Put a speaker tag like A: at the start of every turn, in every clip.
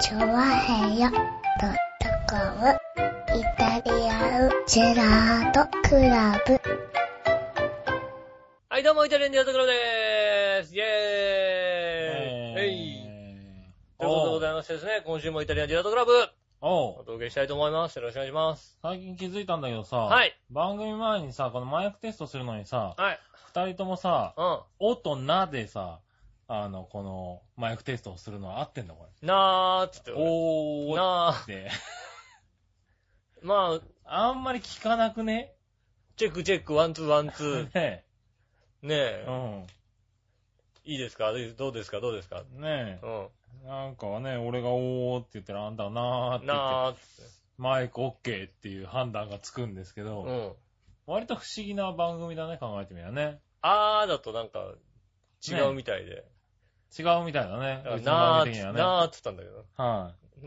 A: チョワヘヨドットコムイタリアンジェラートクラブ。
B: はい、どうも、イタリアンディアトクラブでーすイェーイえいということでございましてですね、今週もイタリアンディアトクラブ、
C: お
B: お
C: う
B: 届けしたいと思います。よろしくお願いします。
C: 最近気づいたんだけどさ、
B: はい
C: 番組前にさ、このマイクテストするのにさ、
B: はい。
C: 二人ともさ、
B: う
C: おとなでさ、あの、この、マイクテストをするのは合ってんだ、こ
B: ん。なーっつって
C: れ。
B: 俺。
C: おー
B: なー
C: っ。て。
B: まあ、
C: あんまり聞かなくね
B: チェックチェック、ワンツーワンツー。
C: ね
B: ね
C: え。
B: え
C: う、ん。
B: いいですかどうですかどうですか
C: ね
B: うん。
C: え。なんかね、俺がおーって言ったら、あんたはなーって言って、
B: なーっつって。
C: マイクオッケーっていう判断がつくんですけ
B: う
C: ど、
B: ん。
C: 割と不思議な番組だね、考えてみればね。
B: あーだとなんか、違うみたいで。
C: 違うみたいだ
B: だ
C: ね
B: から。
C: うちの番
B: なーっ
C: 組
B: つ
C: 的
B: って、
C: にはね。はい、
B: なーっつったんだけ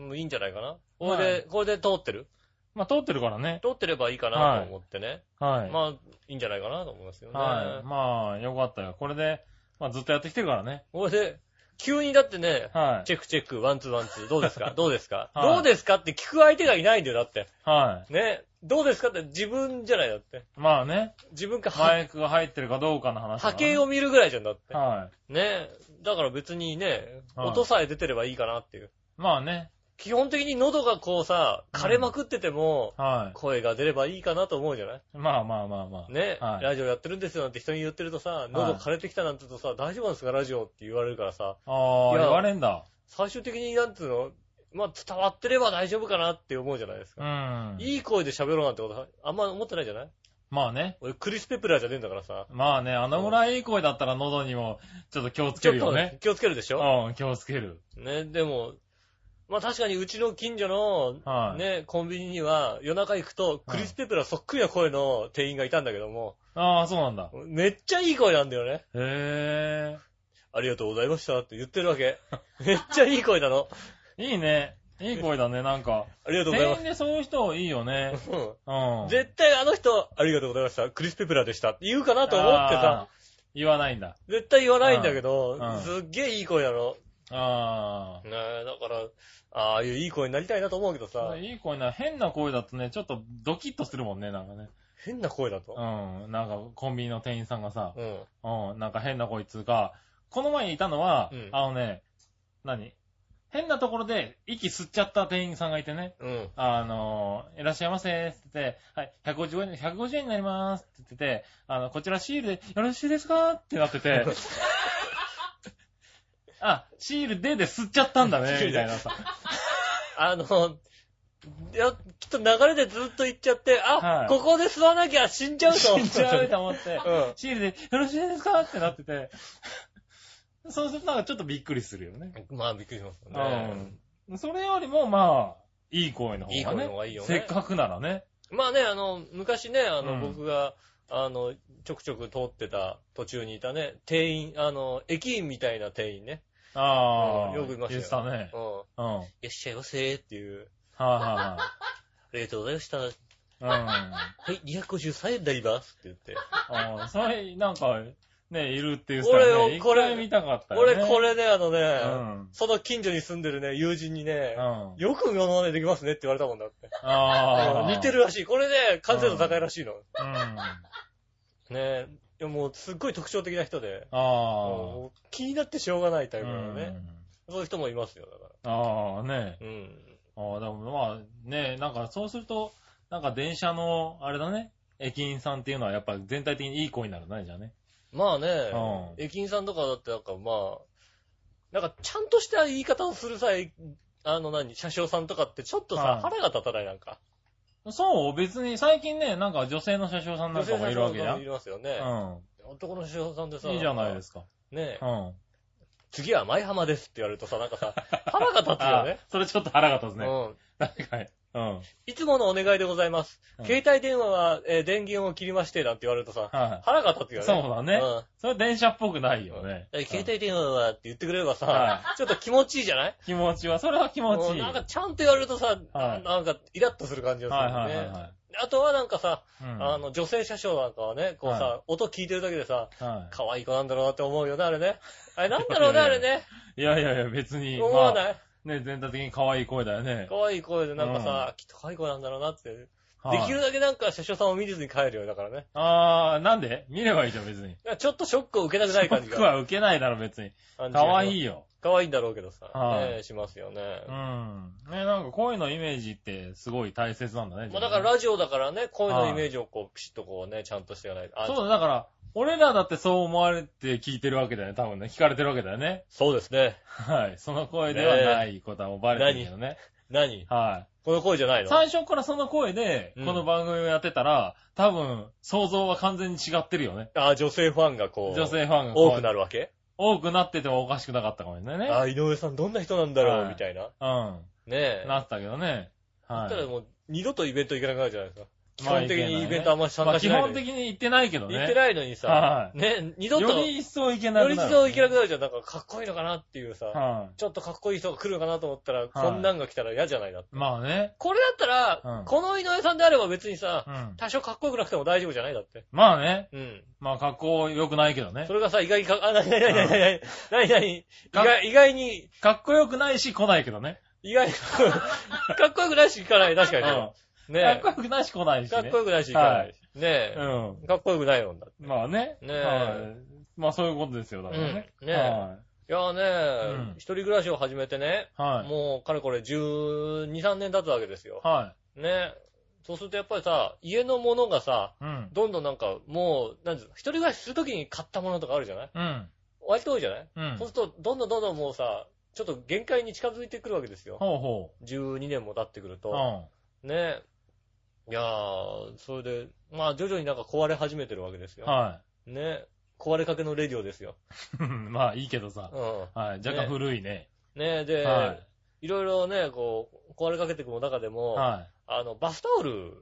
B: ど。もういいんじゃないかなこれで、これで通ってる
C: まあ、通ってるからね。
B: 通ってればいいかなと思ってね。
C: はい。
B: まあ、いいんじゃないかなと思いますよね。
C: はい。まあ、よかったよ。これで、まあずっとやってきてるからね。
B: これで、急にだってね、
C: はい。
B: チェックチェック、ワンツーワンツー、どう ですかどうですか、
C: はい
B: どうですかって聞く相手がいないんだよ、だって。
C: は
B: ね。どうですかって自分じゃない、だって。
C: い。まあね、
B: 自分か、
C: マイクが入ってるかどうかの
B: 波
C: 話だからね
B: 形を見るぐらいじゃんだって。
C: は
B: ね。だから別にね、
C: はい
B: 音さえ出てればいいかなっていう。
C: い。まあね、
B: 基本的に喉がこうさ、枯れまくってても、
C: は
B: 声が出ればいいかなと思うじゃない
C: い。まあまあまあまあ。
B: ね、
C: はい
B: ラジオやってるんですよなんて人に言ってるとさ、喉枯れてきたなんて言うとさ、大丈夫なんですかラジオって言われるからさ、
C: あ
B: い
C: あ、
B: や
C: 言われんだ。
B: 最終的になんていうの、まあ、伝わってれば大丈夫かなって思うじゃないです
C: う
B: か。
C: ん。
B: いい声で喋ろうなんてことは、あんま思ってないじゃない
C: まあね。
B: 俺、クリス・ペプラーじゃねえんだからさ。
C: まあね、あのぐらいいい声だったら喉にも、ちょっと気をつ
B: ち
C: け
B: ょ
C: る
B: っと
C: よ
B: ね
C: ね。
B: 気をつけるでしょ
C: うん、気をつける。
B: ね、でも、まあ確かにうちの近所の、
C: はい。
B: ね、コンビニには夜中行くと、クリス・ペプラーそっくりな声の店員がいたんだけども、
C: ああ、そうなんだ。
B: めっちゃいい声なんだよね。
C: へ
B: ありがとうございましたって言ってるわ け。めっちゃいい声なの。
C: え。いいね。いい声だね、なんか。
B: ありがとうございま
C: 店
B: す
C: 員。でそういう人いいよね。
B: うん
C: うん。
B: 絶対あの人、ありがとうございました。クリス・ペプラーでしたって言うかなと思ってさ
C: あ、ー。言わないんだ。
B: 絶対言わないんだけど、
C: うんうん
B: すっげえいい声なの。
C: ああ。
B: ねえ、だから、ああいういい声になりたいなと思うけど
C: ま
B: さ
C: あ、いい声な、変な声だとね、ちょっとドキッとするもんね、なんかね。
B: 変な声だと。
C: うん。なんかコンビニの店員さんがさ、
B: うん。
C: うん、なんか変な声っつうか、この前にいたのは、
B: うん
C: あのね、何変なところで息吸っちゃった店員さんがいてね、
B: うん。
C: あのーいらっしゃいませーって言って、はい、150円、150円になりますって言ってて、あの、こちらシールでよろしいですかってなっ てて、あ、シールでで吸っちゃったん だね、みたいなさ。
B: あの、いや、きっと流れでずっと行っちゃって、あ、
C: はい
B: ここで座らなきゃ死んじゃうと。
C: 死んじゃうと思って、
B: うん
C: シールで、よろしいですかってなってて、そうするとなんかちょっとびっくりするよね。
B: まあ、びっくりしますよね。
C: うん。それよりも、まあ、いい声の方がね。
B: いい声の方がいいよね
C: せっかくならね。
B: まあね、あの、昔ね、あの、
C: うん
B: 僕が、あの、ちょくちょく通ってた途中にいたね、店員、あの、駅員みたいな店員ね。
C: ああ、
B: うんよく言いました
C: 言ってたね
B: う。ん。い
C: うん。はい
B: らっしゃいませーっていう。
C: は
B: ありがとうございました。
C: いはい。
B: はい、253円になりますって言って。
C: うん。ああ、それ、なんか、ね、いるっていうさ、
B: 俺を
C: ね、一
B: これ
C: 回見たかったよね。
B: 俺、こ。れね、あのね、
C: うん。
B: その近所に住んでるね、友人にね、
C: うん。
B: よくモノマネできますねって言われたもんだって。
C: ああ。
B: 似て。るらしい。これね、完成度高いらしいの。
C: うん。あ
B: ねいやもう、すっごい特徴的な人で、
C: あ。
B: もう気になってしょうがないタイ
C: う
B: プなのね。
C: ん
B: そういう人もいますよ、だか
C: ああ、ね。
B: ら。うん。
C: ああ、でもまあね、なんかそうすると、なんか電車の、あれだね、駅員さんっていうのはやっぱ全体的にいい声になるね、じゃあね。
B: まあね、
C: うん
B: 駅員さんとかだってなんかまあ、なんかちゃんとした言い方をするさ、えあの何、車掌さんとかってちょっとさ
C: はい、
B: 腹が立たないなんか。
C: そう、別に最近ね、なんか女性の車掌さんなんかもいるわけじ
B: 女性の車掌さ
C: ゃ
B: んもいますよね。
C: ん。
B: 男の車掌さんで
C: う
B: さ、
C: ん。いいじゃないですか。
B: ね
C: う、ん。
B: 次は舞浜ですって言われるとさ、なんかさ、 腹が立つよね。
C: あそれちょっと腹が立つね。
B: うん。
C: 確かに。うん。
B: いつものお願いでございます。
C: うん
B: 携帯電話は、えー電源を切りまして、なんて言われるとさ、
C: は
B: 腹が立つ
C: い。
B: よね。
C: そうだね
B: うん。
C: それ電車っぽくないよね。
B: だから携
C: うん
B: 帯電話はって言ってくれればさ、
C: は
B: ちょっと気持ちいいじゃない
C: 気持ちは、それは気持
B: も
C: ち
B: う
C: いい。
B: なん
C: はい
B: かちゃんと言われるとさ、
C: はい
B: なんかイラッとする感じがす
C: はい
B: るよ
C: は
B: ね。
C: いは
B: あとはなんかさ、
C: い。うん
B: あ、の、女性車掌なんかはね、こうさ、
C: は
B: 音聞いてるだけでさ、
C: は
B: 可愛い子なんだろうなって思うよね、あれね。あれなんだろうね、あれね。
C: い。いやいやいや、別に。
B: 思
C: ま
B: わ
C: あ
B: ない、
C: ね、全体的に可愛い声だよね。
B: 可愛い声でなんかさ、きっと可愛い声なんだろうなって。
C: はい
B: できるだけなんか車掌さんを見ずに帰るよ、だからね。
C: あー、なんで見ればいいじゃん、別に。
B: ちょっとショックを受けたくない感じ
C: 僕
B: が。
C: は受けないだろ、別に。
B: 可
C: 可愛
B: い。
C: いよ。
B: 可愛いんだろうけどさ。
C: はい
B: ねえしますよね。
C: うん。ね、なんか声のイメージってすごい大切なんだね。
B: まあだからラジオだからね、声のイメージをこう、ピシッとこうね、ちゃんとしていかないと。あ
C: そうだ、だから、俺らだってそう思われて聞いてるわけだよね、多分ね。聞かれてるわけだよね。
B: そうですね。
C: はい。その声ではないことはもうバレてるけどね。
B: 何
C: は
B: この声じゃない
C: い。
B: の
C: 最初からその声で、
B: うん
C: この番組をやってたら、多分、想像は完全に違ってるよね。
B: あ、女性ファンがこう、
C: 女性ファンが
B: 多くな
C: る。
B: るわけ
C: 多くなっててもおかしくなかったかもしれないね。
B: あ、井上さんどんな人なんだろ
C: は
B: う
C: い
B: みたいな。
C: う
B: ねえ。
C: ん。なったけどね。
B: だ
C: は
B: ったら
C: い。
B: もう、二度とイベント行かなくなるじゃないですか。基
C: まあ
B: 本的にイベントあんまり参
C: まあ
B: 加し
C: 基
B: ない。
C: 本的に言ってないけど
B: に。
C: ね。
B: 行ってないのにさ
C: は、
B: ね、二度と、
C: よ
B: よ
C: り一層いけなくな
B: り
C: る。
B: 一度行けなくなるじゃん。なんかかっこいいのかなっていうさ、
C: はい。
B: ちょっとかっこいい人が来るかなと思ったら、こんなんが来たら嫌じゃないだって。
C: まあね。
B: これだったら
C: う、ん
B: この井上さんであれば別にさ
C: う、ん。
B: 多少かっこよくなくても大丈夫じゃないだって。
C: まあね。
B: うん。
C: まあ格好良くないけどね
B: そ。れがさ、意外にか、あ、なになになになになになに
C: か
B: 意外に、
C: 格好良くないし来ないけどね。
B: 意 外に、かっこよくないし行かない。確か
C: う
B: に
C: ん。
B: ねね
C: か。っこよくないし来ないし
B: か
C: ね。
B: っこよくないし行かない。ね
C: う
B: え。かっこよくないもんだって。
C: ん。まあね。
B: ねえ
C: はい。まあそういうことですよ、だからね。
B: うんねえ
C: はい
B: やーね
C: うん
B: 一人暮らしを始めてね、
C: い。はい。
B: もう、かれこれ12、3年経つわけですよ。
C: は
B: ねそうするとやっぱりさ、家のものがさ、
C: い。うん。
B: どんどんなんか、もう、なんていうの一人暮らしするときに買ったものとかあるじゃない
C: うん。
B: 割と多いじゃない、
C: うん
B: そう。すると、どんどんどんどんもうさ、ちょっと限界に近づいてくるわけですよ。
C: ほうほ
B: 12年も経ってくる
C: う。う
B: と。
C: ん。
B: ねいやー、それで、まあ徐々になんか壊れ始めてるわけですよ。
C: は
B: ね壊れかけのレディオですよ。
C: い。まあいいけどさ。
B: う
C: はい。若干古いね。
B: ん。ねで、、
C: はい
B: ろいろね、こう、壊れかけていく中でも、
C: はい。
B: あの、バスタオル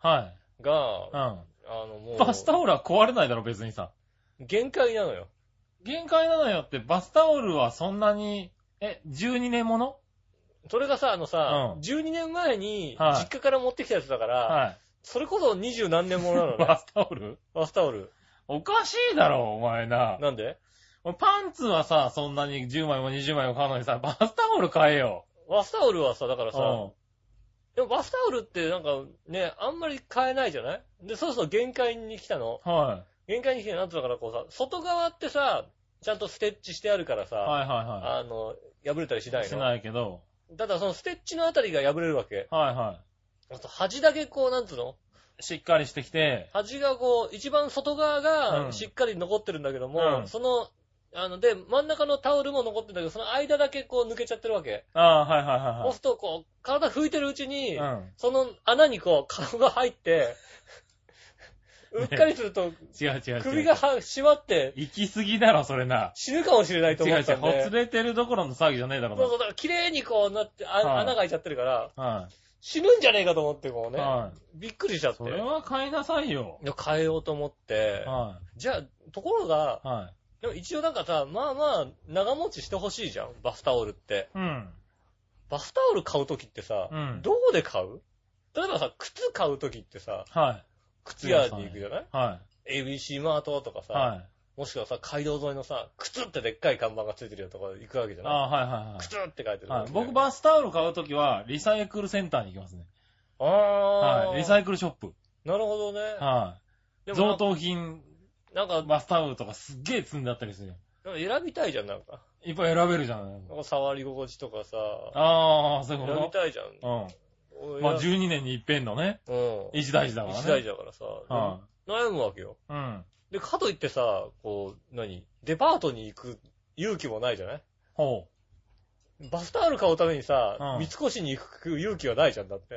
C: はい。
B: が、あ
C: う
B: の、も
C: ん。
B: う、
C: バスタオルは壊れないだろ、別にさ。
B: 限界なのよ。
C: 限界なのよって、バスタオルはそんなに、え、12年もの
B: それがさ、あのさ、
C: うん
B: 12年前に、
C: はい
B: 実家から持ってきたやつだから、
C: は
B: それこそ二十何年ものなの
C: い。
B: ね
C: バ。スタオル
B: バスタオル。
C: おかしいだろ、お前な。
B: なんで
C: お前パンツはさ、そんなに10枚も20枚も買うのにさ、バスタオル買えよ。
B: バスタオルはさ、だから
C: う
B: さ、でもバスタオルってなんかね、あんまり買えないじゃないで、そうそう限界に来たの。
C: ん。は
B: 限界に来たのなんつうのかな、こうさ、外側ってさ、ちゃんとステッチしてあるからさ、
C: い。はいは
B: あの、破れたりし
C: い
B: な
C: はいい。
B: の。
C: しないけど。
B: ただそのステッチのあたりが破れるわけ。
C: はいは
B: あと端だけこう、なんつうの
C: い。しっかりしてきて、
B: 端がこう、一番外側
C: う
B: が
C: ん
B: しっかり残ってるんだけども、
C: うん
B: その、あの、で、真ん中のタオルも残ってるんだけど、その間だけこう抜けちゃってるわけ。
C: ああ、はいはいは
B: 押すとこう、体拭いてるうちに、
C: いはい。うん。
B: その穴にこう、顔が入 って、うっかりすると、
C: 違う違う違う。
B: 首がは締まって、
C: 行き過ぎだろ、それな。
B: 死ぬかもしれない
C: 違
B: と
C: う
B: 思
C: 違
B: った
C: う。
B: ん
C: ほ
B: で。
C: つれてるどころの騒ぎじゃねえだろ。
B: そうそう、だから綺麗にこうなって、あ
C: はい
B: 穴が開いちゃってるから、
C: は
B: 死ぬんじゃねえかと思ってこう
C: い。
B: ね、
C: はい。
B: びっくりしちゃって。
C: それは買いなさいよ
B: い。や変えようと思って、
C: は
B: じゃあ、ところが、
C: い。は
B: でも一応なんかさ、まあまあ、長持ちしてほしいじゃん、バスタオルって。
C: い。うん。
B: バスタオル買うときってさ、
C: うん
B: どこで買う例えばさ、靴買うときってさ、
C: はい。
B: 靴屋に行くじゃない
C: は
B: ?ABC マートとか
C: い。
B: さ、
C: はい。
B: もしくはさ、街道沿いのさ、靴ってでっかい看板がついてるよとか行くわけじゃ
C: あ
B: ない
C: あ、はいはいはい。
B: 靴って書いてる。
C: はい、僕、バスタオル買うときは、リサイクルセンターに行きますね。
B: ああ、
C: はい。リサイクルショップ。
B: なるほどね。
C: は
B: で
C: い。
B: も
C: 贈
B: な、
C: 答品、
B: なんか、
C: バスタオルとかすっげえ積んであったりするよ。
B: 選びたいじゃん、なんか。
C: いっぱい選べるじゃん。
B: なんか触り心地とかさ、
C: ああ、そういう
B: 選び
C: こ
B: たいじゃ。
C: とうんん。まあ、
B: 俺
C: 12年に一遍のね、
B: うん。
C: 一大事だからね。
B: 一大事だからさ、
C: は
B: 悩むわけよ。
C: い。うん。
B: で、かといってさ、こう、何デパートに行く勇気もないじゃない
C: ほ
B: バスタオル買うためにさ、
C: うん
B: 三越に行く勇気はないじゃんだって。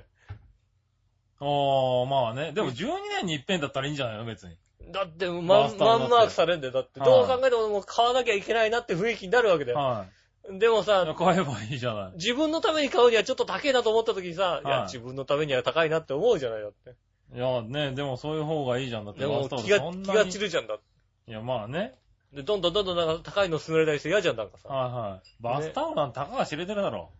C: う。ああ、まあね。でも12年に一遍だったらいいんじゃないの別に。
B: だって、マ
C: バ
B: ン、
C: スタ
B: マ
C: オルだって
B: ンマークされんで、だって、
C: はい
B: どう考えてももう買わなきゃいけないなって雰囲気になるわけだよ。
C: は
B: でも
C: い。
B: さ、
C: 買えばいいじゃない。
B: 自分のために買うにはちょっと高いなと思った時にさ、い、や、
C: はい
B: 自分のためには高いなって思うじゃないだって。
C: いや、ね、でもそういう方がいいじゃん。だって
B: で
C: バ
B: も
C: スタオ
B: 気
C: ル
B: が、
C: そん
B: 気
C: な
B: が
C: に。
B: 散
C: い
B: るじゃんだって。
C: や、まあね。
B: で、どんどんどんどんなんか高いの勧められたりして嫌じゃん、なんかさ。
C: はいはい。バスタオルなんてたかが知れてるだろ。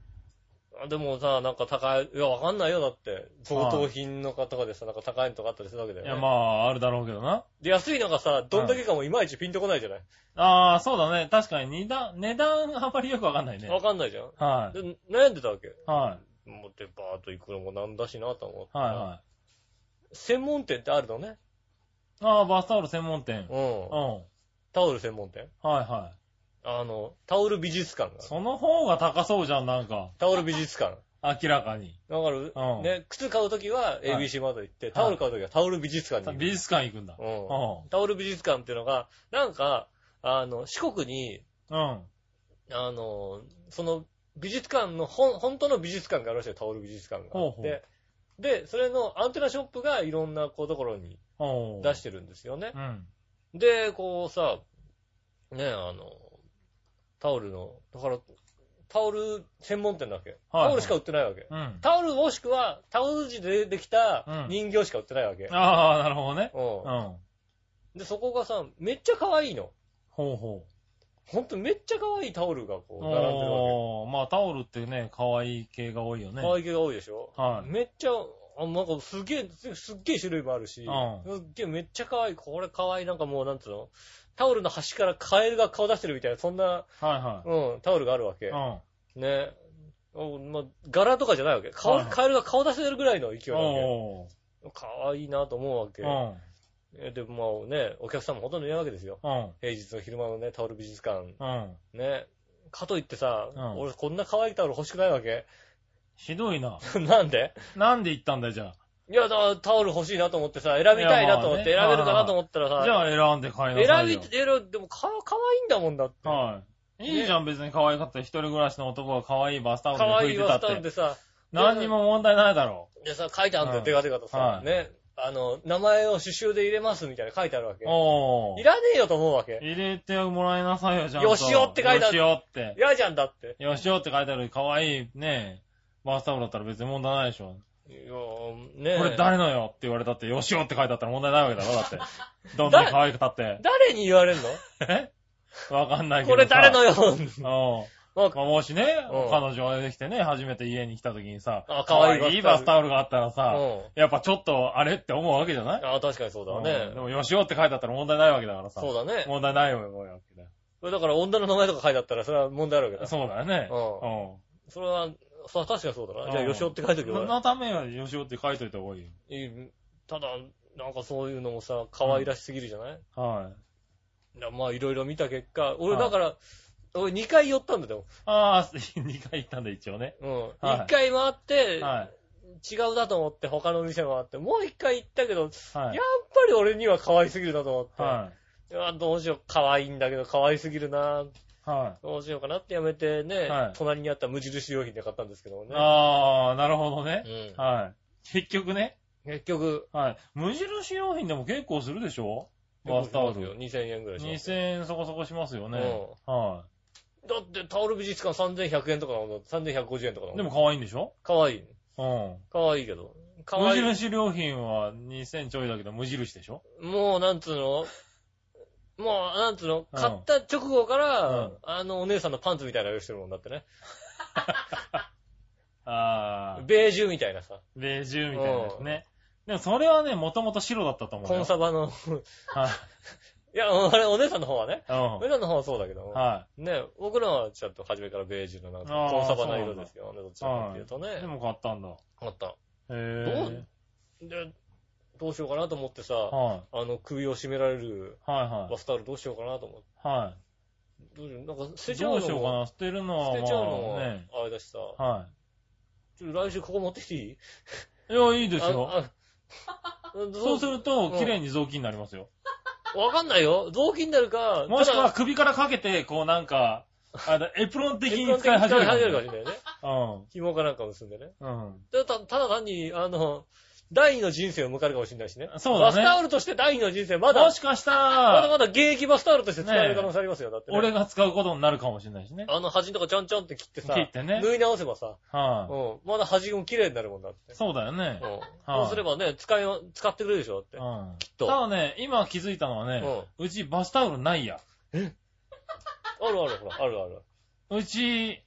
B: あでもさ、なんか高い、いや、わかんないよ、だって。贈答品のとかでさ、なんか高いのとかあったりするわけだよ、
C: い
B: ね。
C: や、まあ、あるだろうけどな。
B: で、安いのがさ、どんだけかもいまいちピンとこないじゃない
C: ああ、そうだね。確かに値段、値段あまりよくわかんないね。
B: わ
C: はい。
B: かんないじゃん。
C: はい。
B: で、悩んでたわけ。
C: は
B: 持ってバーっと行くのもなんだしなと思って。
C: い。は
B: 専門店ってあるのね。
C: い。ああ、バスタオル専門店。
B: う
C: うんん。。は
B: タオル専門店
C: いは
B: あの、タオル美術館
C: い。
B: がある。
C: その方が高そうじゃん、なんか。
B: タオル美術館。
C: 明らかに。
B: わかる
C: うん
B: ね、靴買うときは ABC まで行って、タオル買うときはタオル美術館に行く
C: 美術館行くんだ。う
B: うん
C: ん。
B: タオル美術館っていうのが、なんか、あの、四国に、
C: うん。
B: あの、その、美術館の、ほん、本当の美術館があるらしいよ、タオル美術館があ
C: ほう
B: っ
C: ほ
B: て
C: う。
B: で、それのアンテナショップがいろんなこうところに
C: おう
B: 出してるんですよね
C: う。ん。
B: で、こうさ、ね、あの、タオルの、だから、タオル専門店だっけ、
C: はい
B: タオルしか売ってないわけ。
C: うん。
B: タオルもしくは、タオル地でできた
C: うん
B: 人形しか売ってないわけ。
C: ああ、なるほどね。
B: うん
C: う。ん。
B: で、そこがさ、めっちゃ可愛いの。
C: ほうほ
B: ほんとめっちゃ可愛いタオルがこ
C: う。
B: う、並んでるわ
C: おーまあタオルってね、可愛い系が多いよ
B: け。
C: ね。
B: 可愛い系が多いでしょ
C: はい
B: めっちゃ、あなんかすげえ、すっげえ種類もあるし、
C: う
B: すっげえめっちゃ可愛い。これ可愛い。なんかもう、なんつうのタオルの端からカエルが顔出してるみたいな、そんな、
C: はいは
B: うん、タオルがあるわけ
C: い。う。ん。
B: ね。おまあ、柄とかじゃないわけ。顔、
C: はいはい
B: カエルが顔出せるぐらいの勢いなわ
C: お
B: け。可愛いなと思うわけ
C: ー。。うん。
B: えで、まあね、お客さんもほとんどいないわけですよ。
C: うん。
B: 平日の昼間のね、タオル美術館。
C: うん。
B: ね。かといってさ、
C: うん
B: 俺こんな可愛いタオル欲しくないわけ。
C: ひどいな。
B: なんで
C: なんで行ったんだよ、じゃ
B: いや、だからタオル欲しいなと思ってさ、選びたいなと思って、
C: いや
B: 選
C: ま
B: べ
C: あね
B: るかなと思ったら
C: あ。じゃ
B: さ、
C: あ選んで買いなさ
B: 選
C: い
B: び、
C: よ。
B: 選び、でもか、可愛いんだもんだって。
C: はい。いいじゃん、別に可愛かったら一人暮らしの男が可愛いバスタオルで
B: 可
C: 拭
B: 愛
C: い
B: い
C: てた
B: バ
C: っ
B: スタオル
C: て。
B: でさ、
C: 何にも問題ないだろ
B: でさ、書いてあるんだよ、
C: うん
B: デカデカとさ
C: は、い
B: ね。あの、名前を刺繍で入れますみたいな書いてあるわけ
C: う。。お
B: い
C: ー。
B: らねえよと思うわけ。
C: 入れてもらいなさいよ、じゃんと。
B: よしおって書いてある
C: よしおって。
B: 嫌じゃんだって。
C: よしおって書いてある可愛いね、バスタオルだったら別に問題ないでしょ。
B: いやーねえ
C: これ誰のよって言われたって、よしおって書いてあったら問題ないわけだろ、だ って。どんなに可愛くたって。
B: 誰に言われるの
C: えわかんないけど
B: こ
C: さ。
B: れ誰のよ
C: うん。
B: なんか
C: まあ、もしね、
B: うん
C: 彼女が出てきてね、初めて家に来た時にさ、
B: あ可愛い
C: 可愛いバスタオルがあったらさ、
B: う
C: やっぱちょっとあれって思うわけじゃない
B: ん。あ確かにそうだ
C: うんで
B: ね。
C: も、よしおって書いてあったら問題ないわけだからさ。
B: そうだね。
C: 問題ないわけだよ。
B: だから女の名前とか書いてあったら、それは問題あるわけだ。
C: そうだよね。
B: うそれは、それは確かにそうだな。じゃあ、
C: うん
B: よしおって書いと
C: うん。
B: け
C: そ
B: ば
C: のためには、よしおって書いといた方がいいよ。
B: いい。ただ、なんかそういうのもさ、可愛らしすぎるじゃない、
C: はい。
B: いやまあ、いろいろ見た結果、俺
C: はい
B: だから、俺2回寄ったんだよ。
C: ああ、2回 行ったんだ、一応ね。
B: うん。
C: はい
B: 1回回って、
C: はい。
B: 違うだと思って他の店回って、もう1回行ったけど、
C: はい
B: や。っぱり俺には可愛すぎるなと思って。
C: はい
B: や、どうしよう。可愛いんだけど、可愛すぎるな。
C: い。は
B: どうしようかなってやめてね、
C: はい
B: 隣にあった無印良品で買ったんですけども
C: い。
B: ね。
C: ああ、なるほどね
B: う。ん、
C: はい。結局ね。
B: 結局、
C: はい。無印良品でも結構するでしょバスタオル。
B: 2000円ぐらいしますよ
C: 2000円そこそこしますよね。は。
B: だってタオル美術館3100円とかなの、3150円とかないの。
C: でも可愛いんでしょ
B: かわいい。
C: うん。
B: かわいいけど。か
C: 無
B: わいい。
C: 印良品は2000ちょいだけど無印でしょ
B: もう、なんつうのもう、なんつうの
C: うん
B: 買った直後から、
C: うん
B: あの、お姉さんのパンツみたいな色してるもんだってね。
C: ああ、
B: ベージュみたいなさ、
C: ベージュみたいなですね。でもそれはね、もともと白だったと思うよ。
B: コンサバの。
C: はい。
B: いや、あれ、お姉さんの方はね。
C: うん。
B: お姉さんの方はそうだけども。
C: は
B: ね、僕らはちょっと初めからベージュのなんか、
C: あー
B: コンサバの色ですよね、どっちかっていうと
C: い。で
B: ね。
C: も買ったんだ。
B: あった。
C: へ
B: ど
C: え
B: う。で、どうしようかなと思ってさ、
C: は
B: あの、首を絞められる
C: い。は
B: バスタオルどうしようかなと思って。
C: いはい。はい。
B: どうしよう、なんか捨てちゃ
C: ど
B: う
C: うしよ
B: の
C: うか
B: も、
C: な。捨てるのは、
B: 捨てちゃうの
C: ま
B: も
C: あ、ね。
B: あれだしさ、
C: は
B: ちょっと来週ここ持ってきていい
C: い。いや、いいですよ。
B: あ あ
C: そうすると
B: うん、
C: 綺麗に雑巾になりますよ。
B: わかんないよ。雑巾になるか、
C: もしく
B: た
C: は
B: だ
C: 首からかけて、こうなんか、あのエプロン的
B: 結
C: に
B: 婚的
C: 使い
B: に
C: 始
B: 使
C: め
B: い始めるかも
C: る。
B: しれないね。
C: うん。
B: 紐かなんか結んでね。
C: うん。
B: ただたただ単に、あの、第二の人生を迎えるかもしれないしね。
C: そう
B: バ
C: だ
B: スタ
C: ね。
B: オルとして第二の人生、まだ
C: も、しかした
B: まだ
C: ら、
B: まだ現役バスタオルとして使える可能性ありますよ。だってね。
C: 俺が使うことになるかもしれないしね。
B: あの端のとこちょんちょんって切ってさ、
C: 切ってね
B: 縫い直せばさ、
C: は
B: うん、まだ端も綺麗になるもんだって
C: い。。そうだ
B: う
C: よ
B: ん
C: ね。
B: そうすればね、使いま、使ってくれるでしょ、だって
C: う。ん。
B: きったと。あ
C: だね、今気づいたのはね、うちバスタオルないや。
B: るある、ほら、あるある。
C: うち、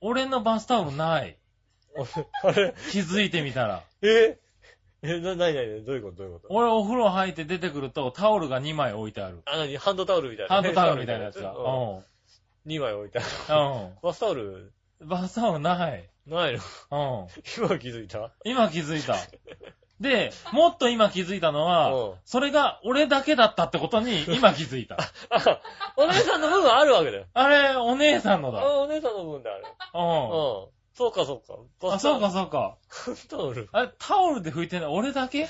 C: 俺のバスタオルない。
B: あれ、
C: 気づいて みたら。
B: ええ、な、なになにどういうことどういうこと
C: 俺お風呂入って出てくるとタオルが2枚置いてある。
B: あ、なにハンドタオルみたいな。
C: ハンドタオルみたいなやつが。
B: うん
C: う
B: 2枚置いてある。
C: ん。
B: バスタオル、
C: うん。バスタオルない。
B: ないの
C: うん。
B: 今気づいた
C: 今気づいた。で、もっと今気づいたの
B: うん
C: は、それが俺だけだったってことに今気づ いた。
B: あ、お姉さんの分はあるわけだよ。
C: あれ、お姉さんのだ。
B: あ、お姉さんの分である。うん
C: う。
B: そうか、そうか。
C: ん。あ、
B: バス
C: そうか
B: タ
C: そうか。
B: オル。
C: あれ、タオルで拭いてない。俺だけ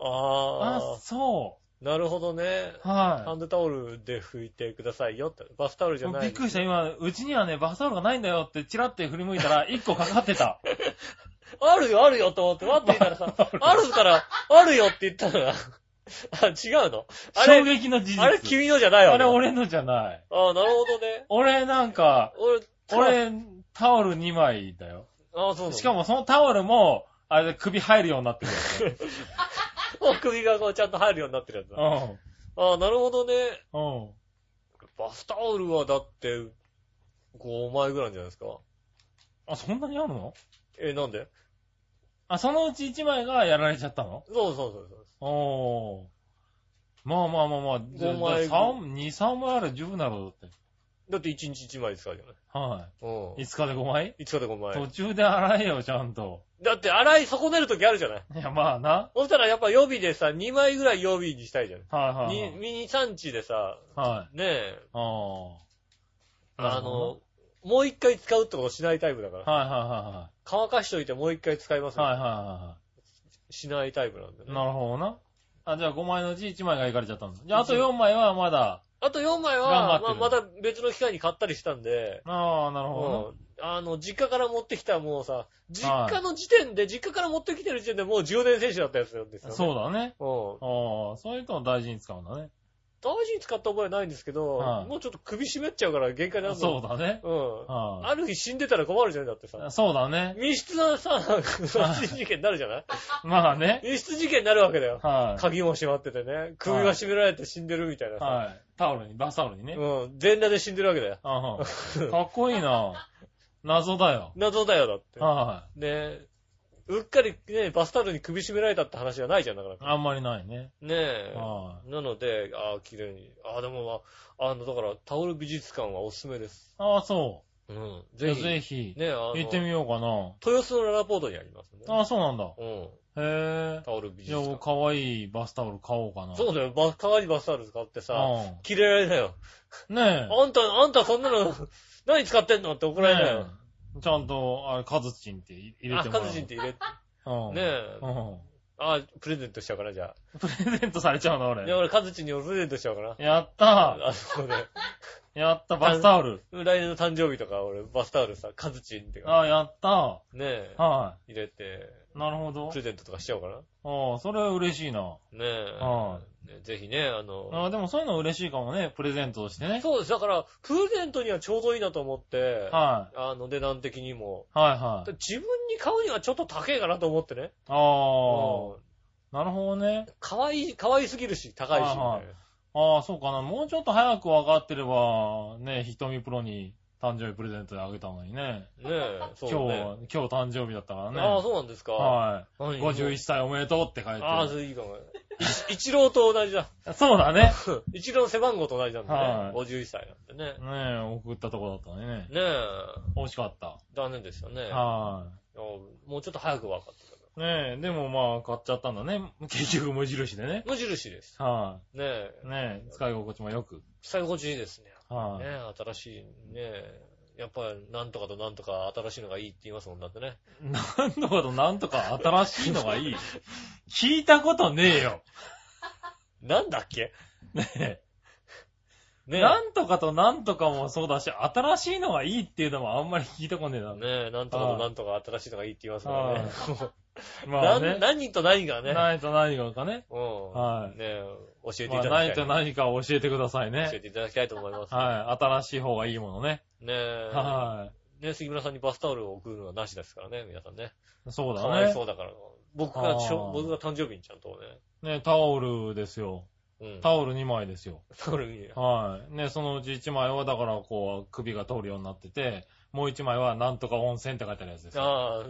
C: あ
B: あ、
C: そ
B: あ、なるほどね。
C: う。はい
B: ハ。ンドタオルで拭いてくださいよって。バスタオルじゃない。
C: びっくりした、今、うちにはね、バスタオルがないんだよって、チラって振り向いた ら、1個かかってた。
B: あるよ、あるよと思って待っていたら さ、あるから、あるよって言ったのが、 あ、違うのあ
C: 衝
B: れ、
C: 撃の事実。
B: あれ君のじゃないわ。
C: あれ。俺のじゃない。
B: ああ、なるほどね。
C: 俺なんか、
B: 俺、タオル、
C: 俺、タオル2枚だよ。
B: ああ、そうなの
C: しか、もそのタオルも、あれで首入るようになってるや
B: お首がこうちゃんと入るようになってるやつ
C: つ。
B: だ。あ
C: う
B: あ、なるほどね。
C: ん。うん。
B: バスタオルはだって、5枚ぐらいじゃないですか。
C: あ、そんなにあるの
B: え、なんで
C: あ、そのうち1枚がやられちゃったの
B: そうそうそうそう。
C: おー。まあまあまあまあ、じゃあ
B: 五枚
C: じゃあ三2、3枚あれば十分だろうだって。
B: だって1日1枚使うじゃない。
C: は
B: うん。
C: い。5日で5枚
B: 5日で5枚
C: 途。中で洗えよ、ちゃんと。
B: だって洗い損ねるときあるじゃない。
C: いや、まあな。
B: そしたらやっぱ予備でさ、2枚ぐらい予備にしたいじゃん。
C: はいはいはい。
B: にミニ産地でさ、
C: はい。
B: ねえ、
C: ああ。
B: あ
C: なるほ
B: の、もう一回使うってことしないタイプだか
C: ど
B: ら。
C: はいは
B: 乾かしといてもう一回使います
C: いはいはい。
B: よ。
C: はいはいはいは
B: しないタイプなんで
C: い。
B: ね。
C: なるほどな。あ、じゃあ5枚のうち1枚がいかれちゃったんだ。じゃああと4枚はまだ。
B: あと4枚
C: 頑張
B: は、
C: って
B: まあ
C: る
B: また別の機会に買ったりしたんで、
C: ああ、なるほど
B: うんあの、実家から持ってきたもうさ、実家の時点で、実家から持ってきてる時点でもう充電選手だったやつなんですよ、
C: な。
B: ね。
C: そうだね。
B: うん。
C: ああ、そういうのを大事に使うんだね。
B: 大事に使った覚えはないんですけど、
C: はい
B: もうちょっと首絞めっちゃうから限界なんだ
C: そうだね。
B: うん。
C: は
B: ある日死んでたら困るじゃん、だって
C: い
B: さ。
C: そうだね。
B: 密室なさ、殺人事件になるじゃない
C: まあね。
B: 密室事件になるわけだよ。
C: はい。
B: 鍵も閉まっててね、首が絞められて死んでるみたいなさ。
C: はい。タオルに、バスタオルにね。
B: うん、全裸で死んでるわけだよ。
C: あ あかっこいいな。謎だよ。
B: 謎だよ、だって。
C: は
B: ねうっかりね、バスタオルに首絞められたって話がないじゃん、だから。
C: い。あんまりないね。
B: ねえ。
C: は
B: なので、ああ、綺麗に。ああ、でもまあ、あの、だから、タオル美術館はおすすめです。
C: ああ、そ
B: うん。
C: う。じ
B: ぜ
C: ゃあ
B: ひ。
C: ぜひ、
B: ねえ、あの、
C: 行ってみようか
B: 豊洲のララポートにありますね。
C: な。ああ、そうなんだ。
B: うん。
C: へえ。
B: タオル美
C: じ
B: 術
C: ゃあ、
B: 館。
C: かわいいバスタオル買おうかな。
B: そうだよ、ば、かわいいバスタオル使ってさ、
C: う
B: 切れられなよ。
C: ん。ねえ。
B: あんた、あんたそんなの、 何使ってんのって怒られなよ
C: ね。えちゃんと、あれ、カズチンって入れ
B: あ、
C: てもら
B: カ
C: う。
B: ズチンって入れて。
C: うん。
B: ねえ。
C: う
B: あ、プレゼントしちゃうかな、じゃ
C: ん。プレゼントされちゃうな、
B: あ。いや、
C: 俺。
B: 俺、カズチンにもプレゼントしちゃうかな。
C: やった
B: あ、そうね。
C: ーやったバスタオル。
B: 来年の誕生日とか、俺、バスタオルさ、カズチンってか、
C: あやった
B: ねえ
C: ー、は
B: 入れて、
C: い。なるほど
B: プ。レゼントとかしちゃおうかな。
C: ああ、それは嬉しいな。
B: ねえ。
C: は
B: ねぜひね、あの、
C: ああ、でもそういうの嬉しいかもね、プレゼントとしてね。
B: そうです。だから、プレゼントにはちょうどいいなと思って、
C: は
B: あの、値段的にも。
C: い。はいはい。
B: 自分に買うにはちょっと高いかなと思ってね。
C: ああ、
B: うん
C: なるほどね。
B: 可愛い、可愛すぎるし、高いし、
C: はいはい
B: みたいな
C: ああ、そうかな。もうちょっと早く分かってれば、ね、瞳プロに誕生日プレゼントであげたのにね。
B: ねえ、そう
C: 今
B: ね。
C: 日、今日誕生日だったからね。
B: ああ、そうなんですか。
C: は
B: はい
C: い。51歳おめでとうって書いて
B: ああ、
C: あ
B: そういいかも。い一郎と同じだ。
C: る。そうだね。
B: 一郎の背番号と同じなんでね
C: は。い
B: 51歳なんでね。
C: ねえ、送ったとこだったのにね。
B: ねえ、
C: 惜しかった。
B: 残念でしたね。
C: は
B: あもうちょっと早く分かってたか
C: い。ねえ、でもまあ、買っちゃったんだね。結局無印でね。
B: ら。無印です。
C: は
B: ねえ、
C: い。ねえ、使い心地も良く。
B: 最後地いいですね。
C: は
B: ね
C: い。
B: え、新しい、ねえ、やっぱりなんとかとなんとか新しいのがいいって言いますもんだってね。
C: なんとかとなんとか新しいのがいい。聞いたことねえよ。
B: なんだっけ
C: ねえ。
B: ねえ。
C: なんとかとなんとかもそうだし、新しいのがいいっていうのもあんまり聞いたことねえな。
B: ねえ、なんとかとなんとか新しいのがいいって言いますもんね。
C: ま
B: な
C: あね。
B: 何と何がね。
C: 何と何がかね。
B: うん。
C: は
B: ね
C: い
B: え、教えてい
C: まあ
B: ただきたい。
C: 何と何かを教えてください
B: 教え
C: ね。
B: ていただきたいと思います。
C: はい。新しい方がいいものね。
B: ねえ。
C: は
B: ね杉村さんにバスタオルを送るのはなしですからね、皆さんね。
C: い。そう
B: かわ
C: だ
B: い
C: ね。
B: そうだから。僕がちょ
C: あー、
B: 僕が誕生日にちゃんと
C: ね、タオルですよ。
B: ね。うん。
C: タオル2枚ですよ。
B: タオルに。
C: はい。ね、そのうち1枚はだからこう首が通るようになってて、もう一枚は、なんとか温泉って書いてあるやつです。
B: ああ、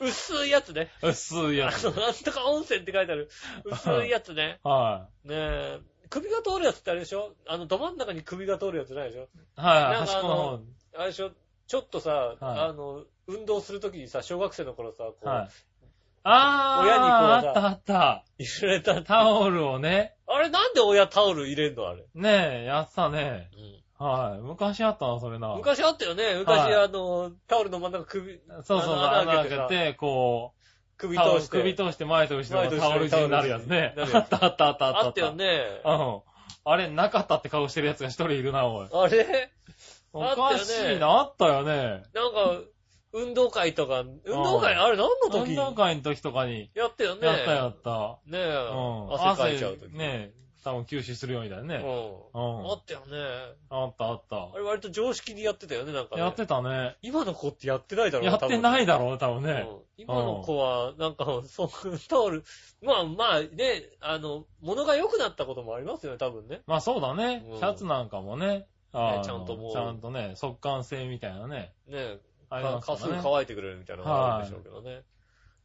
B: 薄いやつね。
C: 薄いや
B: あ
C: つ。
B: の、なんとか温泉って書いてある。薄いやつね。
C: は
B: ねえ。首が通るやつってあれでしょあの、ど真ん中に首が通るやつないでしょ
C: い。はい、
B: なん
C: 端
B: か
C: っ
B: あ
C: こ
B: の
C: の方に。
B: あれでしょちょっとさ、あの、運動するときにさ、小学生の頃さ、こう、
C: はい。あー、
B: 親にこ
C: あ
B: う
C: ったあった。
B: 入れた。
C: タオルをね、
B: あれなんで親タオル入れんのあれ。
C: ねえ、やってたね。はい。昔あったな、それな。
B: 昔あったよね。昔、
C: はい
B: あの、タオルの真ん中首、
C: そうそう、
B: あの穴
C: 穴
B: 開けて
C: 開けて、こう、
B: 首
C: タオ
B: 通
C: ル
B: して。
C: 首通して前と後ろ
B: 前と
C: が
B: 後
C: タ
B: ろ
C: オル地になるやつね。あったあったあったあった。
B: あったよね。
C: うん。あれ、なかったって顔してるやつが一人いるな、おい。
B: あれ
C: お
B: あったよね
C: かしいな、あったよね。
B: なんか、運動会とか、運動会、あれ何の時
C: 運動会の時とかに、
B: やったよね。
C: やったやった。
B: ね
C: う
B: え
C: ん。。
B: 汗かいちゃう時。
C: 汗ねえ、多分吸収するようにだよ
B: う。
C: ね。うんん
B: あ。ったよね。
C: あったあった
B: あ。れ割と常識にやってたよね、なんかね。
C: やってたね。
B: 今の子ってやってないだろう
C: や
B: な
C: ってない
B: だ
C: だろう、多分ね。
B: 今の子は、なんか、そう、タオル、 まあまあ、ね、あの、物が良くなったこともありますよね、多分ね。
C: まあそうだね
B: うん。
C: シャツなんかもね。あの
B: ちゃんともう
C: ちゃんとね、速乾性みたいなね。
B: ね、
C: あり
B: か
C: ますか
B: かすぐ
C: らね。
B: 乾いてくれるみたいなのがあるんでしょうけどね。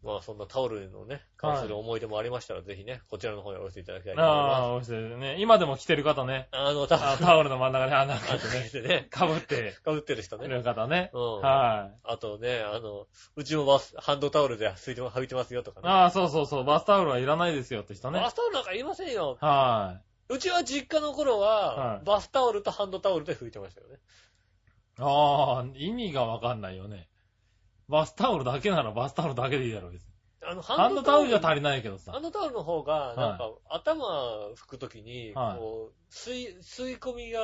B: まあそんなタオルのね、関する思い出もありましたら、ぜひね、こちらの方にお寄せいただきたいと思い
C: ああ、
B: ます。
C: 押してるね。今でも着てる方ね。
B: あの、タオル
C: あ、タオルの真ん中に穴
B: あ
C: 開
B: の
C: けて
B: で
C: ね。
B: ね、
C: かぶって
B: かぶってる人ね。
C: る方ね。
B: うん。
C: はい。
B: あとね、あの、うちもバス、ハンドタオルで拭いても、拭いてますよとかね。
C: ああ、そうそうそう。バスタオルはいらないですよって人ね。
B: バスタオルなんかいりませんよ。
C: は
B: うちは実家の頃は、
C: はい
B: バスタオルとハンドタオルで拭いてましたよね。
C: い。ああ、意味がわかんないよね。バスタオルだけならバスタオルだけでいいだろう。別に
B: あの、ハ
C: ハンドタオルじゃ
B: り
C: 足りないけど
B: ハ
C: さ。
B: ンドタオルの方が、なんか、頭拭くときに、
C: はい
B: こう、吸い、吸い込みが、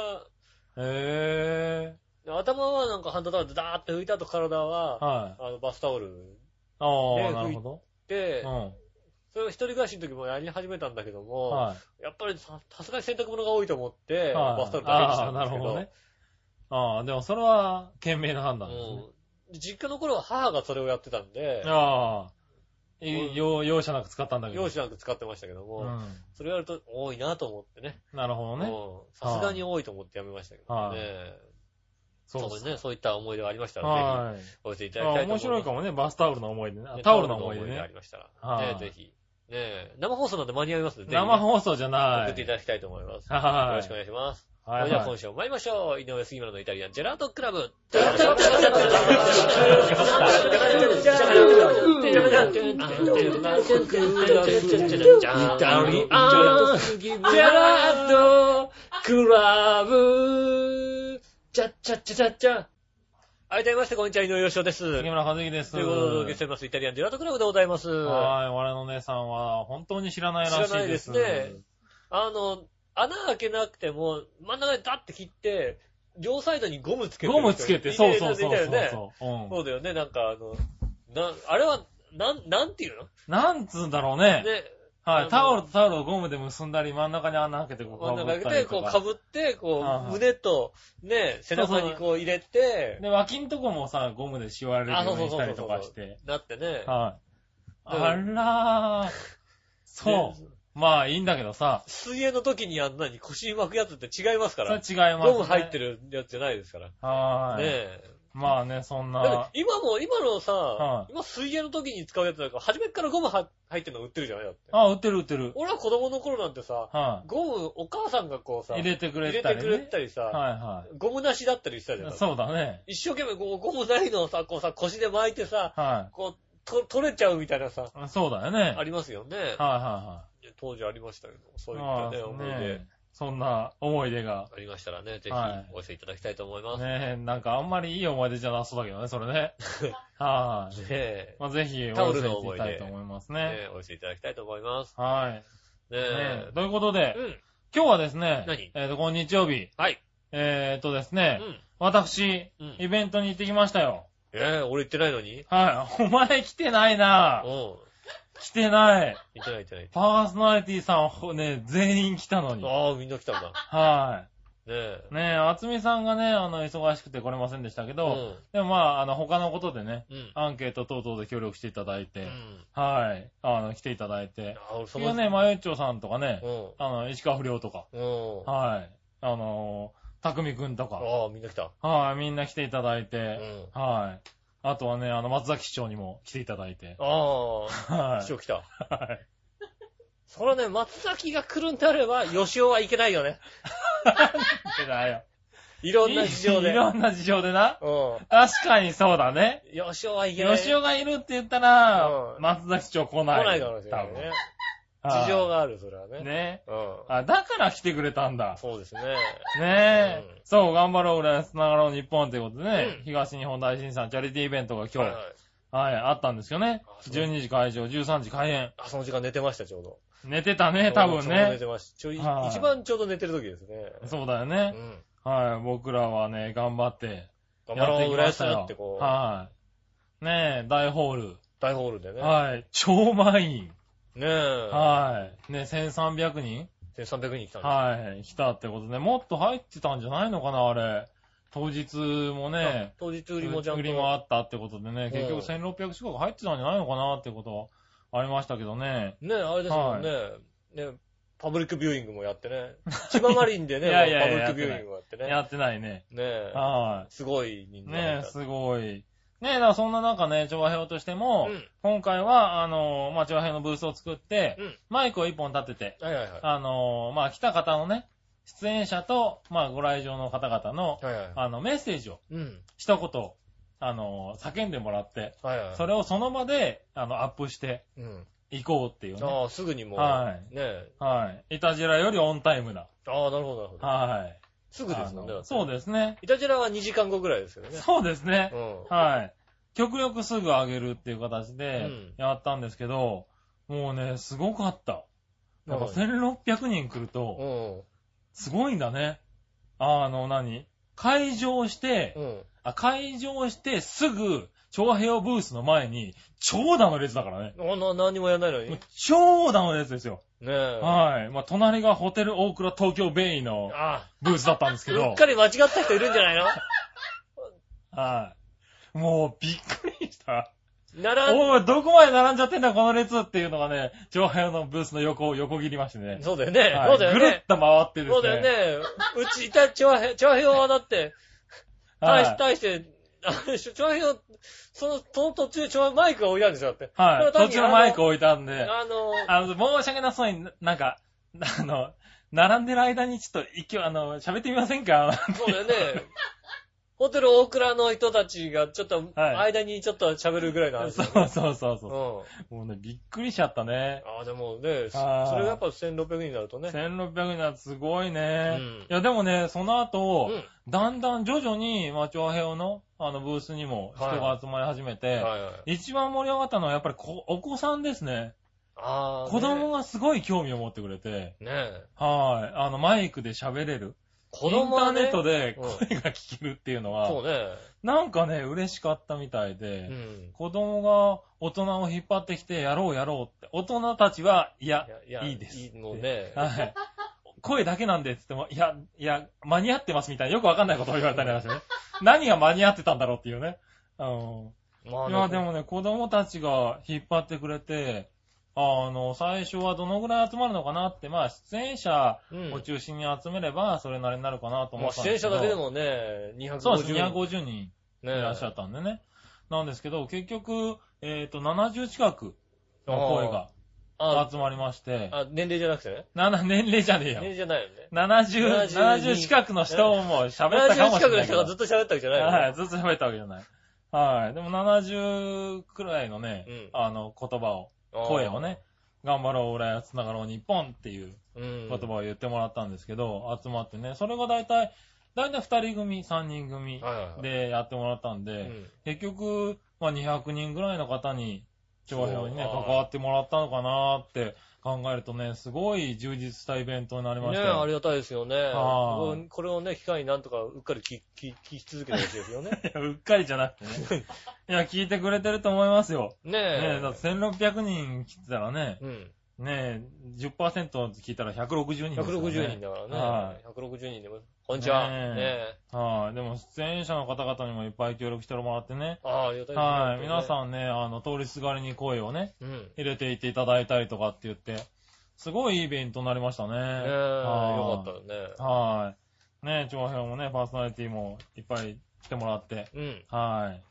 C: へえ。
B: 頭はなんかハンドタオルでダーって拭いた後体は、
C: はい。
B: あの、バスタオル
C: あ
B: ね
C: あ、なるほど。
B: で、
C: う
B: それを一人暮らしの時もやり始めたんだけど
C: ん。
B: も、
C: はい。
B: やっぱりささすがに洗濯物が多いと思って、
C: はい
B: バスタオルだけにしたんですけ
C: ああなるほ
B: ど、
C: どねああ、でもそれは、賢明な判断ですね。
B: うん実家の頃は母がそれをやってたんで、
C: ああ。
B: う
C: い
B: ん
C: 容容赦なく使ったんだけど。
B: 容赦なく使ってましたけども、
C: う
B: それやると多いなと思ってね。
C: ん。なるほどね。
B: うんさすがに多いと思ってやめましたけど
C: はい
B: ね。
C: そ
B: そううで
C: ですす
B: ね。そういった思い出がありましたら、ぜ
C: はい。
B: ひ、教えていた
C: あ
B: だきたいと思いま
C: 面
B: す。
C: 白いかもね。バスタオルの思い出ね
B: ね。。
C: タオルの思い出
B: タオルのがあ
C: ね。
B: りましたら、
C: はい
B: ねぜひ。ねえ生放送なんで間に合いますので、ぜひね
C: 生放送じゃな
B: 送ってい
C: い。
B: ただきたいと思います。よ
C: はい。
B: ろしくお願いします。そ
C: は
B: れ
C: い
B: では
C: はい
B: 今。週も参りましょう。井上杉村のイタリアンジェラートクラブ。ジェラートクラブチャッチャッチャチャッチャ改めまして、こんにちは、井上洋翔です。
C: 杉村和樹です。
B: ということで、お届けしております、イタリアンジェラートクラブでございます。あ
C: はい。我の姉さんは本当に知らないらし
B: 知らない
C: い
B: で
C: ですす。
B: ねの、穴開けなくても、真ん中でダッて切って、両サイドにゴムつけてる人。
C: ゴムつけて、
B: い
C: そう
B: る
C: そうそう
B: いたよ
C: そ
B: ね
C: うそう。う
B: そ
C: ん。
B: うだよね、なんかあの、な、あれは、なん、なんていうの
C: なんつうんだろう
B: ね、
C: ね。
B: あ
C: は
B: の
C: い。タオルとタオルをゴムで結んだり、真ん中に穴開けてこう、
B: 真ん中開け
C: 被った
B: て、
C: りと
B: こ
C: か
B: う被って、こ
C: はいは
B: う、
C: い
B: 胸と、ね、背中にこう入れて、
C: で、脇んとこもさ、ゴムで縛られる
B: あ、
C: よ
B: そう
C: う
B: そう
C: にし
B: そ
C: た
B: うそう
C: り
B: そ
C: と
B: う
C: かして。
B: なってね。
C: はい。あ
B: うん
C: らー。そ
B: で
C: う。まあ、いいんだけどさ。
B: 水泳の時にあんなに腰に巻くやつって違いますか
C: それ
B: ら。
C: は違います、ね。
B: ゴム入って。るやつじゃないですから。ね
C: はい。
B: え。
C: まあね、そん
B: だっ
C: な
B: て。今も、今のさ
C: は、
B: 今水泳の時に使うやつだから、初めっからゴムは入ってるの売ってるじゃないだって。
C: あ、売ってる売ってる。
B: 俺は子供の頃なんてさ、
C: は
B: ゴム、お母さんがこう
C: い。
B: さ、
C: 入れてくれ
B: 入れ
C: た
B: て
C: り、ね。
B: くれたりさ、
C: は
B: ゴムなしだったりした
C: い
B: じゃ
C: は。
B: ないい
C: そうだね。
B: 一生懸命こうゴムないのをさ、こうさ、腰で巻いてさ、
C: は
B: こう、と取れちゃうみたいなさ、
C: い。そうだよね。はい
B: ありますよね。
C: は
B: 当時ありましたけど、そ
C: いう
B: い
C: は
B: っ
C: い。
B: たね、思い
C: まあ
B: 出
C: ねそんな思い出が。
B: ありましたらね、ぜひ
C: はい
B: お寄せいただきたいと思います。ね
C: ねえ、なんかあんまりいい思い出じゃなそうだけどね、それ ね。はい。
B: え、
C: まあ、ぜひ、
B: タオ
C: お寄
B: ル
C: せ
B: の思
C: い
B: い出
C: ただきたいと思います
B: ね
C: ね。
B: えお寄せいただきたいと思います。
C: はい。
B: ね
C: ね
B: え
C: え、ということで
B: う、ん、
C: 今日はですね、
B: 何
C: えっ、と、この日曜日、
B: はい。
C: えっ、とです
B: う
C: ね、
B: ん。
C: 私、
B: うん
C: イベントに行ってきましたよ。
B: ええ、俺行ってないのに
C: はい。お 前来てないな
B: うん。行
C: 来てない。
B: ってない行ってない。
C: パーソナリティさんほ、ね、全員来たのに。
B: ああ、みんな来たんだ。ね
C: は
B: え。
C: い。ねえ、あつみさんがね、あの、忙しくて来れませんでしたけ
B: う
C: ど、
B: ん。
C: でもまあ、あの、他のことでね、
B: うん。
C: アンケート等々で協力していただいて、
B: うん。
C: はい。あの、来ていただいて。
B: あ俺そ
C: 次は
B: の、
C: ね、まゆっちょさんとかね
B: う、ん。
C: あの、石川不良とか、
B: うん。
C: はい。あのーたくみくんとか。
B: ああ、みんな来た。
C: はい、みんな来ていただいうて。
B: ん。
C: はい。あとはね、あの、松崎市長にも来ていただいて。
B: ああ、
C: はい
B: 師。匠来た。
C: はい
B: それね、松崎が来るんであれば、吉尾はいけないよね。
C: いやだよ。
B: いろんな事情で。
C: いろんな事情でな。
B: う
C: 確かにそうだね。
B: ん。吉尾はいけない。
C: 吉尾がいるって言ったら
B: う、ん
C: 松崎市長来ない。
B: 来ないかもしれないね。
C: 多分
B: 事情。がある、それは
C: は
B: ね。
C: いね。
B: うん。
C: あ、だから来てくれたんだ。
B: そうですね。
C: ね
B: うん
C: え。そう、頑張ろう、浦安、つながろう、日本ということで
B: う
C: ね
B: ん。
C: 東日本大震災チャリティーイベントが今
B: はい
C: 日
B: は、い。
C: はい、あったんですよね
B: あ。そう
C: 12時開場、13時開演。
B: あ、その時間寝てました、ちょうど。
C: 寝てたね、多
B: ち
C: 分
B: ょうど寝
C: ね。
B: てました。ちょい、
C: はい
B: 一番ちょうど寝てる時ですね。
C: そうだよ
B: う
C: ね。
B: ん。
C: はい、僕らはね、頑張って。
B: 頑張ろう、浦
C: や
B: 安
C: っていきましたよ
B: だってこう、
C: はい。ねえ、大ホール。
B: 大ホールでね。
C: はい。超満員。
B: ねえ。
C: はい。ね、1300人
B: 1300人来たんです。
C: はい。来たってことで、もっと入ってたんじゃないのかな、あれ。当日も
B: あ
C: ね、
B: 当日売りもちゃんと。
C: 売りもあったってことでね、結
B: うん
C: 局1600近く入ってたんじゃないのかなってことありましたけどね。
B: ねえ、あれですもんね。ねパブリックビューイングもやってね。千葉マリンでね、
C: いやいや
B: パブ
C: い
B: リ
C: や
B: ックビューイングもやってね。
C: やってないね。
B: ねえ。
C: は
B: すごい人数
C: い。ね
B: が入
C: え、
B: った
C: すごい。ねえ、だからそんな中ね、調和表としても、
B: うん
C: 今回は、あの、まあ、調和表のブースを作って、
B: うん
C: マイクを一本立てて、
B: はいはいはい。
C: あの、まあ、来た方のね、出演者と、まあ、ご来場の方々の、
B: はいはい。
C: あの、メッセージを
B: うん。
C: 一言、あの、叫んでもらって、
B: はいはい。
C: それをその場で、あの、アップして
B: うん。
C: いこうっていうね。
B: ああ、すぐにもう。
C: はい
B: ねえ。
C: はい。いたじらよりオンタイムな。
B: ああ、なるほど、なるほど。
C: はい。
B: すぐですもんね
C: あ。のそう
B: す。
C: ですね。
B: いたじらは2時間後ぐらいですけどね。
C: そうですね
B: う。ん。
C: はい。極力すぐ上げるっていう形で
B: うん
C: やったんですけど、もうね、すごかった。やっぱ1600人来る
B: う
C: と、
B: ん。
C: すごいんだね。あの、何会場して、
B: うん。
C: あ、会場してすぐ、長平ブースの前に、長蛇の列だからね。
B: あな、何にもやんないのに。
C: もう
B: ね
C: 長蛇の列ですよ。
B: え。
C: はい。まあ、隣がホテル大倉東京ベイの
B: あ
C: ブースだったんです
B: あ、
C: け
B: う
C: ど
B: っ、かり間違った人いるんじゃないの
C: はい。もう、びっくりした。
B: 並ん
C: おい、どこまで並んじゃってんだ、この列っていうのがね、上辺のブースの横を横切りましてね。
B: そうだよね。
C: はい
B: そうだよ
C: ぐるっ
B: ね。
C: と回ってですね。
B: そうだよね。うちいた、調和兵、調和兵はだって、
C: はい
B: 対し、対して、 あれでしょ調和兵、その、その途中、調和マイクが置いてあるんですよ、だって。
C: はい。
B: それ
C: 途
B: 単に
C: 中のマイク置いたんで、
B: あの、
C: あの、申し訳なそうに、なんか、あの、並んでる間にちょっと、一挙、あの、喋ってみませんか
B: そうだよね。ホテル大倉の人たちが、ちょっと、
C: はい
B: 間にちょっと喋るぐらいの話。
C: そう
B: う。
C: そうそうそうう。
B: ん。
C: もうね、びっくりしちゃったね。
B: ああ、でもね、そそれ
C: はい
B: がやっぱ1600人になるとね。
C: 1600人はすごいうね。
B: ん
C: いや、でもね、その後、
B: う
C: だんだん徐々に、まあ、長平の、あの、ブースにも人が集まり始めて、
B: ん。はいはい。
C: 一番盛り上がったのはやっぱりこお子さんですね。
B: ああ。
C: 子供がすごい興味を持ってくれて、
B: ねえ。
C: はい。あの、マイクで喋れる。
B: 子供はね。
C: インターネットで
B: うん
C: 声が聞けるっていうのは、
B: そうね。
C: なんかね、嬉しかったみたいで、
B: うん。
C: 子供が大人を引っ張ってきて、やろうやろうって、大人たちは、いや、
B: いや
C: いいです
B: いいもうね。
C: はい。声だけなんでって言っても、いや、いや、間に合ってますみたいな、よくわかんないことを言われたりなんかしてね。何が間に合ってたんだろうっていうね。う
B: ま
C: ん。いや、で。もね、子供たちが引っ張ってくれて、あの、最初はどのぐらい集まるのかなって、まあ、出演者
B: うん。
C: を中心に集めれば、それなりになるかなと思
B: もう
C: ったん
B: 出
C: で
B: 演
C: すけ
B: 者だ
C: ど。
B: けでもね、250人。
C: そうです、250人い
B: ねえ。
C: らっしゃったんでね。なんですけど、結局、えっ、と、70近くの声が
B: あ
C: 集まりまして、
B: あ、年齢じゃなくてね。
C: 7、年齢じゃねえよ
B: 年。齢じゃないよね。
C: 70、
B: 72
C: 70近くの人も喋ったか
B: 70
C: も
B: 近
C: しれ
B: く
C: な
B: の
C: いけ
B: 人
C: ど。
B: がずっと喋ったわけじゃないよね。
C: はい、ずっと喋ったわけじゃない。はい。でも70くらいのね、
B: うん
C: あの、言葉を、声をね、頑張ろう、俺はつながろう、日本っていう
B: あー。うん。
C: 言葉を言ってもらったんですけど、集まってね、それが大体、大体2人組、3人組
B: はいはいはい
C: でやってもらったんで、
B: うん
C: 結局、まあ、200人ぐらいの方に、長編にね、
B: そう
C: 関わってもらったのかなって考えるとね、すごい充実したイベントになりま
B: ね
C: し
B: え、
C: たよ
B: ありがたいですよね。
C: は
B: これこれをね、機会になんとかうっかり聞き聞き続けてほしいですよ ね。
C: いや、うっかりじゃなくてね。 いや、聞いてくれてると思いますよ。
B: ねえ。
C: ねえ、だって1600人来てたらね、
B: うん。
C: ねえ、10%聞いたら160人ですからね。
B: 160人だからね。
C: は
B: 160人でも、こんにちは。
C: ね
B: ね
C: え
B: え。
C: はい。でも、出演者の方々にもいっぱい協力してもらってね。
B: ああ、ありがたいですね。
C: はい。皆
B: ん。
C: さんね、あの、通りすがりに声をね、
B: うん。ね
C: 入れていっていただいたりとかって言って、すごいいいイベントになりましたね。
B: え、
C: はい
B: よかったね。
C: はい。ね、長編もね、パーソナリティもいっぱい来てもらって、
B: うん。
C: はい。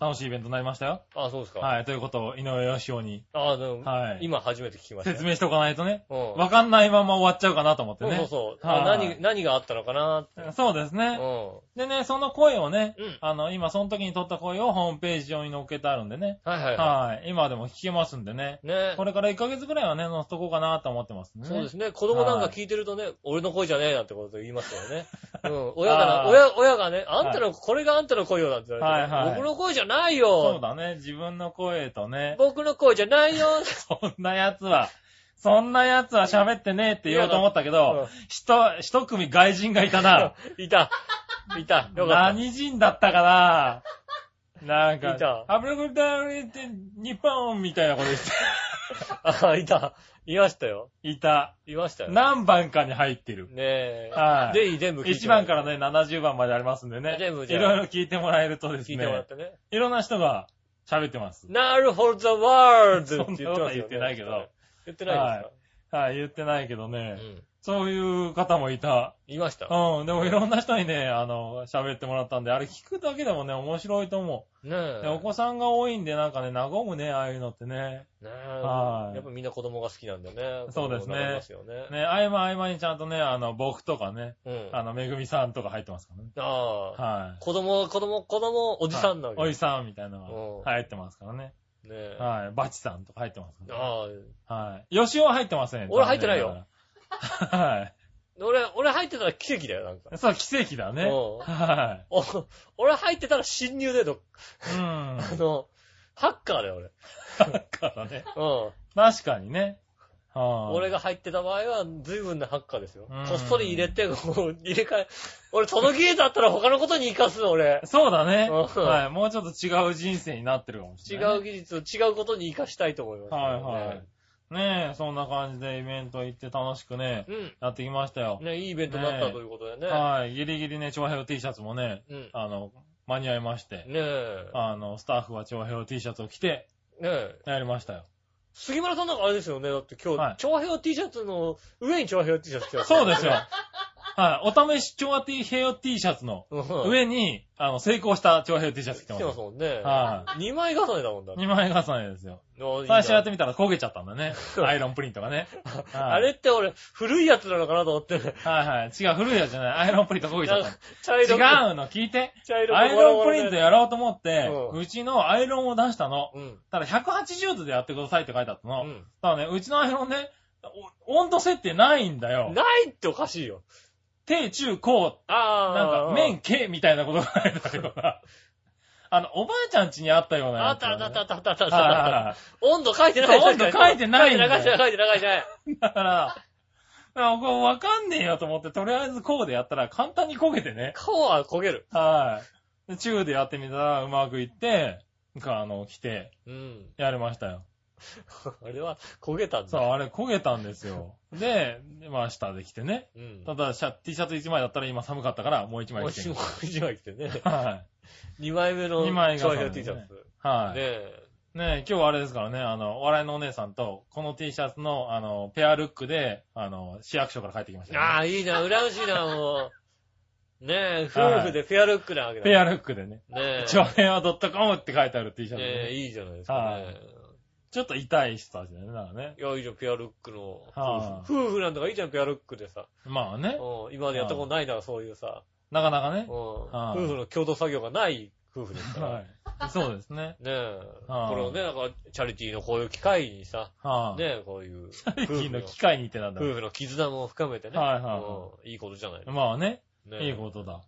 C: 楽しいイベントになりましたよ。
B: あ、そうですか。い。
C: はい。ということを、井上義雄に
B: あ、でも、
C: はい
B: 今初めて聞きました。
C: 説明しておかないとね、
B: うん。
C: わかんないまま終わっちゃうかなと思って
B: そうそう
C: ね。
B: そう。
C: はい
B: あ何、何があったのかなって。
C: そうです
B: うん。
C: ね。
B: は
C: でね、その声をね
B: うん、
C: あの、今、その時に撮った声をホームページ上に載っけてあるんでね。
B: いはいは
C: はい。今でも聞けますんでね。
B: い。ね
C: これから1ヶ月ぐらいはね、載せとこうかなと思ってますね。
B: そうです
C: ね。
B: ね。子供なんか聞いてるとね、俺の声じゃねえなんてこと言いますよ ね。うん。親
C: あ
B: が
C: ー
B: な、親、親がね、あんたの、これがあんたの声よなんて言われて、
C: はいはい
B: 僕の声じゃない
C: そう
B: よ
C: だね。自分の声とね、
B: 僕の声じゃないよ
C: そんなやつは、そんなやつは喋ってねえって言おうと思ったけど、一、一組外人がい たな。
B: いた。いた。よかった。
C: 何人だったかななん
B: い
C: か
B: た、
C: ハブログダリって日本みたいなこと言って、
B: あ、いた。いましたよ。
C: いた。
B: いましたよ。ね
C: 何番かに入ってる。
B: え。
C: はい
B: 全員全部聞いても
C: 1
B: ら
C: 番
B: う
C: からね、70番までありますんでね。
B: 全部
C: い
B: じゃあ
C: ろいろ聞いてもらえるとです
B: 聞いてもらっ
C: ね、
B: てね。
C: いろんな人が喋ってます。
B: なるほど、ザワールド
C: そん
B: っ
C: な
B: て
C: こ
B: 言って
C: と
B: ま
C: は
B: すよ、ね。
C: 言ってないけど。
B: 言ってないで
C: はい、言ってないけど
B: す
C: ね
B: か、うん。
C: そういう方もいた。
B: 言いました。
C: うん、でもいろんな人にね、あの、喋ってもらったんで、あれ聞くだけでもね、面白いと思
B: ね
C: う。
B: え。
C: でお子さんが多いんで、なんかね、和むね、ああいうのってね。
B: ねえ。
C: はい
B: やっぱみんな子供が好きなんだね。
C: そうで
B: 子
C: すね
B: 供がいますよね。
C: ね、合間合間にちゃんとね、あの、僕とかね、
B: うん。
C: あ
B: あ
C: の、めぐみさんとか入ってますからね。
B: あ。
C: はい。
B: 子供、子供、子供、お
C: お
B: じさんなわけ
C: お
B: ね
C: じさんみたいな
B: う
C: の
B: ん
C: が入ってますからね。
B: え。あ
C: はい。バチさんとか入ってますからね。
B: あ。
C: はい。吉尾は入ってません。
B: 俺入ってないよ
C: 残念ながら。はい。
B: 俺、俺入ってたら奇跡だよ、なんか。
C: そう、奇跡だね。
B: うん
C: は
B: お俺入ってたら侵入でどっ、
C: い。うん。
B: あの、ハッカーだよ、
C: だからね。
B: 俺。うん。
C: 確かにね。はい。
B: 俺が入ってた場合は、随分なハッカーですよ
C: うん。
B: こっそり入れて、こう、入れ替え。俺、その芸だったら他のことに活かすの、俺。
C: そうだね。
B: うん
C: はい。もうちょっと違う人生になってるかもし
B: 違
C: れない、
B: う技術を違うことに活かしたいと思います、
C: はいはい。ねえ、そんな感じでイベント行って楽しくね、
B: い。うん。
C: やってきましたよ。
B: ね、いいイベントになったということでね。
C: はい。ギリギリね、長平 T シャツもね、
B: うん。
C: あの、間に合いまして、
B: ねえ。
C: あの、スタッフは長平 T シャツを着て、
B: ねえ。
C: やりましたよ。
B: 杉村さんなんかあれですよね。だって今
C: はい
B: 日、長平 T シャツの上に長平 T シャツ着てらっしゃ
C: そ
B: る
C: うですよ。。はい。お試し長平 T シャツの
B: うん
C: 上に、あの、成功した長平 T シャツ
B: 着
C: 着て
B: て
C: ま
B: ます
C: す。
B: もんね。
C: は
B: 2枚重ねだもんだって。
C: 2枚重ねですよ。
B: 最
C: 最初やってみたら焦げちゃったんだね。アイロンプリントがね。
B: あれって俺、古いやつなのかなと思って。
C: はいはい。 違う、古いやつじゃない。アイロンプリント焦げちゃったの。
B: 茶色く
C: 違うの、聞いて。
B: 茶色く
C: アイロンプリントやろうと思って
B: う、ん
C: うちのアイロンを出したの。
B: うん。
C: ただ180度でやってくださいって書いてあったの。
B: う
C: ただね、うちのアイロンね、お温度設定ないんだよ
B: ん。。ないっておかしいよ。
C: 低、中、高、
B: あ
C: な
B: あ。
C: んか、麺、軽みたいなことが書いてあ るような。あの、おばあちゃん家にあったような
B: あ
C: や
B: っ
C: つ
B: た
C: だ
B: あ
C: ね、
B: ったあったあったあったあっ
C: はい
B: た
C: はいはい
B: 温度書いてない。
C: そう温度書いてないんだよ
B: 書いてない、書いてない、書いてない。
C: だから、だから僕はわかんねえよと思って、とりあえずこうでやったら簡単に焦げてね。
B: 顔は焦げる。
C: はい。で中でやってみたらうまくいって、なんかあの、来て、
B: うん。
C: やれましたよ。
B: あれは焦げたん
C: そう、
B: だ。
C: あれ焦げたんですよ。で、まあ下で来てね。
B: うん。
C: ただシャ、T シャツ1枚だったら今寒かったからもう1枚
B: もう
C: 着て
B: 一
C: み
B: 枚
C: た。
B: 一枚着てね。
C: はい。
B: 二枚目の
C: 二枚重
B: 長
C: ね
B: 編
C: ね
B: T シャツ。
C: はい。
B: ねえ。
C: ねえ、今日はあれですからね、あの、お笑いのお姉さんと、この T シャツの、あの、ペアルックで、あの、市役所から帰ってきました、
B: あ
C: ね。
B: あ、いいな、羨ましいな、もう。ねえ、
C: はい
B: 夫婦でフェアルックなわけだ。
C: ペアルックでね、
B: ねえ。
C: 長編は .com って書いてある T シャツでね、
B: ねえ、いいじゃないですか
C: は
B: ね。
C: ちょっと痛い人たちだよね、なんかね。
B: いや、いいじゃん、ペアルックの。
C: はあ
B: 夫婦夫婦なんだからいいじゃん、ペアルックでさ。
C: まあね、
B: うん今までやったことないな、そういうさ。
C: なかなか
B: うん
C: ね。
B: 夫婦の共同作業がない夫婦ですから。
C: は
B: ね
C: い。そうですね。
B: え。
C: はい
B: これをね、なんか、チャリティーのこういう機会にさ、
C: はい、
B: ねえ、こういう。チ
C: チャリティーの機会にってなんだろ
B: 夫婦の絆も深めてね。
C: はいは。。
B: うんいいことじゃないう
C: まあね、
B: ねえ
C: いいことだ。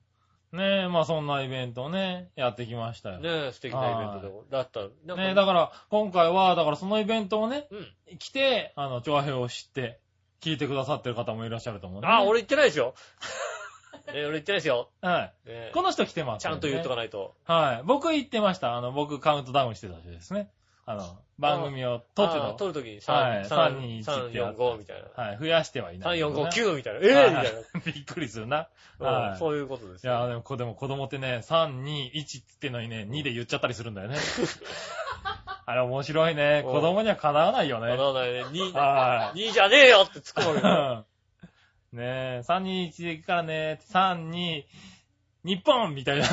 C: ねえ、まあそんなイベントをね、やってきましたよ。ね
B: ねえ、素敵なイベントでもだった。なん
C: え、だから、今回は、だからそのイベントをね、
B: うん。
C: 来て、あの、長編を知って、聞いてくださってる方もいらっしゃると思うね。
B: あ、俺言ってないですよ。 ねえ俺言ってないですよ。
C: は
B: ねえ
C: い。この人来てます、
B: ちゃんと言っとかないと。
C: はい。僕言ってました。あの、僕カウントダウンしてた人ですね。あの、番組を撮って
B: あー
C: た
B: 撮るときに
C: はい
B: 3、
C: 3
B: 3、
C: 2 1
B: 3、
C: ってや
B: 4、
C: つ
B: 5みたいな。
C: はい。増やしてはいない、
B: 3、4、5、
C: ね。
B: 9みたいな。ええみ
C: は
B: た
C: い
B: いな。
C: びっくりするな。
B: うん
C: はい
B: そういうことです
C: い
B: よ。
C: や、でもこ、でも子供ってね、3、2、1って言ってんのにね、2で言っちゃったりするんだよ ね。あれ面白いね。
B: うん
C: 子供にはかなわないよ
B: かな
C: ね。
B: わないね。2、
C: は
B: 2じゃねえよって突っ込むわけだ。
C: い。 ねえ、321で行くからね、3、2、日本みたいな。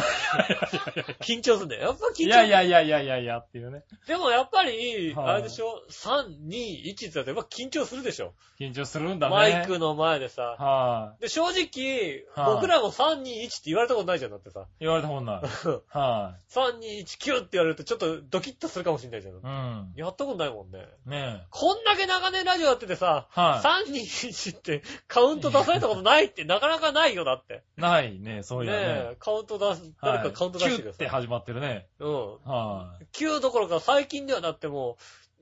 B: 緊張するんだよ。やっぱ緊張する。
C: いやいやいやいやいやいやっていうね。
B: でもやっぱり、
C: はい
B: あれでしょ ?3、2、1ってやってやっぱ緊張するでしょ
C: 緊張するんだね。
B: マイク。の前でさ。
C: は
B: で、正直、
C: はい
B: 僕らも3、2、1って言われたことないじゃん、だってさ。
C: い。言われたもん ない。は
B: 3、2、1、9って言われるとちょっとドキッとするかもしんないじゃん
C: い。。うん。
B: やったことないもんね。
C: ねえ。
B: こんだけ長年ラジオやっててさ、
C: は
B: 3、2、1ってカウント出されたことないってなかなかないよ、だって。
C: い。ないね、そうい
B: ね
C: うね。
B: え、カウント出す、
C: はい
B: 誰かカウント出してく
C: 9
B: だ
C: っ
B: さ
C: て
B: い。
C: 始まってるね。
B: うん。
C: は
B: 9どころか最近ではだっても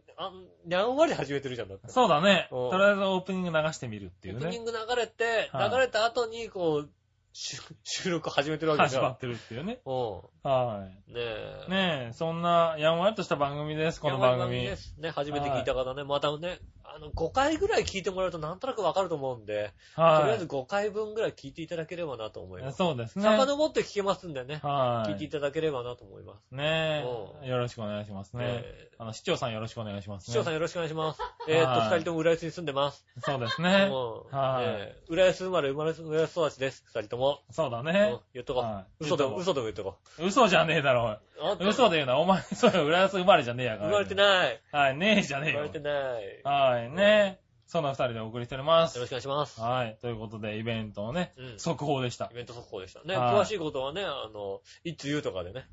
B: う、あん、にゃんわり始めてるじゃん、だって
C: い。。そうだね。
B: うん
C: とりあえずオープニング流してみるって
B: オ
C: い
B: ー
C: う
B: プニ
C: ね
B: ン。グ流れて、
C: はい
B: 流れた後に、こう、収収録始めてるわけじ
C: 始
B: ゃん。
C: まってるっていうね。
B: う
C: は
B: ん。ねえ。
C: い。ねえ、そんな、やんわりとした番組です、この番組。
B: ですね、初めて聞いた方ね、またね、あの、5回ぐらい聞いてもらうとなんとなくわかると思うんで、とりあえず
C: は
B: 5回分ぐらい聞いていただければなと思いま
C: い。
B: す。
C: そうですね。
B: 遡って聞けますんでね、
C: は
B: 聞いてい
C: い。
B: ただければなと思います。
C: ね
B: うん
C: え、よろしくお願いしますね
B: え。
C: あの、市長さんよろしくお願いしますね。
B: 市長さんよろしくお願いします。えーっと、
C: は
B: 二
C: い
B: 人とも浦安に住んでます。
C: そうです
B: う
C: ね。
B: ん。
C: はい
B: ねえ浦安生まれ、生まれ、浦安育ちです。二人とも。
C: そうだ
B: う
C: ね
B: ん。言っとこ
C: は
B: う。
C: い
B: 嘘でも、
C: 言
B: 嘘でも言っとこ
C: 嘘じゃねえだろ。
B: う。あんた
C: 嘘で言うな。お前、そうよ、浦安生まれじゃねえやから。
B: 言われてない。
C: はい、ねえじゃねえ
B: 言われ
C: よ
B: て。ない。
C: はい、ねえ。そんな二人でお送りしておりま
B: よろ
C: す
B: し。くお願いします。
C: はい。ということで、イベントのね、
B: うん
C: 速報でした
B: イ。ベント速報でしたね。
C: はい
B: 詳しいことはね、あの、いつ言うとかでね。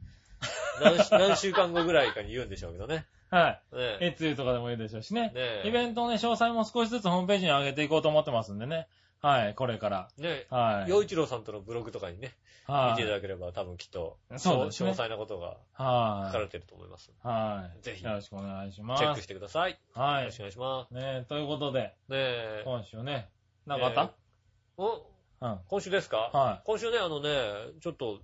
B: 何 し何週間後ぐらいかに言うんでしょうけどね。
C: はい。
B: ねえ
C: え、つゆとかでもいいでしょうしね。
B: ねえ
C: イベントのね、詳細も少しずつホームページに上げていこうと思ってますんでね。はい、これから。
B: ね
C: はい。
B: 洋一郎さんとのブログとかにね、見
C: は
B: ていた
C: い。
B: だければ多分きっと、
C: そう
B: 詳
C: ですね
B: 細なことが書か
C: は
B: れてると思います。
C: い。はい。
B: ぜひ
C: よろしくお願いします。
B: チェックしてください。よ
C: は
B: ろ
C: い
B: しく。お願いしま
C: ねえ、ということで、
B: す。ねえ。
C: 今週ね、なんかあった、
B: お
C: うん。
B: 今週ですか
C: はい
B: 今週ね、あのね、ちょっと、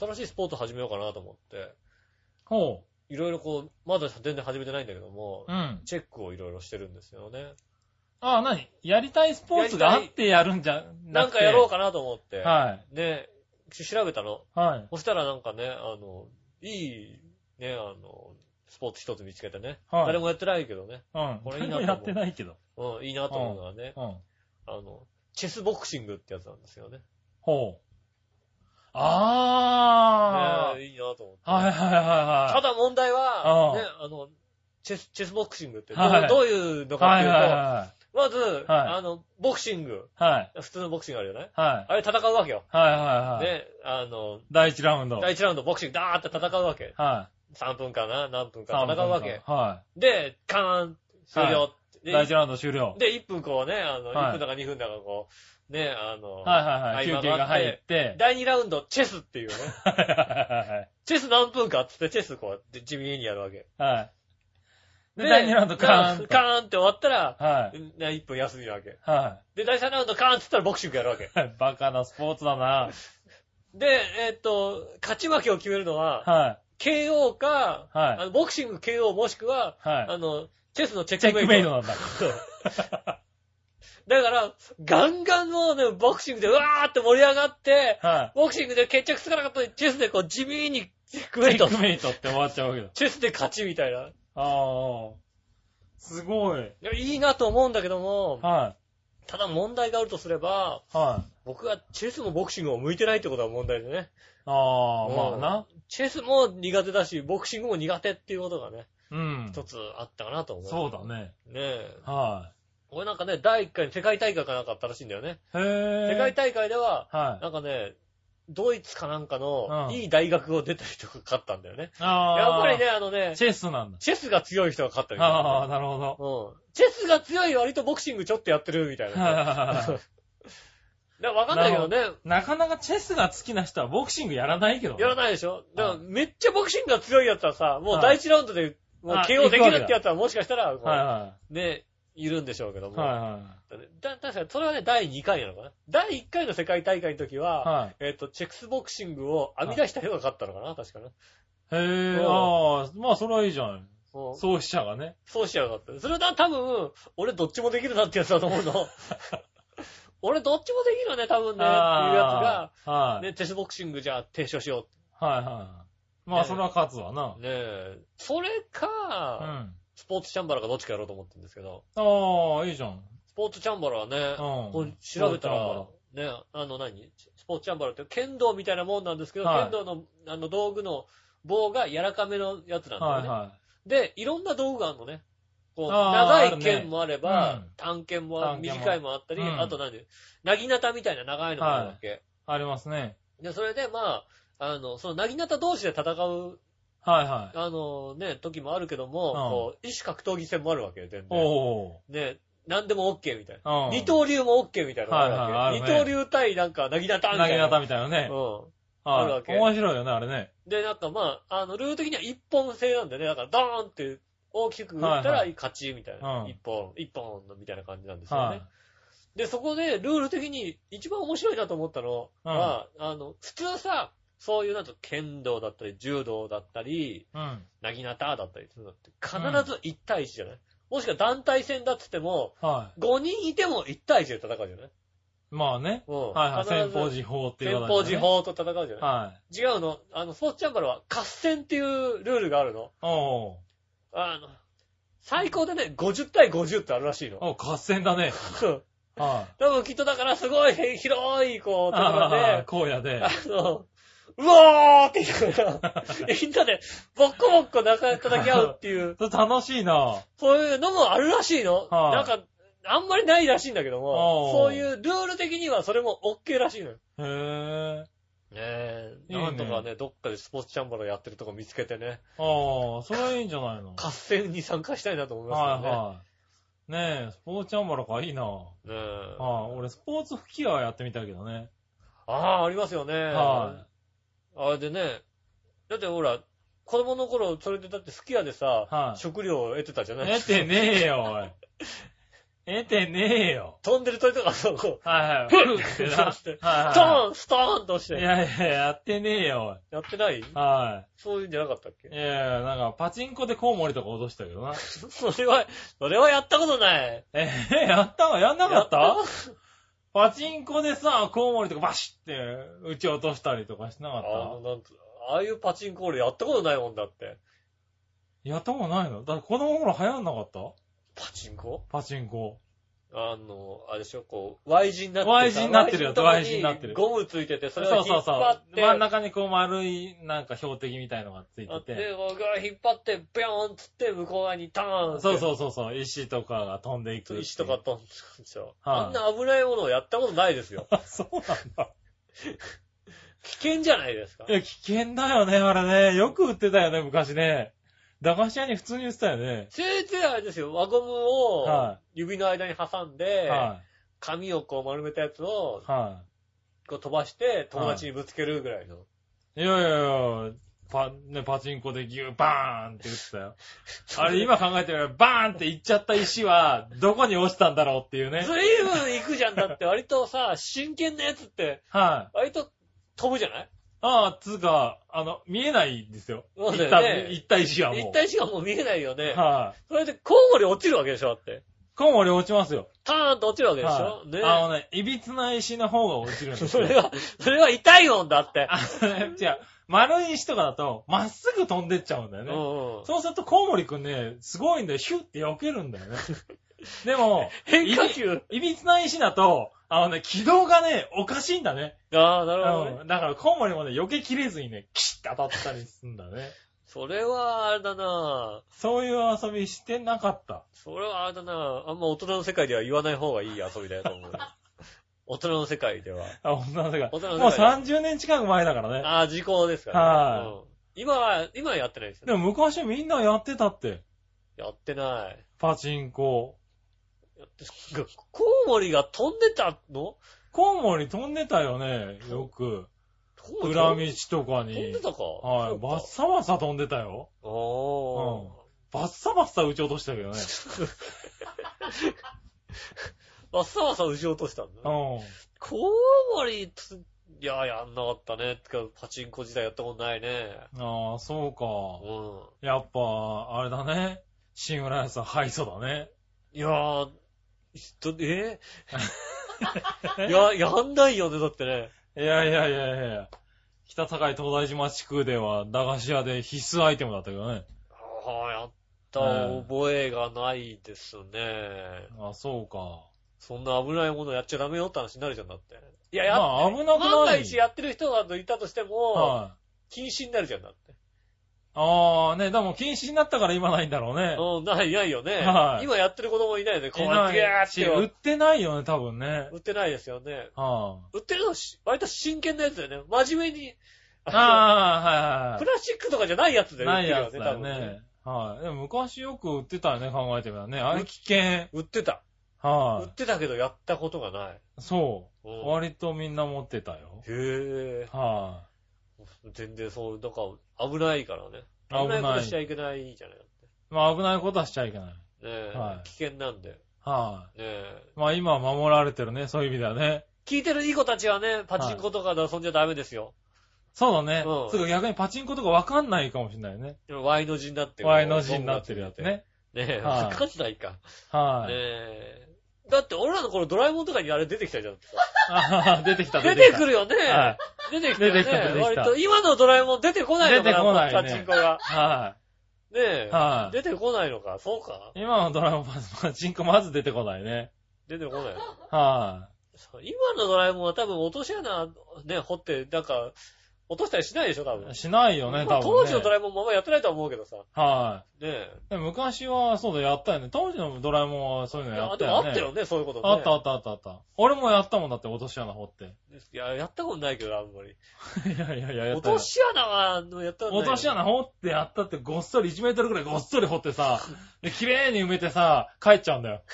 B: 新しいスポーツ始めようかなと思って、
C: ほ
B: いろいろこう、まだ全然始めてないんだけども
C: う。う、ん。
B: チェックをいろいろしてるんですよね。
C: ああ、なにやりたいスポーツがあってやるんじゃ
B: な
C: なんくて
B: かやろうかなと思って、
C: は
B: ね、し調べたの。
C: い。はい。
B: そしたらなんかね、あの、いい、ね、あの、スポーツ一つ見つけてね。
C: はい
B: 誰もやってないけどね。
C: うん。
B: こ
C: こ
B: れ
C: れ
B: いいなと思う
C: やってないけど。
B: うん、いいなと思うのはね、
C: うん。
B: あの、チェスボクシングってやつなんですよね。
C: ほう。あ
B: ねいいなと思って。
C: あ。はいはいはいはい。
B: ただ問題
C: う
B: は、
C: ん
B: ね、あの、チェス、チェスボクシングってどう,、
C: はい
B: どういうのかっ
C: は
B: てい
C: いう
B: と、
C: はいは
B: まず、あ
C: は
B: の、ボクシング、
C: い。はい。
B: 普通のボクシングあるよね。
C: はい。
B: あれ戦うわけよ。
C: はいはいはい。
B: ね、あの、
C: 第1ラウンド。は
B: 第
C: い。
B: 1ラウンドボクシングダーって戦うわけ。
C: 3
B: 3分かな何分
C: 分
B: か
C: 間
B: 戦うわけ。
C: は
B: で、カーン、終了。
C: い。
B: で
C: 第1ラウンド終了。
B: で、1分こうね、あの、
C: は
B: 1
C: い
B: 分だか2分だかこう、ね、あの、
C: はいはいはい。休憩が入って。
B: 第2ラウンド、チェスっていうね。
C: はいは
B: チェス何分かっつって、チェスこうやって地味にやるわけ。
C: いはい。はい。で、第2ラウンドカーンと。
B: カーンって終わったら、
C: はい。
B: ね、1分休みなわけ。
C: は
B: で、第3ラウンドカーンって言ったらボクシングやるわけ。
C: い。バカなスポーツだな。
B: で、えーっと、勝ち負けを決めるのは、
C: は
B: KO か、
C: はい
B: あのボクシング KO もしくは、
C: い。は
B: あの、チェスのチェ
C: い。チェ
B: ッ
C: ック
B: ク
C: メ
B: メ
C: イ
B: イト。
C: トなん だ。
B: だから、ガンガンもうね、ボクシングでうわーって盛り上がって、
C: は
B: ボクシングで決着つかなかったのに、チェスでこう地味にチェック
C: い。
B: メイ
C: チェ
B: ト
C: ッ。クメイトって終わっちゃうわけだ。
B: チェスで勝ちみたいな。い
C: ああ。すごい。
B: や、いいなと思うんだけども、
C: は
B: ただ問題があるとすれば、
C: い。はい。
B: 僕がチェスもボクシングも向いてないってことは問題でね。
C: あ
B: う
C: あ、
B: ん
C: まあ
B: チェスも苦手だし、ボクシングも苦手っていうことがね、
C: な。うん。
B: 一つあったかなと思う。
C: そうだ。ね。
B: ねえ。
C: は
B: 俺なんかね、第1回、世界大会かなんかあったらしいんだよね。
C: い。へえ。
B: 世界大会では、
C: はい。
B: なんかね、ドイツかなんかの
C: うん
B: いい大学を出た人が勝ったんだよね。
C: ああ。
B: やっぱりね、。あのね、
C: チェスなんだ。
B: チェスが強い人が勝ったみたい
C: ああ、
B: な。
C: なるほど。
B: うん。チェスが強い割とボクシングちょっとやってるみたい
C: はいはい
B: な。
C: はいは
B: でわかんないけどね、
C: なかなかチェスが好きな人はボクシングやらないけどね。
B: やらないでしょだからめっちゃボクシングが強いやつはさ、もう第一ラウンドでもう
C: あ
B: KO でき
C: いくわけ
B: る
C: だ
B: ってやつはもしかしたら、こう
C: はいは
B: ね、いるんでしょうけど
C: い。
B: も。
C: はいは
B: だ確かに、それはね、第2回なのかな。第1回の世界大会の時
C: い。
B: は、
C: は
B: えっ、と、チェックスボクシングを編み出した人が勝ったのかな、確かな。
C: い。へえ
B: う、ん
C: ああ、まあそれはいいじゃん。
B: そう
C: 創始者がね。
B: そうしちゃうかった。それだ、多分、俺どっちもできるなってやつだと思う の。俺どっちもできるよね、多分ね、っていうや
C: ああ
B: つが、
C: はい。
B: ね、チェスボクシングじゃあ提唱しよ
C: はいはい。まあそれは勝つわな
B: う。。ねえ、それ
C: う
B: か、
C: ん。
B: スポーツチャンバラかどっちかやろうと思ってるんですけど。
C: ああ、いいじゃん。
B: スポーツチャンバラはね、こ
C: うん
B: れ。調べたら
C: そ、
B: ね、あの何スポーツチャンバラって剣道みたいなもんなんですけど、
C: はい
B: 剣道のあの道具の棒が柔らかめのやつなん
C: う
B: だ
C: は
B: よ
C: い
B: ね。
C: は
B: で、いろんな道具があるのね。こう、
C: あー
B: 長
C: ある
B: い
C: ね
B: 剣もあれば、
C: うん
B: 短剣もあ
C: 短剣も
B: 短いもあったり、
C: うん
B: あと何なぎなたみたいな長いのもあるわけ。
C: い。ありますね。
B: で、それで、まあ、あの、その、なぎなた同士で戦う、
C: はいはい。
B: あのね、時もあるけども、
C: うん
B: こう、異種格闘技戦もあるわけよ、全然。
C: お
B: ね、何でも OK みたいな。
C: ー。うん。
B: 二刀流も OK みたいなのがあるわけ。
C: はいはいあるね
B: 二刀流対なんか、なぎなたみた
C: 投
B: い
C: げ
B: な。
C: 方みたいなね。
B: うん。
C: はい
B: あるわけ
C: 面白いよね、あれね。
B: で、なんかまあ、あの、ルール的には一本制なんでね、だからドーンって大きく打った
C: はい
B: ら
C: は
B: 勝ちみたいな。
C: うん
B: 一本、一本のみたいな感じなんですよね。
C: はい。
B: で、そこでルール的に一番面白いなと思ったのは、あの、普通さ、そういうなんと剣道だったり、柔道だったり、
C: うん。
B: なぎなただったりするのって、必ず1対1じゃない、もしくは団体戦だっつっても、
C: は
B: 5人いても1対1で戦うじゃない
C: い。まあね。
B: うん。
C: はいはい。先方
B: 法
C: 時法っていう
B: 先
C: こと
B: 方
C: です
B: 時
C: ね。
B: 法と戦うじゃない、
C: はい。
B: 違うの。あの、スポーツチャンバルは合戦っていうルールがあるの。
C: おー。
B: あの、最高でね、50対50ってあるらしいの。
C: お、合戦だね。
B: 多
C: は
B: 分きっとだからすごい広い、こ
C: い。
B: う、ところ
C: あ
B: で
C: あ、、 荒野で
B: あ。の、うおーって言い ながら、みんなで、ボッコボッコ中叩き合うっていう、
C: それ楽しいな
B: そういうのもあるらしいの。
C: はい
B: なんか、あんまりないらしいんだけども、
C: おー
B: そういうルール的にはそれも OK らしいのよ。
C: へぇ
B: ねえ、
C: いいね
B: なんとかね、どっかでスポーツチャンバラやってるとこ見つけてね、
C: ー。ああ、それはいいんじゃないの
B: 合戦に参加したいなと思います
C: はい
B: けどね。
C: はい。ねえ、スポーツチャンバラか、いいなぁ。
B: ねえ
C: ああ、俺、スポーツ吹きはやってみたいけどね。
B: ああ、ありますよね。
C: は
B: あれでね、だってほら、子供の頃、それでだってすき家でさ、
C: はい
B: 食料を得てたじゃない
C: 得てねえよ、おい。得てねえよ。
B: 飛んでる鳥とかそう、 こ
C: はいはい。
B: ふっ
C: ふって
B: そう
C: な
B: してう、ド
C: は
B: ーン、ストーンとし
C: いはい。い
B: て、
C: やいや、やってねえよ、
B: やってない
C: おい。は
B: そういうんじゃなかったっ
C: い。い
B: け
C: やいや、なんか、パチンコでコウモリとか脅したけどな。
B: それは、それはやったことない。
C: えー、やったわ、やんなかった
B: やっ
C: パチンコでさ、コウモリとかバシッって撃ち落としたりとかしなか
B: あ
C: っ
B: の、
C: た
B: なんつああいうパチンコ俺やったことないもんだって。
C: やったことないのだって子供の頃流行んなかった
B: パチンコ
C: パチンコ。
B: あの、あれでしょ、こう、Y 字になって
C: Y 字になってるやつ
B: Y
C: Y
B: 字
C: 字
B: に
C: に
B: な
C: な
B: っ
C: ってて
B: る。
C: る
B: ゴムついてて、そ
C: そ
B: れ
C: う
B: を引っ
C: そう
B: 張
C: そ
B: っ
C: う。
B: て、
C: 真ん中にこう丸い、なんか標的みたいのがつい
B: あって
C: て。
B: て、僕が引っ張って、ビョーンつって、向こう側にターンって
C: そうそうそうそう。石とかが飛んでいくっていう。
B: 石とか飛んでるんですよ。
C: はい
B: あんな危ないものをやったことないですよ。
C: あ。 そうなんだ。
B: 危険じゃない ですか
C: い。や、危険だよね、あれね。よく売ってたよね、昔ね。駄菓子屋に普通に売ってたよね。
B: せいぜいあれですよ、輪ゴムを
C: は
B: 指の間に挟んで、
C: は
B: 紙をこう丸めたやつを
C: い。は
B: こう飛ばして友達にぶつけるぐらいの。
C: い。いやいやいや、パ、ね、パチンコでギューバーンって打ってたよ。あれ今考えてみれば、バーンって行っちゃった石は、どこに落ちたんだろうっていうね
B: ず。いぶん行くじゃんだって、割とさ、真剣なやつって、
C: はい。
B: 割と飛ぶじゃない
C: ああ、つうか、あの、見えないんですよ。
B: そう
C: 行
B: だよ
C: った、
B: ね
C: 行った石はもう。
B: 一体しかもう見えないよね。
C: はい。
B: それで交互に落ちるわけでしょだって。
C: コウモリ落ちますよ。
B: ターンと落ちるわけでし
C: は
B: ょ
C: い
B: ね
C: あのね、いびつな石の方が落ちるんです
B: そ
C: よ。
B: れは、それは痛いもんだって。
C: あのね違う。丸い石とかだと、まっすぐ飛んでっちゃうんだよ
B: う
C: ね。
B: んうん。
C: そうするとコウモリくんね、すごいんだよ。ヒュッて避けるんだよね。でも、
B: 変化球。
C: いびつな石だと、あのね、軌道がね、おかしいんだね。
B: ああ、なるほどね。
C: うん。だからコウモリもね、避けきれずにね、キシッて当たったりするんだね。
B: それは、あれだなぁ。
C: そういう遊びしてなかった。
B: それはあれだなぁ。あんま大人の世界では言わない方がいい遊びだよと思 う。大人の世界では。
C: あ、女の世界。
B: 女の世界
C: もう30年近く前だからね。
B: ああ、時効ですからね。
C: はい
B: うん今は、今はやってないです
C: で
B: よ、ね。
C: も昔みんなやってたって。
B: やってない。
C: パチンコ。
B: コウモリが飛んでたの
C: コウモリ飛んでたよね、よく。
B: コウモリ
C: 裏道とか
B: 飛ん
C: に
B: で。たか。
C: はい。バッ
B: バス。
C: サバサ飛んでたよ。
B: おー。
C: バッサバサ撃ち落としたけどね。
B: バッサバサ撃ち落としたんだ。
C: う
B: コウモリつ、いや、やんなかったね。てか、パチンコ時代やったことないね。
C: ん。ああ、そう
B: う
C: か。
B: ん。
C: やっぱ、あれだね。新浦安は敗訴だね。
B: いやー、ど えいや、やんないよね、だってね。
C: いやいやいやいやいや。北境東大島地区では駄菓子屋で必須アイテムだったけどね。
B: ああ、やった覚えがないですね。
C: ああ、そうか。
B: そんな危ないものやっちゃダメよって話になるじゃんだって。いや、
C: ま
B: やっ、
C: あ、危なく
B: 万が
C: ない。
B: 一やってる人がいたとしても、
C: はい。
B: 禁止になるじゃんだって。
C: ああ、ね、でも禁止になったから今ないんだろうね。
B: うん、ない、ないよね
C: は。い
B: 今やってる子供いないよね。こう
C: いない
B: ギャーっ
C: し売っててないよね、多分ね。
B: 売ってないですよね。
C: は
B: 売ってるのし、割と真剣なやつだよね。真面目に。
C: あ、
B: の
C: ああ、はい
B: プ
C: はいは
B: ラスチックとかじゃないやつだ
C: い。
B: よ
C: ないやつだよ
B: 売ってるよね多分ね
C: ね。はい。でも昔よく売ってたよね、考えてみたらね。あれ危険。
B: 売ってた。売
C: は
B: ってたけどやったことがない。
C: い。そ
B: うん
C: う。割とみんな持ってたよ。
B: へえ。
C: は
B: 全然そう、なんか危ないからね。
C: 危な
B: 危
C: い
B: ないことしちゃいけないじゃない。ね
C: い。まあ危ないことはしちゃいけない。
B: え、
C: はい
B: 危険なんで。ね
C: は
B: え。
C: い。まあ今は守られてるね、そういう意味ではね。
B: 聞いてるいい子たちはね、パチンコとかで遊んじゃダメですよ。
C: そうだね
B: うん。
C: すぐ逆にパチンコとかわかんないかもしれないね。
B: でも Y の字になってる。
C: Y の字になってるやつね。
B: ねえ、
C: はい
B: 難しないか。ね
C: はい。
B: え。だって俺らの頃ドラえもんとかにあれ出てき たじゃん。
C: ああ、出てきた、
B: 出てく
C: る。
B: るよね。
C: は
B: 出
C: い。
B: てきたよね。
C: 出てきた出てきた
B: 割と今のドラえもん出てこないのかな、
C: 出てこないね
B: パチンコが。
C: は
B: ねえ、
C: はい
B: 出てこないのか、そうか
C: い。今のドラゴンパチンコまず出てこないね。
B: 出てこない。
C: は
B: そう今のドラえもんは多分落とし穴、ね、掘って、なんか、落としたりしないでしょ、多分。
C: い。しないよね、
B: まあ
C: 多分、ね。
B: 当時のドラえもんもあんまやってないとは思うけどさ。ね
C: は
B: え。
C: い。で昔は、そうだ、やったよね。当時のドラえもんはそういうのや
B: あ
C: っ
B: で
C: た
B: も
C: よ
B: あ
C: ね。
B: ったよね、そういうことね。
C: あったあったあったあった。俺もやったもんだって、落とし穴掘って。
B: いや、やったことないけど、あんまり。
C: いやいやいや、やっ
B: 落
C: たよ
B: とし穴は、やったことない。
C: 落とし穴掘ってやったって、ごっそり1メートルくらいごっそり掘ってさ、で、綺麗に埋めてさ、帰っちゃうんだよ。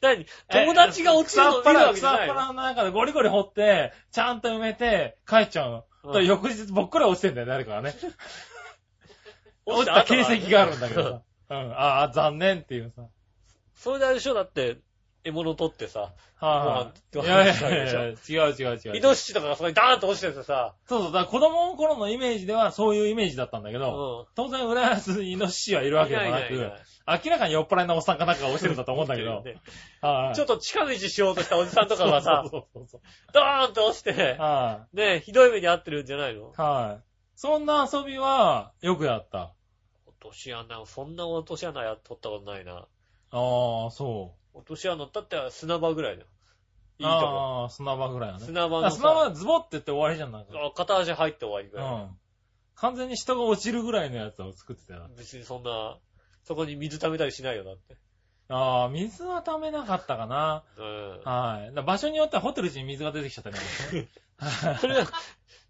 B: 何友達が落ちるの見
C: 草っぱ
B: る
C: ら、
B: わけじ
C: 草
B: ゃな
C: っぱ
B: いの
C: らの中でゴリゴリ掘って、ちゃんと埋めて、帰っちゃうの。だから
B: うん
C: 翌日ぼっこり落ちてんだよね、誰かがね。落
B: 落
C: ち
B: ち
C: た
B: た
C: 形跡があるんだけど
B: 後はね
C: さ。 うん、ああ、残念っていうさ。
B: それであれでしょ、だって、獲物取ってさ、
C: はい
B: ご飯
C: はい。
B: ご飯
C: いやいやいや、違う違う違う。
B: イノシシとかがそこにダーンと落ちててさ、
C: そうそう、だから子供の頃のイメージではそういうイメージだったんだけ
B: う
C: ど、
B: ん。
C: 当然浦安にイノシシはいるわけでもなく、
B: いないいない
C: 明らかに酔っ払いのおっさんかなんかが落ちてるんだと思うんだけど、
B: ね
C: はい
B: ちょっと近道しようとしたおじさんとかがさ、
C: そうそうそう
B: ドーンと落ちて
C: そう。、は
B: ねひどい目に遭ってるんじゃないの
C: い。はい。そんな遊びはよくやった。
B: 落とし穴、そんな落とし穴やっとったことないな。
C: ああ、そ
B: 落とし穴だって砂場ぐらいだよ。
C: う。
B: いいとこ。
C: ああ、砂場ぐらいだね。
B: 砂場
C: あ
B: の
C: 砂場
B: さ、
C: はズボってって終わりじゃんないか。
B: あ片足入って終わりぐ
C: う
B: ら
C: ん。完全に人が落ちるぐらいのやつを作ってたよ
B: い。。別にそんな、そこに水溜めたりしないよ、だって。
C: ああ、水は溜めなかったかな。
B: うん。
C: はい。だから場所によってはホテル地に水が出てきちゃったりもする
B: それは、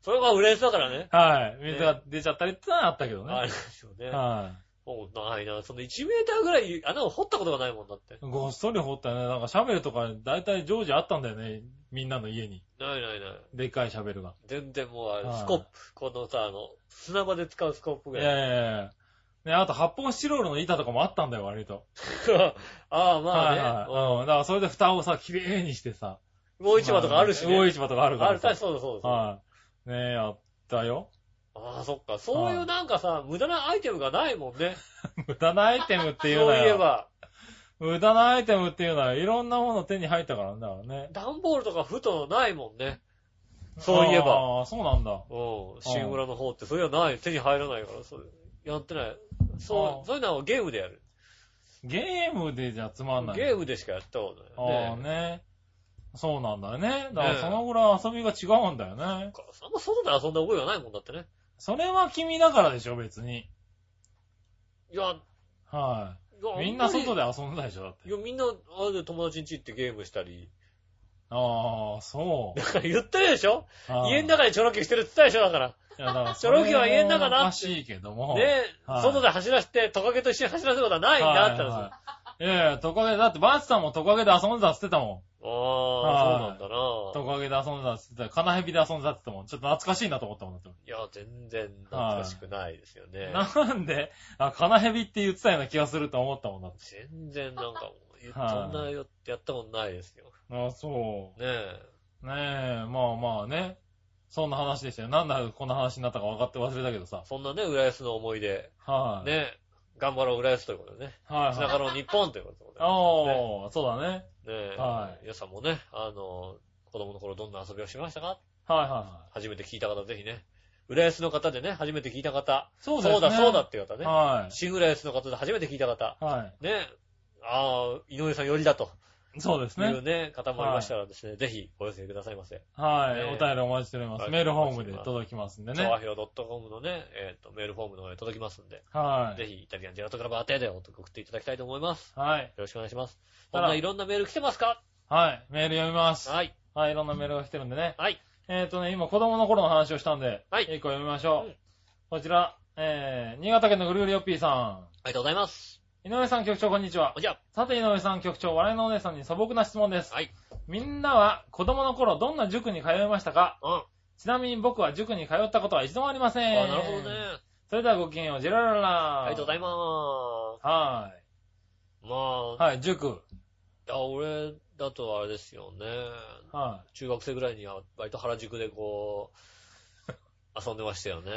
B: それは浦安だから ね。
C: はい。水が出ちゃったりってのはあったけどね。
B: あ
C: は
B: れ
C: い。
B: ですよね。もうないな。その1メーターぐらい穴を掘ったことがないもんだって。
C: ごっそり掘ったよね。なんかシャベルとか、だいたい常時あったんだよね。みんなの家に。
B: ないないない。
C: でっかいシャベルが。
B: 全然もうあれ
C: はい
B: スコップ、このさ、あの、砂場で使うスコップ
C: い
B: ぐ
C: や
B: ら
C: い
B: い。
C: やいや。ね、あと発泡スチロールの板とかもあったんだよ、割と。
B: ああ、まあ
C: はい
B: ね。
C: はい。うん。だからそれで蓋をさ、綺麗にしてさ。
B: 魚市場とかあるしね。
C: 魚市場とかあるか
B: あ
C: ら
B: る、
C: さ。
B: 確かにそうだそうだそうだ。
C: はい。ねえ、やったよ。
B: ああ、そっか。そういうなんかさ、無駄なアイテムがないもんね。
C: 無駄なアイテムって
B: そうい
C: いうの
B: え
C: は、
B: ば、
C: 無駄なアイテムっていうのは、いろんなもの手に入ったからねだからね。
B: 段ボールとかふとないもんね。そういえば。
C: ああ、そうなんだ。
B: うん。新村の方って、それはない。手に入らないから、それ。やってない。
C: あ
B: そ
C: ー
B: う、そういうのはゲームでやる。
C: ゲームでじゃつまんない。
B: ゲームでしかやったことない。
C: ああね。そうなんだよね。だか
B: ね
C: らそのぐらい遊びが違うんだよね。
B: かあんま外で遊んだ覚えがないもんだってね。
C: それは君だからでしょ、別に。
B: いや、
C: はい
B: や
C: い。みんな外
B: で。
C: で遊んだでしょ、だっ
B: い
C: て。
B: や、みんな、あれで友達ん家行ってゲームしたり。
C: ああ、そう
B: だ。から言ってるでしょ
C: は い
B: 家の中でチョロキしてるって言ったでしょだから。
C: いやだ から
B: チョロキは家の中だって
C: おかしいけども。
B: ねえ、
C: はい
B: 外で走らせて、トカゲと一緒に走らせることはないんだって話。あ
C: はいはいいやいや、トカゲ、だってバーチさんもトカゲで遊んでたって言ってたも
B: あ
C: はい
B: ー、そうなんだ
C: ん。
B: な
C: トカゲで遊んでたって言ってた。カナヘビで遊んでたって言ってたもん。ちょっと懐かしいなと思ったもんだっ
B: い
C: て。
B: や、全然懐かしくないですよね。
C: なんで、あ、カナヘビって言ってたような気がすると思ったもんだって。
B: 全然なんかもう、
C: はい
B: そんなよってやったことないですよ。
C: ああ、そう。
B: ねえ。
C: ねえ、まあまあね。そんな話でしたよ。なんでこんな話になったか分かって忘れたけどさ。
B: そんなね、浦安の思い出。
C: はい。
B: ねえ。頑張ろう浦安ということでね。
C: はい、
B: つ
C: は。
B: ないがろう日本ということで。
C: おー、そうだね。
B: ねえ、
C: は
B: 皆さんもね、あの、子供の頃どんな遊びをしましたか
C: はいはいはい。
B: 初めて聞いた方、ぜひね、浦安の方でね、初めて聞いた方、
C: そうですね。
B: そうだそうだっていう方ね、
C: は
B: 新浦安の方で初めて聞いた方、
C: い。はい。
B: ね、ああ、井上さん寄りだと
C: そうです
B: い
C: ね
B: う。ね、方もいましたらですね、ぜひお寄せくださいませ。
C: はい、
B: ね
C: お便りお待ちしております。
B: はい
C: メールホームで届きますんで
B: 調和
C: ね。
B: 表 .com のね、えっと、メールフォームの方に届きますんで、
C: は
B: ぜひイタリアンジェラートクラブ宛てで送っていただきたいと思います。
C: い。はい。
B: よろしくお願いします。こ
C: た
B: ん
C: だ
B: ないろんなメール来てますか
C: はい。メール読みます。
B: はい。
C: はい、いろんなメールが来てるんでね。
B: はい。
C: えっ、とね、今子供の頃の話をしたんで、
B: はい
C: 一個読みましょう。
B: うん
C: こちら、えー、新潟県のぐるぐるよっぴーさ
B: ありがとうございます。
C: ん。井上さん局長、こんにちは
B: お。じゃ
C: さて、井上さん局長、笑いのお姉さんに素朴な質問です。
B: はい。
C: みんなは子供の頃どんな塾に通いましたか
B: あ、うん。
C: ちなみに僕は塾に通ったことは一度もありません。
B: あ、なるほどね。。
C: それではごきげんよう、ジェラララ
B: ありがとうござい
C: ま。
B: ます
C: は
B: す。ま
C: い。
B: あ、
C: はい、塾。
B: いや俺だとあれですよね。
C: は
B: 中学生ぐらいには割と原宿でこ う、遊んでましたよね。
C: い。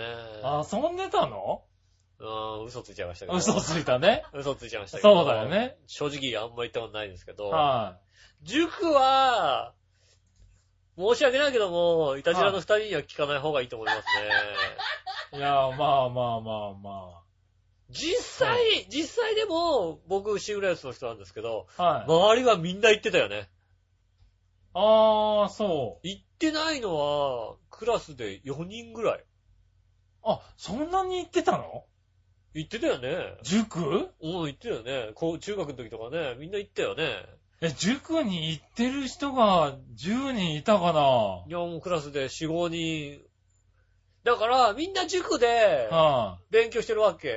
C: 遊んでたの
B: うん、嘘ついちゃいましたけど。
C: 嘘ついたね。
B: 嘘ついちゃいましたけど。
C: そうだよ。ね。
B: 正直あんまり言ったことないですけど。
C: は
B: 塾は、申し訳ないけども、いたじらの二人には聞かない方がいいと思います ね。
C: い。いや、まあまあまあま
B: 実際、
C: は
B: 実際でも、僕、シーグレースの人なんですけど、
C: あ。はい。
B: 周りはみんな行ってたよね。
C: あー、そ
B: 行ってないのは、クラスで4人ぐらい。
C: う。あ、そんなに行ってたの
B: 行ってたよね。
C: 塾
B: うん、行ってたよね。こう、中学の時とかね、みんな行ったよね。
C: え、塾に行ってる人が10人いたかない
B: や、もうクラスで4、5人。だから、みんな塾で
C: は
B: 勉強してるわけ。
C: い。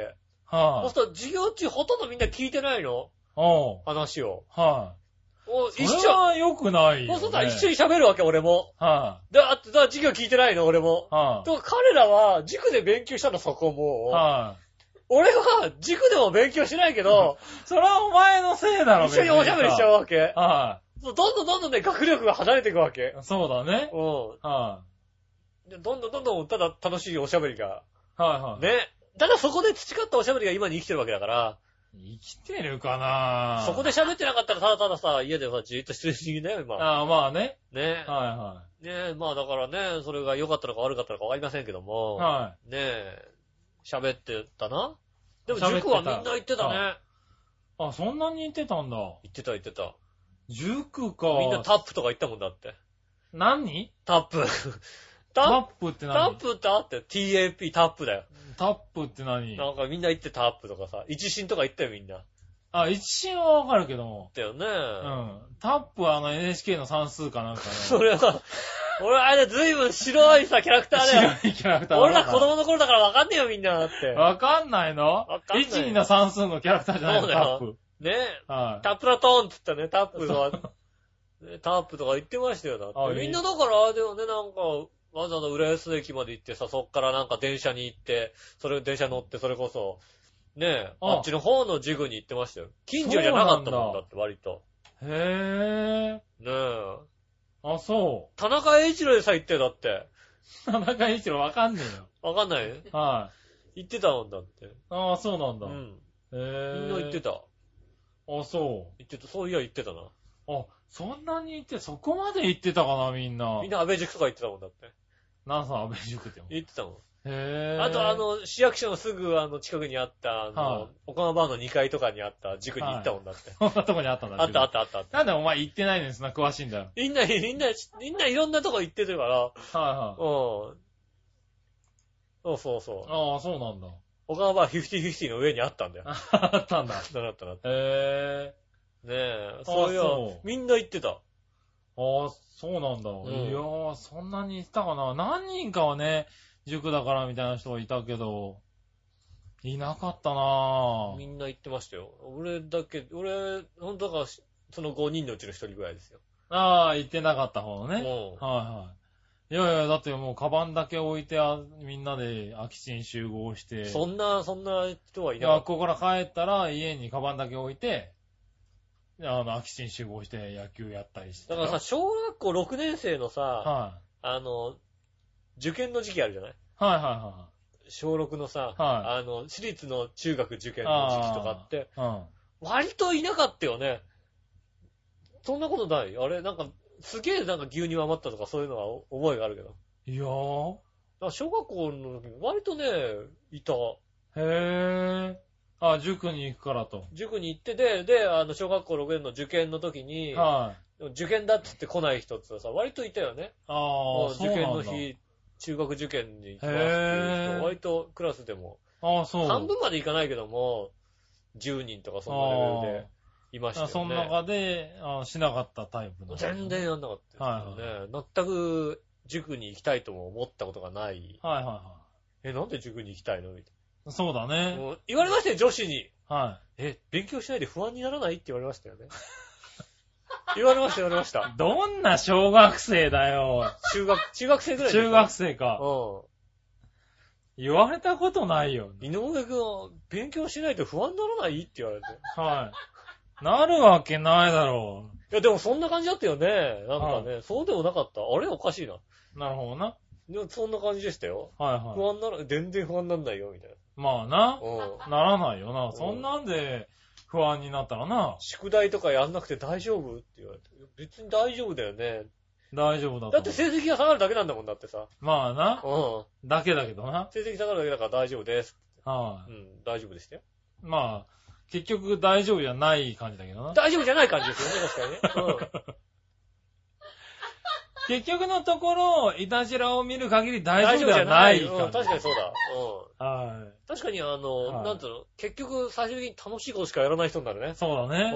B: そう
C: はい。
B: すると、授業中ほとんどみんな聞いてないの
C: おう。
B: 話を。
C: は
B: お
C: い。
B: 一
C: それ
B: 緒。
C: は良くないよ、
B: そう
C: ね。
B: すると一緒
C: に。
B: に喋るわけ、俺も。
C: は
B: だ、あと、だ、授業聞いてないの、俺も
C: い。。は
B: と、彼らは塾で勉強したの、そこ
C: い。
B: も
C: は
B: う。俺は塾でも勉強しないけ ど、
C: い。それはお前のせいだろ、
B: 一緒におしゃべりしちゃう
C: う。
B: わけ。
C: は
B: そうどんどんどんどんね、学力が離れていくわけ。
C: い。そうだね。
B: う
C: は
B: ん。でどんどんどんどん、ただ楽しいおしゃべりが。
C: い。はいはい。
B: ね。ただそこで培ったおしゃべりが今に生きてるわけだから、
C: 生きてるかな
B: そこで喋ってなかったらただたださ、家でさ、じーっとしてる人間だよ、今。
C: ああ、まあね。
B: ね。
C: は
B: ねまあだからね、それが良かったのか悪かったのかわかりませんけど
C: い
B: も、
C: はい。は
B: ねえ、喋ってたな。でも
C: 喋って
B: 塾
C: た
B: はみんな行ってたね。
C: い。あ、そんなに行ってたんだ。
B: 行ってた行ってた。
C: 塾か。
B: みんなタップとか行ったもんだって。
C: 何
B: タップ。タ
C: タ
B: ッ
C: ッ
B: プ
C: プって
B: タ
C: 何
B: ップってあって、TAP タップだよ。
C: タップって何
B: なんかみんな行ってタップとかさ、一新とか行ったよみんな。行っ
C: あ、一心はわかるけども。
B: たよね。
C: うん。タップはあの NHK の算数かなんか
B: そ
C: ね。
B: れは、俺あれずいぶん白いさ、キャラクターだよ。
C: 白いキャラクター。
B: 俺ら子。供の頃だからわかんねえよみんなだって。
C: わかんないの
B: わかんない
C: 一二の算数のキャラクターじゃない
B: そ
C: の
B: う
C: タ
B: だよ
C: ップ。
B: ねえ。
C: は
B: タップラトーンって言ったね、タップが、ねタップとか言ってましたよ、だ
C: あ
B: っ
C: い
B: て。
C: い
B: みんなだから、あれだよね、なんか、わざわざ浦安駅まで行ってさ、そっからなんか電車に行って、それ電車乗って、それこそ、ねえ、
C: あ
B: あっちの方のジグに行ってましたよ。近所じゃなかったもんだって、割と。
C: い。へぇー。
B: ねえ。
C: あ、そ
B: 田中栄一郎でさ、行ってよだって。
C: う。田中一郎わかんねえよ。
B: わかんない
C: はい。
B: 行ってたもんだって。
C: ああ、そうなん
B: う
C: だ。
B: ん。
C: へ
B: み
C: ぇー。
B: んな行ってた。
C: あ、そう。
B: 行ってた。そういや行ってたな。
C: あ、そんなに行って、そこまで行ってたかな、みんな。
B: みんな安倍塾とか行ってたもんだって。
C: なさん、安倍塾でも。へ
B: 行ってたもん。
C: ぇー。
B: あと、あ、の、市役所のすぐ、あの、近くにあった、あ
C: はい
B: の、岡山バーの2階とかにあった塾に行ったもんだって。
C: こんなとこにあったんだ。
B: あったあったたあったあった。
C: なんでお前行ってないのにそんな詳しいんだよ。
B: みんな、みんな、みんないろんなとこ行ってるから、うん
C: はいはい。。
B: そうそうそう。
C: ああ、そうなんだ。
B: 岡山バー50-50の上にあったんだよ。あっ
C: ああったんだ。
B: たなあったな。ね
C: へ
B: え、
C: あ
B: そういや
C: そう、
B: みんな行ってた。
C: ぇー。ああ、そうなんだ。
B: ん
C: いやー、そんなに行ったかな。何人かはね、塾だからみたいな人がいたけど、いなかったな
B: み
C: ぁ。
B: んな行ってましたよ。俺だけ、俺、ほんとだから、その5人のうちの1人ぐらいですよ。
C: ああ、行ってなかった方のね。
B: も
C: はいはい。いやいや、だってもう、カバンだけ置いて、あみんなで空き地に集合し
B: う
C: て、
B: ん。そんな、そんな人はいなかっ
C: 学校から帰ったら、家にカバンだけ置いて、であの、空き地に集合して野球やったりして。
B: た。だからさ、小学校6年生のさ、
C: は
B: あの、受験の時期あるじゃない
C: い。はいは
B: 小6のさ、
C: は
B: あの、私立の中学受験の時期とかって、
C: いはい。うん。
B: 割といなかったよね。そんなことないあれ、なんか、すげえなんか牛乳余ったとかそういうのは思いがあるけど。だか
C: いやー。
B: ら小学校の時、割とね、いた。
C: へー。あ、塾に行くからと。
B: 塾に行ってて、で、あの、小学校6年の受験の時に、
C: はい。
B: 受験だって言って来ない人ってさ、割といたよね。
C: ああ、
B: 受
C: そう
B: 験
C: な
B: の
C: んだ。
B: 日、中学受験に行きます
C: へ
B: っていう
C: ー
B: 人、割とクラスでも、
C: ああ、そう。
B: 半分まで行かないけども、10人とかそんなレベルでいまし
C: ああ
B: た
C: そ
B: よ
C: の
B: ね。
C: 中で、ああしなかったタイプの。
B: 全然。やんなかったですよね。全く塾に行きたいとも思ったことがない。
C: はいはいは
B: え、なんで塾に行きたいのみた
C: い。そうだ
B: いな。
C: ね。
B: もう言われましたよ、女子に。
C: は
B: え、勉強しないで不安にならないって言われましたよね。 言われました、言われました
C: い。。どんな小学生だよ。
B: 中学、中学生ぐらいです
C: 中学生か。
B: う
C: 言われたことないよ。
B: ん。井上くんは勉強しないと不安にならないって言われて。
C: はい。なるわけないだろ
B: いや、でもそんな感じだったよね。なんかね、そうでもなかった。あれおかしいな。
C: う。なるほどな。
B: でもそんな感じでしたよ。
C: はい
B: 不
C: は
B: 安なら、全然不安なんないよ、みたい
C: い。まあな
B: な。。うん。
C: ならないよ
B: う
C: な。
B: ん
C: そんなんで不安になったらな。
B: 宿題とかやんなくて大丈夫って言われて。別に大丈夫だよね。
C: 大丈夫だと。
B: だって成績が下がるだけなんだもんだってさ。
C: まあな。
B: うん。
C: だけだけどな。
B: 成績下がるだけだから大丈夫です。
C: は
B: うん、大丈夫でしたよ。
C: い。まあ、結局大丈夫じゃない感じだけどな。
B: 大丈夫じゃない感じですよね、確かにね。うん。
C: 結局のところ、いたしらを見る限り 大丈夫ではない
B: 大丈夫じゃうん確
C: 感じ。
B: かにそうだ。うん。
C: は
B: 確かにあの、
C: はい
B: なんつうの、結局最終的に楽しいことしかやらない人になるね
C: い。。そうだ
B: うん
C: ね。。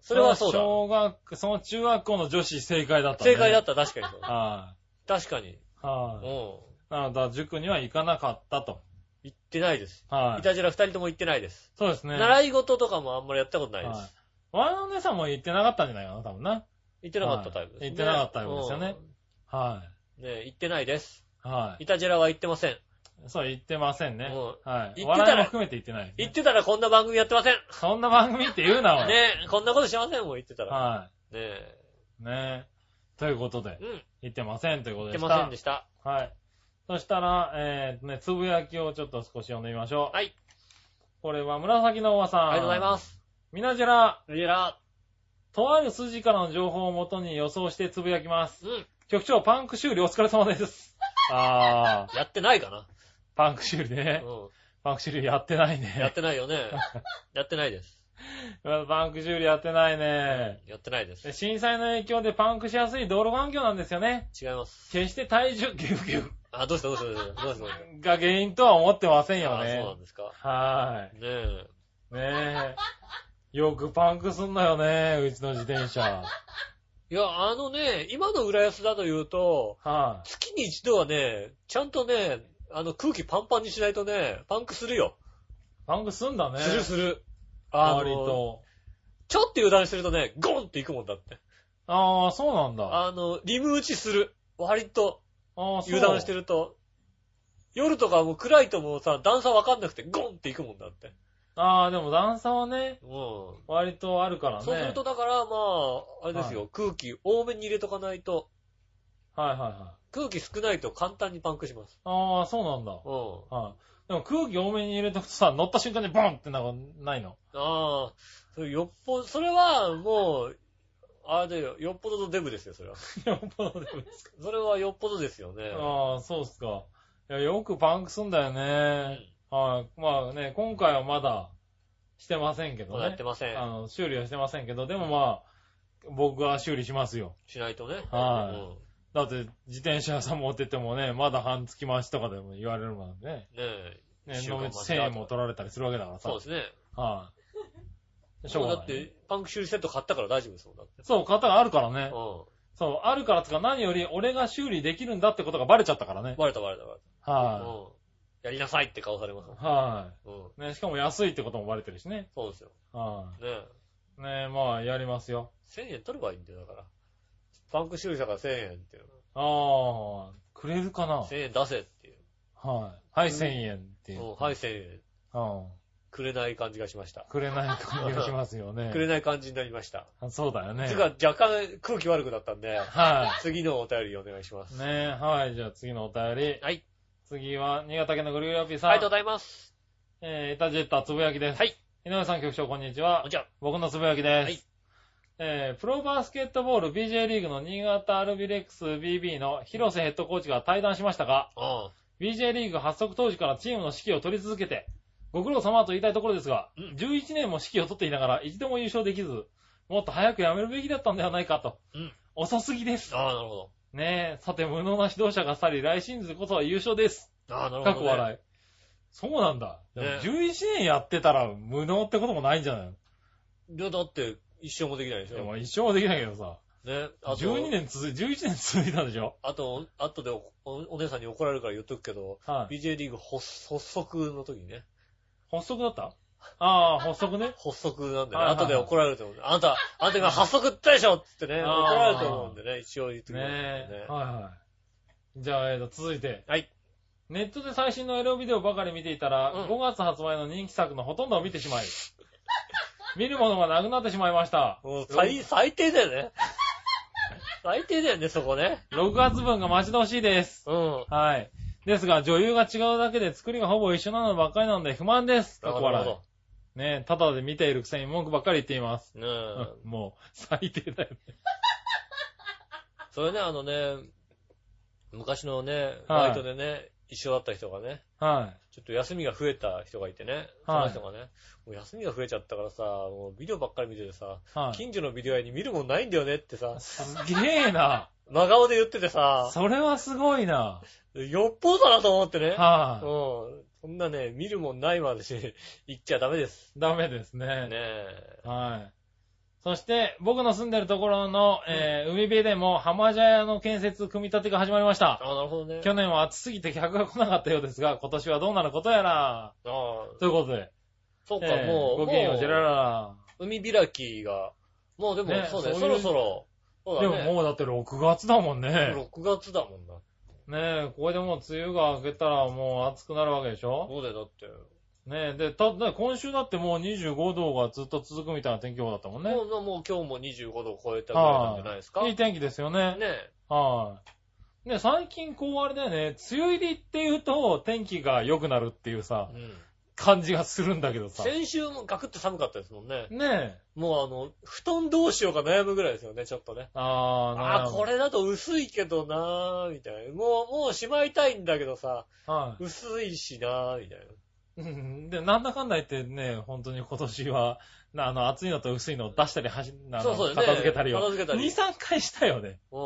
B: それはそうだ。
C: 小学、その中学校の女子正解だったね。
B: 正解だった、確かにそう。
C: は
B: 確かに。
C: い。
B: うん。
C: はい。
B: 行
C: なので、塾には行かなかったと。
B: ってないです。
C: はいい。
B: たじら二人とも行ってないです。
C: そうですね。
B: 習い事とかもあんまりやったことないで
C: はい
B: す。。
C: ワンのお姉さんも行ってなかったんじゃないかな、多分な。
B: 行ってなかったタイプですね。
C: はい行ってなかったタイプですよねは
B: うん。ね行ってないです。
C: い。はい
B: たじらは行ってません。
C: い。そう、行ってませんね。
B: う
C: はい。
B: 行ってたら
C: 笑いも含めて行ってない。
B: 行ってたらこんな番組やってません。
C: そんな番組って言うな、おい。
B: ねこんなことしませんもん、行ってたら。
C: は
B: ねえ。
C: い。ねえ。ということで
B: う、ん。
C: 行ってませんというこ
B: 行って
C: とでした。
B: ませんでした。
C: はい。そしたら、えー、ね、つぶやきをちょっと少し読んでみましょう。
B: はい。
C: これは紫のおばさん。。
B: ありがとうございますす。
C: みなじら、
B: ありが
C: とある筋からの情報をもとに予想してつぶやきます。
B: とうございます。
C: 局長、パンク修理お疲れ 様です。あー、
B: うん。やってないかな。
C: パンク修理ね。
B: う
C: パンク修理やってない
B: ん。やっ
C: ね。
B: て ないよね。やってないです。
C: パンク修理やってないね。
B: やってないです
C: で。震災の影響でパンクしやすい道路環境なんですよね。
B: 違います。
C: 決して体重、ギュウギュウ
B: あ、どうしたどうしたどうしたどうしたどうした
C: が原因とは思ってませんよ
B: あ
C: ね。
B: そうなんですか。
C: は
B: ねえ。
C: ーい。ねえ。よくパンクすんだよね、うちの自転車。
B: いや、あのね、今の浦安だと言うと、
C: は
B: 月に一度はね、ちゃんとね、あの空気パンパンにしないとね、パンクするよ。
C: い。パンクすんだね。
B: するする。あ
C: 割
B: の、
C: と。
B: ちょっと油断するとね、ゴンっていくもんだって。
C: ああ、そうなんだ。
B: あの、リム打ちする。割と、
C: ああ、そう
B: 油断してると。夜とかもう暗いともうさ、段差わかんなくてゴンっていくもんだって。
C: ああ、でも段差はね、
B: うん。
C: 割とあるからね。
B: そうするとだから、まあ、あれですよ、空気多めに入れとかないと、
C: はいはいはい。
B: 空気少ないと簡単にパンクします。
C: ああ、そうなんだ。
B: うん。
C: はい。でも空気多めに入れとくとさ、乗った瞬間にボンってなんかないの。
B: ああ、それよっぽど、それはもう、あれだよ、よっぽどのデブですよ、それは。
C: よっぽどでも
B: それはよっぽどですよね。
C: ああ、そうっすか。いや、よくパンクすんだよね。はい。まあね、今回はまだしてませんけど
B: まだやっ
C: ね
B: て。ませ
C: あ
B: ん。
C: の、修理はしてませんけど、でもまあ、僕は修理しますよ。
B: しないとね。
C: はだって、自転車屋さん持ってってもね、まだ半月増しとかでも言われるもんね。
B: い。ねえ。
C: ね、
B: 一週
C: 野
B: 間待
C: 口
B: ちだと
C: 1000円も取られたりするわけだからさ。
B: そうですね。
C: はい。しょう
B: もう
C: が
B: だっ
C: ない。
B: て、パンク修理セット買ったから大丈夫ですもん、だって。
C: そう、型があるからね。
B: う
C: そう、あるからつか何より俺が修理できるんだってことがバレちゃったからね
B: ん。。バレたバレたバレた。
C: は
B: うん。やりなさいって顔されますも
C: い。
B: ん。
C: は
B: うん。
C: い。ね、しかも安いってこともバレてるしね。
B: そうですよ。
C: は
B: ねえ。
C: い。ねまあ、やりますよ。
B: 1000円取ればいいんだよ、だから。パンク修理者から1000円っていう。
C: ああ、くれるかな
B: 1000円出せっていう。
C: はい。はい、1000円っていうう。
B: ん、はい、1000円。
C: うん。
B: くれない感じがしました。
C: くれない感じがしますよ ね。
B: くれない感じになりました。
C: あ そうだよね
B: つ。うか、若干空気悪くなったんで、
C: は
B: 次のお便りお願いします。
C: い。ねはい。じゃあ次のお便り。
B: はい。
C: 次は、新潟県のグリューラピーさん。
B: ありがとうございます。
C: えー、イタジェッタつぶやきです。
B: はい。
C: 井上さん局長、こんにちは
B: こん。にちは。
C: 僕のつぶやきです。
B: はい
C: えー、プロバスケットボール BJ リーグの新潟アルビレックス BB の広瀬ヘッドコーチが対談しましたが、
B: あ
C: BJ リーグ発足当時からチームの指揮を取り続けて、ご苦労様と言いたいところですが、11年も指揮を取っていながら一度も優勝できず、もっと早くやめるべきだったんではないかと。
B: うん
C: 遅すぎです。
B: ああ、なるほ
C: ねえ、さて無能な指導者が去り、来シーズンこそは優勝です。
B: ど。ああ、なるほど、ね。
C: 過去笑い。そうなんだ。でも
B: ね
C: 11年やってたら無能ってこともないんじゃないの
B: いや、だって、一生もできないでし
C: で
B: ょ。
C: も一生はできないけどさ。
B: ね。あと、
C: 12年続い、11年続いたんでしょ
B: あと、あとでおおお姉さんに怒られるから言っとくけど、
C: はい。
B: BJ リーグ発発足の時にね。
C: 発足だ ったああ、発足ね。
B: 発足なんでね。
C: はいはいはい
B: 後で怒られると思うんで。あんた、あんた今発足ってでしょっつってね。怒
C: あー
B: られると思うんでね。一応言っときます
C: ね
B: ね
C: え。。はいはい。じゃあ、えっと、続いて。
B: はい。
C: ネットで最新のエロビデオばかり見ていたら、
B: うん
C: 5月発売の人気作のほとんどを見てしまい、 見るものがなくなってしまいました。
B: もう最、最低だよね。最低だよね、そこね。
C: 6月分が待ち遠しいです。
B: うん。
C: はい。ですが、女優が違うだけで作りがほぼ一緒なのばっかりなので不満です。かっこ
B: なる
C: 笑
B: ほ
C: い。ねえ、ただで見ているくせに文句ばっかり言っています。
B: ど。ねえ。
C: うんもう、最低だよね。
B: それね、あのね、昔のね、
C: は
B: バ
C: い
B: イトでね、一緒だった人がね、
C: はい。
B: ちょっと休みが増えた人がいてね、そ
C: は
B: の
C: い
B: 人がね、もう休みが増えちゃったからさ、もうビデオばっかり見ててさ、
C: はい。
B: 近所のビデオ屋に見るもんないんだよねってさ、
C: すげえな。
B: 真顔で言っててさ、
C: それはすごいな。
B: よっぽどだなと思ってね。うん
C: は。
B: そんなね、見るもんないまでし、 行っちゃダメです。
C: い。ダメですね
B: ね。え。
C: はい。そして、僕の住んでるところの、えー海辺でも浜茶屋の建設組み立てが始まりました。
B: あ、なるほどね。
C: 去年は暑すぎて 客が来なかったようですが、今年はどうなることやら。
B: ああ、
C: ということで、
B: そうか、
C: えー
B: もう、
C: ごきげんよう、
B: もう
C: ジェララ
B: 海開きが、もうでも、
C: ね
B: そうだよ、
C: そ
B: そう
C: いう
B: ろそろ、そう
C: ラ。
B: だ
C: で
B: ね。
C: ももうだって6月だもんね。
B: 6月だもんな。
C: ねえ、これでもう梅雨が明けたらもう暑くなるわけでしょ
B: そうだよ、だって。
C: ねえ、で、た、だ今週だってもう25度がずっと続くみたいな天気予報だったもんね。
B: もうもうもう今日も25度を超えたぐらいなんじゃないですか。
C: いい
B: ね
C: 天気ですよね。
B: え。
C: はい。ね、最近こうあれだよね、梅雨入りって言うと天気が良くなるっていうさ、
B: うん。
C: 感じがするんだけどさ。ね
B: 先週もガクッと寒かったですもんね。
C: え。
B: もうあの、布団どうしようか悩むぐらいですよね、ちょっとね。
C: あー、
B: ああ、こ
C: れ。
B: れだと薄いけどなー、みたいな。もう、もうしまいたいんだけどさ、
C: は
B: 薄いしなー、みたい
C: い。うんで、なんだかんだ言ってね、本当に今年は、なあの、暑いのと薄いのを出したり、はし、あの
B: そうそうね
C: 片付けたりを。
B: 片付けたり
C: 2、3回したよね。
B: な。う
C: う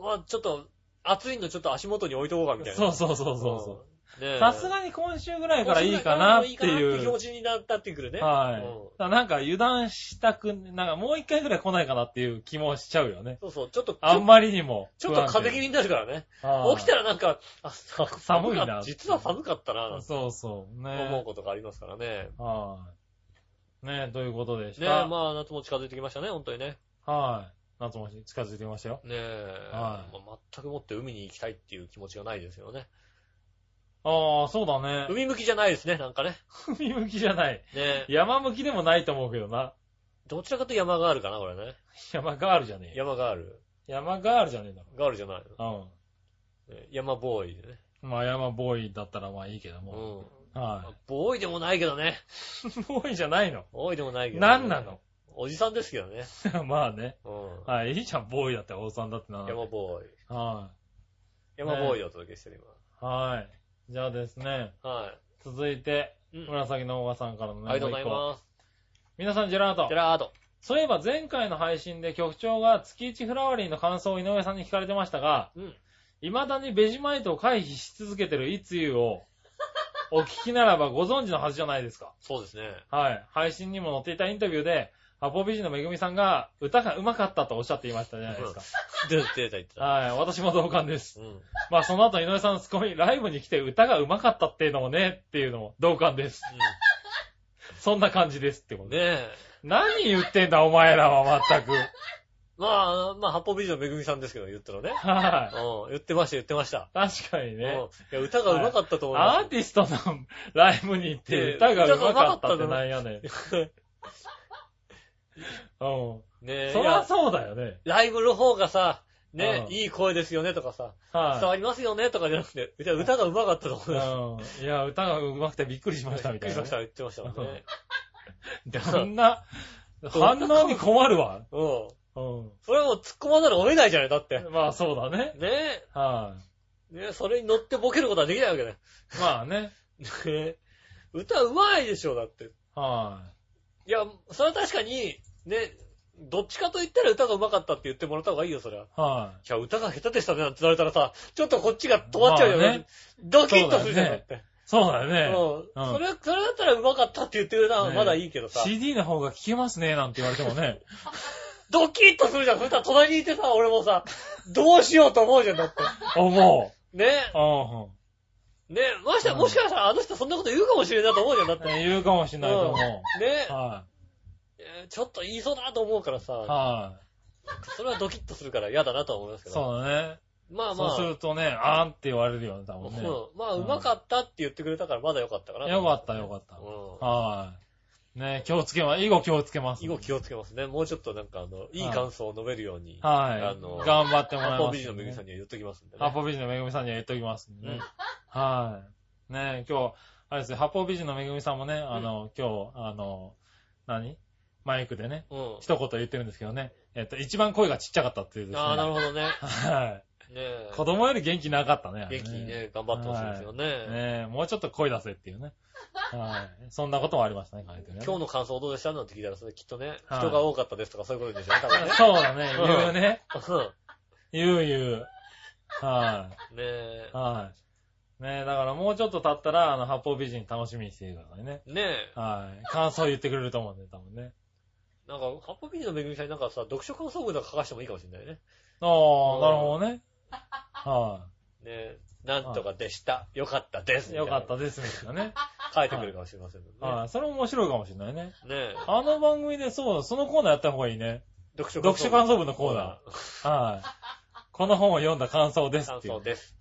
B: ん。。まあちょっと、暑いのちょっと足元に置いとこうか、みたいな。。
C: そうそうそうそう
B: ね
C: う。
B: え
C: さすがに今週ぐらいからいいかなって
B: いいかなって
C: い
B: 気持
C: う。
B: ちになったってくるね。
C: はい。だ
B: うん
C: からなんか油断したく、なんかもう一回ぐらい来ないかなっていう気もしちゃうよね。
B: そうそう、ちょっと、
C: あんまりにも。
B: ちょっと風邪気味になるからね。起きた
C: ら
B: らなんか、あ
C: 寒いな
B: 実は寒かったな、なんて
C: そうそう。
B: 思う
C: ね
B: ことがありますからね。
C: はい。ねえ、ということでし
B: ねえ、
C: た。
B: まあ、夏も近づいてきましたね、本当にね。
C: はい。夏も近づいてきましたよ。
B: ねえ、
C: はい
B: まあ全くもって海に行きたいっていう気持ちがないですよね。
C: ああ、そうだね。
B: 海向きじゃないですね、なんかね。
C: 海向きじゃない。
B: ねえ、
C: 山向きでもないと思うけどな。
B: どちらかというと山ガールかな、これね。
C: 山ガールじゃねえよ。
B: 山ガール。
C: 山ガールじゃねえだ
B: ガールじゃない
C: ろ。
B: の。ね山ボーイでね。
C: うん。まあ山ボーイだったらまあいいけど
B: う
C: も。
B: ん。
C: は
B: ボーイでもないけどね。
C: い。ボーイじゃないの。
B: ボーイでもないけど、ね。
C: 何なの
B: おじさんですけどね。
C: まあね。
B: う。。
C: はい。いいじゃん、ボーイだって、王さんだってなん
B: 山ボーイ。
C: は
B: 山ボーイでお届けしてる
C: い。はい。じゃあですね、
B: 今。はい。
C: 続いて、
B: うん
C: 紫のおばさんからのね、
B: ありがとうござい
C: もう一個
B: ます。
C: 皆さん、ジェラート
B: ジェ。ラード。
C: そういえば前回の配信で局長が月一フラワリーの感想を井上さんに聞かれてましたが、
B: うん。
C: 未だにベジマイトを回避し続けてるいつゆを、お聞きならばご存知のはずじゃないですか。
B: そうですね。
C: はい。配信にも載っていたインタビューで、アポ美人のめぐみさんが歌が上手かったとおっしゃっていましたじゃないですか。
B: 出た出た言ってた。
C: はい。私も同感です。
B: うん。
C: まあその後井上さんのツッコミ、ライブに来て歌が上手かったっていうのもね、っていうのも同感です。そんな感じですってこ
B: うん
C: と
B: ね
C: で。
B: え。
C: 何言ってんだお前らは全く。
B: まあ、まあ、八方美人のめぐみさんですけど、言ったのね。
C: はい。
B: うん。言ってました、言ってました。
C: 確かに
B: うん。い
C: ね。
B: や、歌が上手かったと思い
C: アー
B: ま
C: ティストのライブに行って歌が上手かったってなんやねん。 うん。
B: す。ねえ。
C: そ
B: い
C: りゃ
B: や
C: そうだよね。
B: ライブの方がさ、ね
C: う、ん
B: いい声ですよねとかさ、伝
C: は
B: わ
C: い。
B: りますよねとかじゃなくて、いや歌が上手かったと思います。
C: うん。いや、歌が上手くてびっくりしました
B: び
C: み
B: っくり
C: たい
B: し
C: な
B: ました、言ってましたもんね。
C: ね。そんな、反応に困るわ。
B: うん。
C: うん。
B: それはもう突っ込まざるを得ないじゃない、だって。
C: まあそうだね。
B: ねえ。
C: は
B: ねそれに乗ってボケることはできないわけだよ。
C: い。まあね。
B: ね歌うまいでしょ、だって。
C: はい
B: や、それは確かに、ね、どっちかと言ったら歌がうまかったって言ってもらった方がいいよ、そりゃ。い
C: い。はい。
B: や、歌が下手でしたね、なんて言われたらさ、ちょっとこっちが止まっちゃうよ
C: まあ
B: ね
C: ね。
B: ドキッとするじゃん、
C: そうだよね
B: だって。
C: そうだよ
B: うん
C: ね。うん
B: それは、それだったらうまかったって言ってるな、
C: ね
B: まだいいけどさ。
C: CD の方が聴けますね、なんて言われてもね。
B: ドキッとするじゃん、そしたら隣にいてさ、俺もさ、どうしようと思うじゃん、だって。
C: 思
B: ね。
C: う。うん。
B: ね。ましてや、もしかしたらあの人そんなこと言うかもしれないなと思うじゃん、だって。ね。
C: 言うかもしんないと思う。は
B: えーちょっと言いそうだなと思うから
C: い。
B: さ、
C: は
B: それはドキッとするから嫌だなとは思います
C: い。
B: けど。
C: そうだね。
B: まあま
C: そう
B: あ
C: す、るとね、あーんって言われるよね、多分ね。よ
B: うんまあ、うまかったって言ってくれたからまだよかったかな。
C: かった、よかった。
B: う
C: はい。ね、気をつけます。以後気をつけます。
B: ん。以後気をつけますね。もうちょっとなんか、あの、いい感想を述べるように、あの
C: はい。頑張ってもら
B: ア
C: い
B: ポ
C: ます
B: ビジ
C: ね。
B: のめぐみさんには言っときますんで
C: 八
B: ね。
C: 方美人のめぐみさんには言っときますんで
B: うん
C: ね。はい。ね今日、あれですよ、八方美人のめぐみさんもね、あの、今日、あの、何マイクでね、
B: うん。
C: 一言言ってるんですけどね、えっと、一番声がちっちゃかったっていうですね。
B: ああ、なるほどね。ね
C: はい。
B: え。
C: 子供より元気なかったね。あれ
B: 元気にね、頑張ってほしいですよ
C: はい
B: ね。
C: ねえ、もうちょっと声出せっていうね。はい。そんなこともありましたね、書いてね。
B: 今日の感想どうでしたなんて聞いたら、それきっとね、
C: はい。
B: 人が多かったですとかそういうことでしょうね、多分ね
C: そうだね、
B: うん
C: 言うね。
B: うん
C: 言う言う。は
B: ねえ
C: い。。はい。ねえ、だからもうちょっと経ったら、あの、八方美人楽しみにしていてくださいね。
B: ねえ。
C: はい。感想言ってくれると思うんで、多分ね。
B: なんか、ハッポビーのめぐみさんになんかさ、読書感想文とか書かしてもいいかもしれないね。
C: ああ、なるほどね。は
B: ねえ。なんとかでした。よかったです。
C: い。よかった。です、みたいなね。
B: 書いてくれるかもしれませんけどね。
C: はい。それも面白いかもしれないね。
B: ねえ。
C: あの番組で、そう、そのコーナーやった方がいいね。
B: 読書
C: 読書感想文のコー
B: ー
C: ナー。はい。この本を読んだ感想です
B: 感
C: っていう
B: 想。です。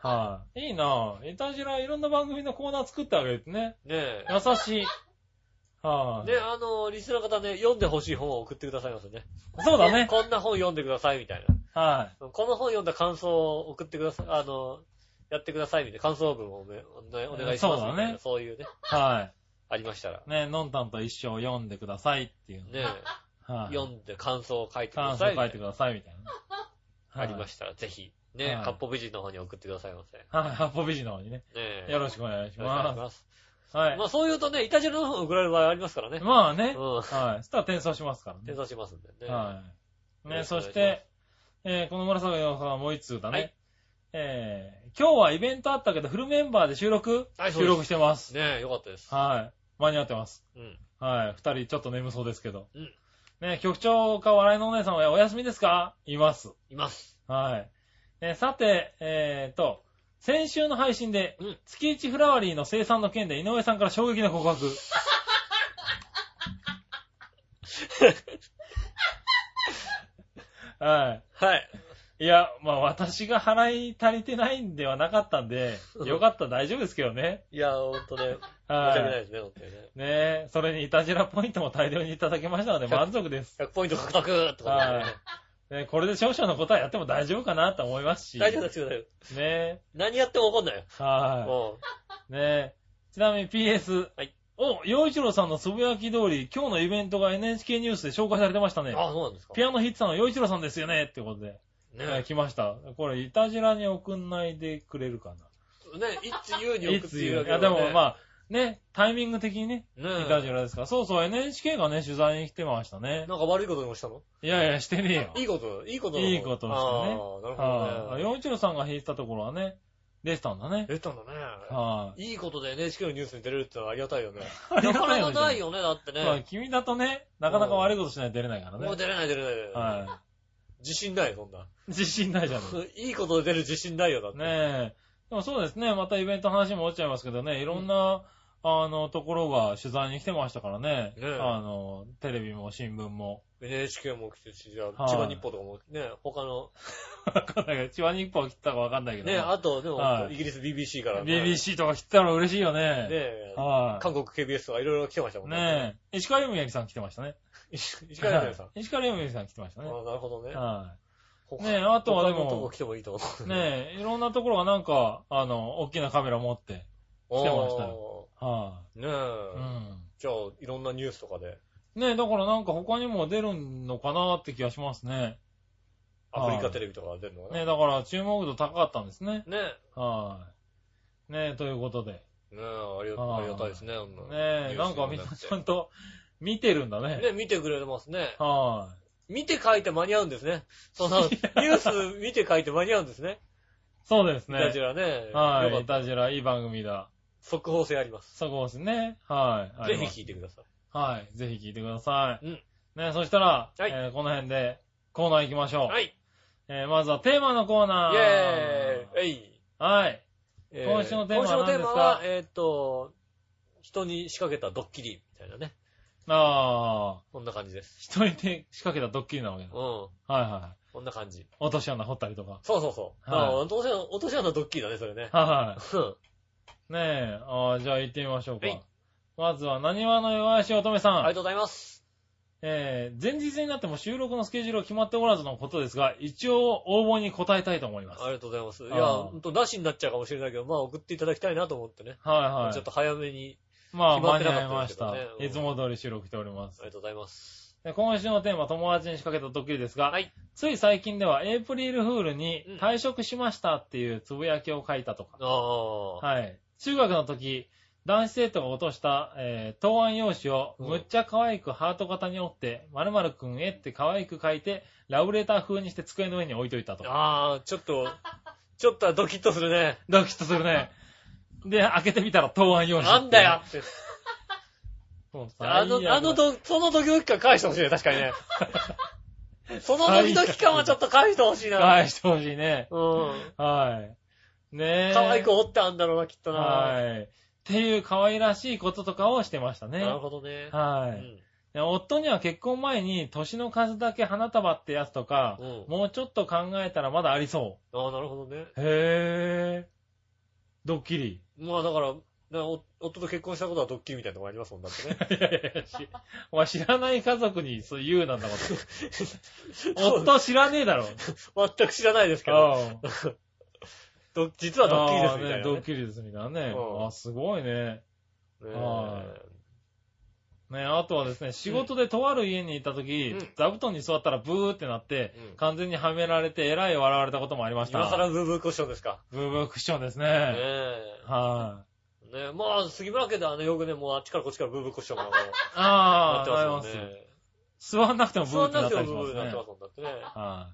C: はい。いいなぁ。いたじらいろんな番組のコーナー作ってあげるとね。
B: ねえ。
C: 優しい。はい。
B: ね、あの、リスナーの方ね、読んでほしい本を送ってくださいますね。
C: そうだね。
B: こんな本読んでください、みたい
C: は
B: な。この本読んだ感想を送ってください、あの、やってください、みたいな感想文をねお願いお願いしますみたいな。
C: そうだね
B: そういうね、
C: い。は
B: ありましたら。
C: い。ね、のんたんと一緒を読んでくださいっていう。
B: ねえ、
C: はい。
B: 読んで感想を書いてくだ
C: 感
B: さい
C: 想
B: みた
C: 書
B: い
C: い
B: な
C: てくださいみたいな。
B: ありま
C: し
B: したら、ぜひ、ね、
C: はい
B: 八方美人の方に送ってくださいませ。ね
C: た。はい。八方美人の方にね。
B: え。
C: よろしくお願いし
B: よろくお願い
C: ま
B: し
C: す。
B: ます。
C: はい
B: ま。あそう言うとね、イタジェラの本送られる場合ありますからね。
C: まあね。
B: うん
C: はい。そしたら転送しますから
B: 転
C: ね。
B: 送しますんでね。
C: はい。
B: よ
C: ね、
B: ろしくお願
C: そ
B: いします
C: して、えーこの紫のさんはもう一通だ
B: はい
C: ね。えー今日はイベントあったけど、フルメンバーで収録
B: はいそうです
C: 収録してます。
B: ねえ、よかったです。
C: はい。間に合ってます。
B: うん。
C: はい。二人ちょっと眠そうですけど。
B: うん
C: ね、局長か笑いのお姉さんはお休みですかいます。
B: います。
C: はい。えーさて、えーと、先週の配信で、
B: うん
C: 月一フラワリーの生産の件で井上さんから衝撃の告 白。は
B: はい。
C: い。いや、まあ私が払い足りてないんではなかったんで、よかったら大丈夫ですけどね。
B: いや、ほんとね、申し訳ない
C: は
B: ですね、ほんとにね。
C: い。ねえ、それにいたじらポイントも大量にいただけましたので満足です。
B: 100ポイント獲得ってことで
C: はいね、これで少々の答えやっても大丈夫かなと思いますし。
B: ね。大丈夫ですよ、大丈夫。
C: ねえ。
B: 何やっても怒んないよ。
C: はい。
B: も
C: ねえ。ちなみに PS。
B: はい。
C: お、洋一郎さんのつぶやき通り、今日のイベントが NHK ニュースで紹介されてました
B: う。
C: ね。
B: あ、そうなんですか。
C: ピアノ弾いてたの洋一郎さんですよねってことで、えー
B: ね
C: 来ました。これ、いたじらに送んないでくれるか
B: え。ねえ、いつ言う
C: な。
B: に
C: い
B: 送っ
C: つ
B: てい
C: 言う
B: わ
C: い
B: けだ
C: や、
B: か
C: で
B: らね
C: もまあ、ね、タイミング的にね、いたじ
B: ね
C: らですから。そうそう、NHK がね、取材に来てました
B: え。
C: ね。
B: なんか悪いことでもしたの
C: いやいや、してねえよ。
B: いいこと、いいことなの
C: いいことですよね
B: ああ、なるほ
C: は
B: ど
C: い。
B: ね。
C: 洋一郎さんが弾いてたところはね、出てたんだね。
B: 出たんだね。
C: はい。
B: いいことで NHK のニュースに出れるってのはありがたいよね。
C: あり
B: な
C: が
B: か
C: た
B: な
C: いよ
B: か
C: ね
B: ないよね、だって
C: まあ
B: ね。
C: 君だとね、なかなか悪いことしないと出れないからね。
B: もう出れない出れない出れない。
C: は
B: 自信ない、そんな。
C: い。自信ないじ ゃん。
B: いいことで出る自信ないよ、だって。
C: ねえ。でもそうですね、またイベントの話も落ちちゃいますけどね、いろんな、あの、ところが取材に来てましたからね。
B: ねえ
C: あの、テレビも新聞も。
B: NHK も来てるし、じゃあ、
C: はい
B: 千葉日報とかもね、他の、
C: わかんないけど、千葉日報切ったかわかんないけど。
B: ね、あと、でも
C: は、い
B: イギリス BBC からね。
C: BBC とか切ったら嬉しいよ
B: ね
C: ね。
B: え、
C: はい、
B: 韓国 KBS とかいろいろ来てましたもん
C: ねえ。石川由美やきさん来てましたね。
B: 石石川由さん。あ
C: はい石川由美さん来てました
B: あ
C: ね。
B: ー、なるほどね。
C: は
B: 他
C: い。ねえ、あとはで
B: 他のとこ
C: も、
B: 来てもいいと思う。
C: ねえ、いろんなところがなんか、あの、大きなカメラ持って。来てましたは
B: ねえ、
C: い、うん。
B: じゃあ、いろんなニュースとかで、
C: ねえ、だからなんか他にも出るのかなって気がしますね。
B: アフリカテレビとか出るのかな。
C: ねえ、だから注目度高かったんですね。
B: ね
C: はい。ねえ、ということで。
B: え。ねえ、あり
C: あ
B: が
C: あ
B: ありがたいですね。ね
C: ねえ、なんかみんなちゃんと見てるんだね。
B: ね、見てくれてますね。
C: は
B: 見て書いて間に合うんですね。その、ニュース見て書いて間に合うんですね。
C: い。そうです
B: ね。
C: ね
B: ジ。ラね。
C: は
B: よ
C: い。
B: か
C: い
B: った
C: じら、いい番組だ。
B: 速報性あります。
C: そこですね。はい。
B: ぜひ聞いてください。
C: はい。ぜひ聞いてください。
B: うん
C: ね、そしたら、
B: はい
C: えーこの辺でコーナー行きましょう。
B: はい。
C: えーまずはテーマのコ
B: イ
C: ー
B: ェ
C: ナー。
B: ーイ。えい。
C: はい。
B: えー
C: 今週のテーマは
B: 今週のテーマ
C: 何
B: は、
C: で
B: えーっと、人に仕掛けたドッキリみたいなね。
C: ああ、
B: こんな感じです。
C: 一人で仕掛けたドッキリなわけだ
B: う。ん。
C: はいは
B: こんな感じ
C: い。。落とし穴掘ったりとか。
B: そうそうそう。
C: はい
B: ああ落とし穴、落とし穴ドッキリだね、それね。
C: は
B: うん
C: い。ねえ、あーじゃあ行ってみましょうか
B: はい。
C: まずは、何話の弱いし乙女さん。
B: ありがとうございます。
C: えー前日になっても収録のスケジュールは決まっておらずのことですが、一応応募に答えたいと思います。
B: あ
C: は
B: り
C: い
B: がとうございます。い
C: あ
B: や、
C: あ
B: ほんと、なしになっちゃうかもしれないけど、まあ、送っていただきたいなと思ってね。
C: は
B: ちょっ
C: い。
B: と早めに。
C: まあ、
B: 決ま
C: 間
B: って
C: に
B: な
C: 合
B: か
C: い
B: ったで
C: ますし
B: けど
C: た
B: ね。うん
C: いつも通り収録しております
B: あり。がとうございます。
C: で今週のテーマ、友達に仕掛けたドッキリですが、
B: はい
C: つい最近では、エイプリルフールに
B: うん
C: 退職しましたっていうつぶやきを書いたとか、
B: ああ。
C: はい。中学の時、男子生徒が落とした、えー答案用紙を、
B: うん
C: むっちゃ可愛くハート型に折って、〇〇くんへって可愛く書いて、ラブレター風にして机の上に置いといたとか。
B: ああ、ちょっと、ちょっとはドキッとする ね。
C: ドキッとす るね。で、開けてみたら答案用紙。
B: なんだよって。
C: そう最
B: あ
C: 悪だ
B: の、あのど、そのドキドキ感返してほしいね、確かに ね。そのドキドキ感はちょっと返してほしいな。
C: 返してほしいね。
B: うん。
C: はい。ねえ。
B: 可愛く折ってあんだろうな、きっとな。
C: はい。っていう可愛らしいこととかをしてましたね。
B: なるほどね。
C: は
B: う
C: い、
B: ん
C: で夫には結婚前に年の数だけ花束ってやつとか、
B: うん
C: もうちょっと考えたらまだありそ
B: ああ、なるほどね。
C: う。へぇー。ドッキリ。
B: まあだから、なお夫と結婚したことはドッキリみたいなとこありますもんだってね。
C: いやいやいやしお前知らない家族にそう言うなんだこ
B: そ
C: と。
B: う
C: 夫知らねえ だろ。
B: 全く知らないですけど。ど実はドッキリですみたいな、
C: あー
B: ね。
C: ドッキリですみたいなね。
B: うん
C: あ、すごいね。
B: ねえ
C: はね、あとはですね、仕事でとある家にいたとき、
B: うん
C: 座布団に座ったらブーってなって、
B: うん
C: 完全にはめられて、えらい笑われたこともありました。
B: 今更ブーブークッションですか。
C: ブーブークッションですね。
B: ねえ。
C: はい、
B: ねえ、まあ、杉村家ではね、よくね、もうあっちからこっちからブーブーコッションがもう、な
C: あ
B: って
C: あ、ありま
B: ますすもんね。
C: す。座んなくてもブ
B: そ
C: ー
B: う
C: って
B: な
C: なっ
B: んで
C: た
B: す
C: り
B: よ、
C: し
B: ブーブー
C: ますね。
B: なってま
C: は
B: すもんだってね。
C: い、
B: ね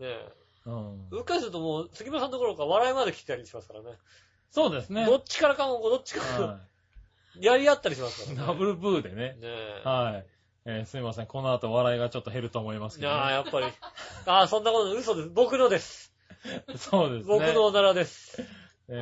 B: え。
C: うん。
B: うっかりするともう、杉村さんのところから笑いまで来たりしますからね。
C: そうですね。
B: どっちからかも、どっちか、
C: は
B: やり合ったりします
C: い
B: から
C: ダ
B: ね。
C: ブルブーでね。
B: ねえ。
C: はい、えーすいません。この後笑いがちょっと減ると思いますけ
B: い
C: ど、
B: やあ、
C: ね。
B: やっぱり。ああ、そんなこと、嘘です。僕のです。
C: そうですね。
B: 僕のおならです。
C: えー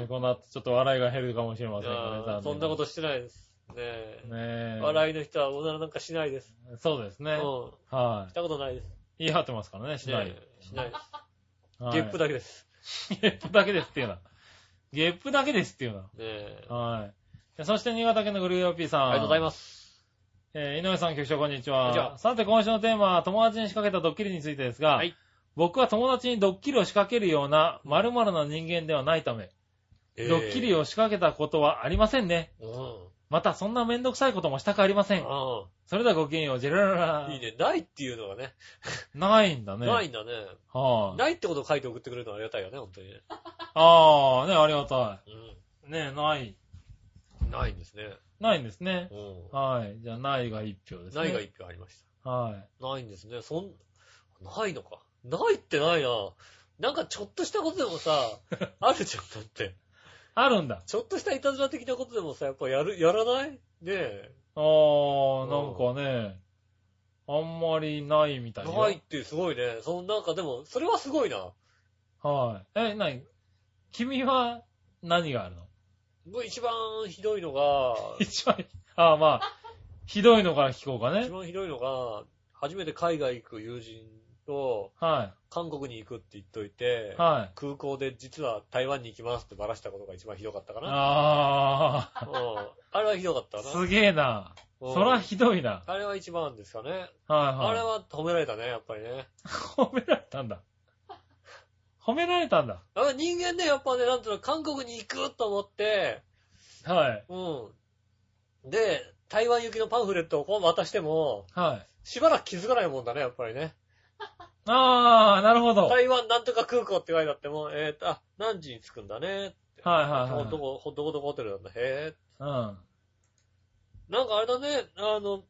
C: この後ちょっと笑いが減るかもしれませんがね
B: ああ。そんなことしてないです。ね
C: と
B: え。
C: ねえ。
B: 笑いの人はおならなんかしないです。
C: そうですね。
B: う
C: は
B: ん
C: い、。
B: したことないです。ね
C: 言い張ってますからね、し
B: え
C: ない。
B: しないです。
C: はい
B: ゲップだけです。
C: ゲップだけですっていうな。ゲップだけですっていうな。
B: ねえ。
C: はい。そして新潟県のグルーヨーピーさん。
B: ありがとうござい
C: す。
B: ます。
C: えー井上さん局長こんにち
B: こんにち
C: は
B: は。
C: さて今週のテーマは友達に仕掛けたドッキリについてですが、
B: はい
C: 僕は友達にドッキリを仕掛けるような〇〇な人間ではないため、ドッキリ
B: を。
C: を仕掛けたことはありませんね。
B: うん。
C: またそんなめんどくさいこともしたくありません。
B: う
C: それではごきげんよう、ジェラララ
B: ん。いいね。ないっていうのがね。
C: ないんだね。
B: ないんだね。
C: はい、
B: ないってことを書いて送ってくれるのはありがたいよね、本当にね。
C: ああ、ね、ありがた
B: う
C: い。ね、ない。
B: ん。ないんですね。
C: ないんですね。
B: う
C: はい。じゃあ、ないが一票で
B: ん。
C: すね。
B: ないが一票ありまし
C: はい。
B: た。ないんですね。そん、ないのか。ないってないな。なんかちょっとしたことでも さ、あるじゃん、だって。
C: あるんだ。
B: ちょっとしたいたずら的なことでもさ、やっぱやる、やらないねえ。
C: あー、なんかね、あんまりないみたいよ
B: ないっ。てすごいね。そのなんかでも、それはすごいな。
C: はい。え、なに君は何がある の
B: もう一番ひどいの が、
C: 一番、あーまあ、ひどいのから聞こうか
B: 一
C: ね。
B: 番ひどいのが、初めて海外行く友人と、
C: は
B: 韓国に行くって言っといて
C: い。、はい。
B: 空港で実は台湾に行きますってバラしたことが一番ひどかったかな。
C: あ
B: うんあれはひどかった
C: ー、
B: な。
C: すげえな。
B: うん
C: そらひどいな。
B: あれは一番ですかね。あ
C: はい
B: れ
C: はい。
B: は褒められたね、やっぱりね。
C: 褒められたんだ。褒められたんだ。
B: あ人間ね、やっぱね、なんていうの、韓国に行くと思って、
C: はい。
B: うん。で、台湾行きのパンフレットをこう渡しても、
C: はい。
B: しばらく気づかないもんだね、やっぱりね。
C: あー、なるほど。
B: 台湾なんとか空港って書いてあっても、えーと、あ、何時に着くんだねっって。
C: はいはいはい
B: ほんとこ、ほんとこどこホテルなんだ。へ
C: うん。
B: え。なんかあれだね、あの、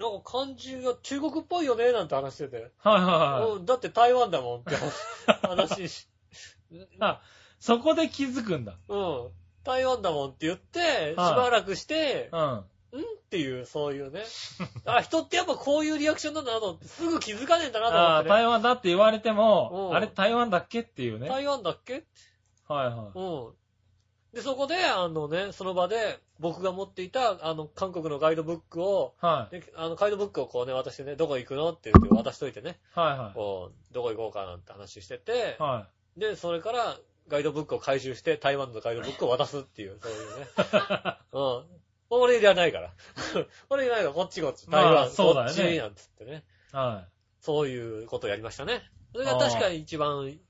B: なんか漢字が中国っぽいよね、なんて話してて。
C: はいはいはい。
B: うんだって台湾だもんって話し、
C: あ、そこで気づくんだ。
B: うん。台湾だもんって言って、し
C: はい
B: ばらくして、
C: うん。
B: んっていう、そういうね。 あ、人ってやっぱこういうリアクションなんだなと思って、すぐ気づかねえんだなと思っ
C: ああ、
B: て、ね。
C: 台湾だって言われても
B: う、ん
C: あれ台湾だっけっていうね。はい
B: 台湾だっけ
C: はい。
B: うん。で、そこで、あのね、その場で、僕が持っていた、あの、韓国のガイドブックを、
C: はい。
B: であの、ガイドブックをこうね、渡してね、どこ行くのって言って渡しといてね、
C: はいは
B: こう、どこ行こうかなんて話してて
C: い。、は
B: で、それから、ガイドブックを回収して、台湾のガイドブックを渡すっていう、そういう ね。うん。俺いらないから。 俺いらないから、こっちこっち、台湾、
C: まあそうだよね
B: こっちなんつってね。
C: い。は
B: そういうことをやりましたね。それが確か一番、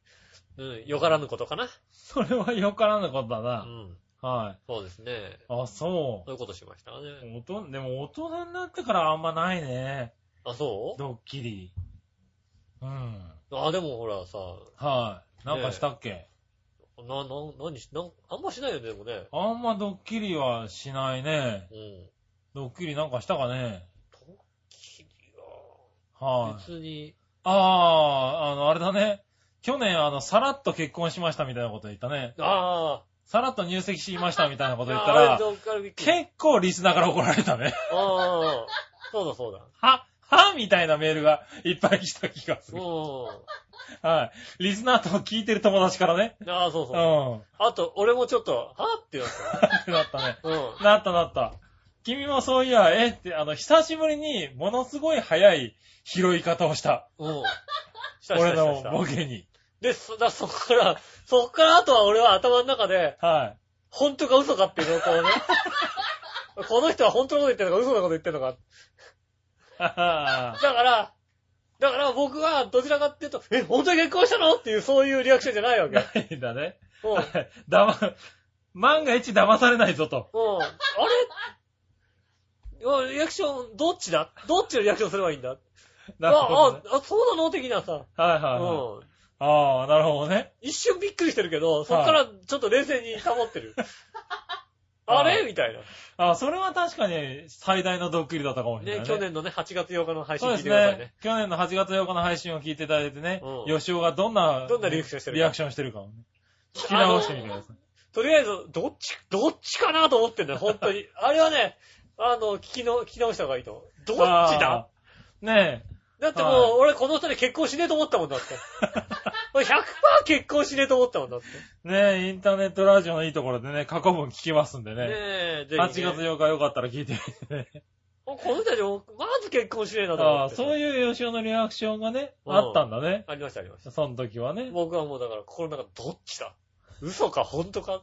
B: うん、よからぬことかな。
C: い。それはよからぬことだ
B: う
C: な。
B: ん。
C: はい。
B: そうですね。
C: あ、そ
B: そういうことしました
C: う。
B: ね。
C: 大人、でも大人になってからあんまないね。
B: あ、そ
C: ドッキリ。うん。
B: うあ、でもほらさ、
C: はい。なんかしたっけ、
B: な、な、何し、なん、あんましないよね、でもね。
C: あんまドッキリはしないね。
B: うん。
C: ドッキリなんかしたかね
B: ドッキリは
C: は、い。
B: 別に、
C: ああ、あの、あれだね。去年、あの、さらっと結婚しましたみたいなこと言ったね。
B: あ
C: さらっと入籍しましたみたいなこ
B: あ、
C: と言った
B: あれ
C: ら、
B: ドッカルビッキー
C: 結構リスナーから怒られたね。
B: ああ、そうだそうだ。
C: は、はみたいなメールがいっぱい来た気がす
B: う
C: る。
B: ん。
C: はい。リスナーと聞いてる友達からね。
B: ああ、そう
C: う
B: そう。
C: ん。
B: あと、俺もちょっと、はってなった。
C: なったね。
B: うん。
C: なったなった。君もそういや、えって、あの、久しぶりにものすごい早い拾い方をした。
B: うん。したした
C: 俺
B: したし
C: の
B: た
C: ボケに。
B: で、そ、だそっから、そっからあとは俺は頭の中で、
C: は
B: 本当か嘘かっていうのをこうね。この人は本当のこと言ってるのか嘘のこと言ってるのか。
C: い。はは
B: だから、だから僕はどちらかっていうと、え、本当に結婚したのっていうそういうリアクションじゃないわけ。
C: ないんだね。
B: うん。うん。あれ
C: だま、万が一騙されないぞと。
B: うんリアクション、どっちだどっちのリアクションすればいいんだ、
C: なるほど、ね。
B: ああ、あ、そうなの的なさ。
C: はいうはい、はい。
B: ん。
C: ああ、なるほどね。
B: 一瞬びっくりしてるけど、そっからちょっと冷静に保ってる。あ
C: は
B: れ
C: い
B: みたいな。
C: ああ、それは確かに最大のドッキリだったかもし
B: ね
C: れな、い、ね。
B: 去年のね、8月8日の配信
C: そう
B: 聞
C: で
B: いてく
C: す
B: ださいね
C: ね。。去年の8月8日の配信を聞いていただいてね、
B: うん
C: 吉尾がどんな、
B: どんなリアクションしてるか
C: リアクションしてるかをね。聞き直してみてください。
B: とりあえず、どっち、どっちかなと思ってんだ よ、本当に。あれはね、あの、聞きの、聞き直した方がいいと思う。どっちだ
C: あーね
B: だってもう、
C: はい
B: 俺この人に結婚しねえと思ったもんだっ て。俺100%結婚しねえと思ったもんだって。ね
C: え、ねえ、インターネットラジオのいいところでね、過去分聞きますんでね。
B: え、ぜ
C: 8
B: ひ
C: 月
B: ね、
C: 8日よかったら聞いてみてね。
B: もうこの人たちも、まず結婚しねえなと
C: あ
B: 思
C: あ、
B: って。
C: そう
B: う。
C: いう吉尾のリアクションがね、
B: うん
C: あったんだね。
B: ありました、ありました。
C: その時はね。
B: 僕はもうだから、心の中、どっちだ嘘か、本当か。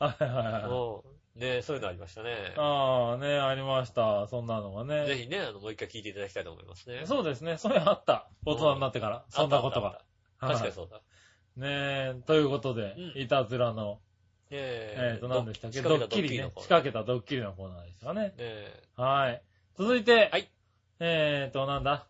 C: はいはいはいはい。
B: うん。ねえ、そういうのありましたね。
C: ああ、ね、ありました。そんなのが
B: ぜ
C: ね。
B: ひね、あの、もう一回聞いていただきたいと思いますね。
C: そうですね。それあった。大人になってから。そんなこと
B: あったあったあった
C: が。はい
B: 確かにそうだ。ね
C: ねえ、ということで
B: う、ん
C: いたずらの、え
B: え
C: っと、何でしたっけ
B: 仕
C: ド
B: 掛け
C: ッ
B: たド
C: キ
B: ッキ
C: リ
B: リの
C: ね。
B: コ
C: 仕
B: ーナー
C: 掛けたドッキリのコーナーでしたかね
B: ね。え
C: はい。続いて、
B: はい。
C: えっと、なんだ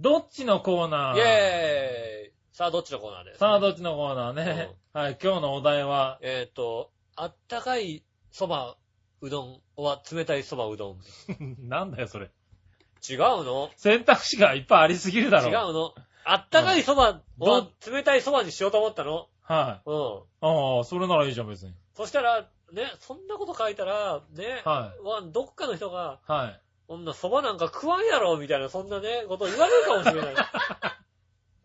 C: どっちのコーナ
B: イ
C: ー
B: ェーイさあ、どっちのコーナーです
C: さあ、どっちのコーナーね。はい、今日のお 題は、
B: えっ、と、あったかい蕎麦、うどんは冷たい蕎麦、うどん。
C: なんだよ、それ。
B: 違うの
C: 選択肢がいっぱいありすぎるだ
B: 違
C: ろ。
B: う。のあったかい蕎麦
C: うんど
B: を冷たい蕎麦にしようと思ったの
C: はい。
B: うん。
C: ああ、それならいいじゃん、別に。
B: そしたら、ね、そんなこと書いたら、ね、
C: はい
B: わどっかの人が、
C: はい。
B: こんな蕎麦なんか食わんやろ、みたいな、そんなね、こと言われるかもしれ ない。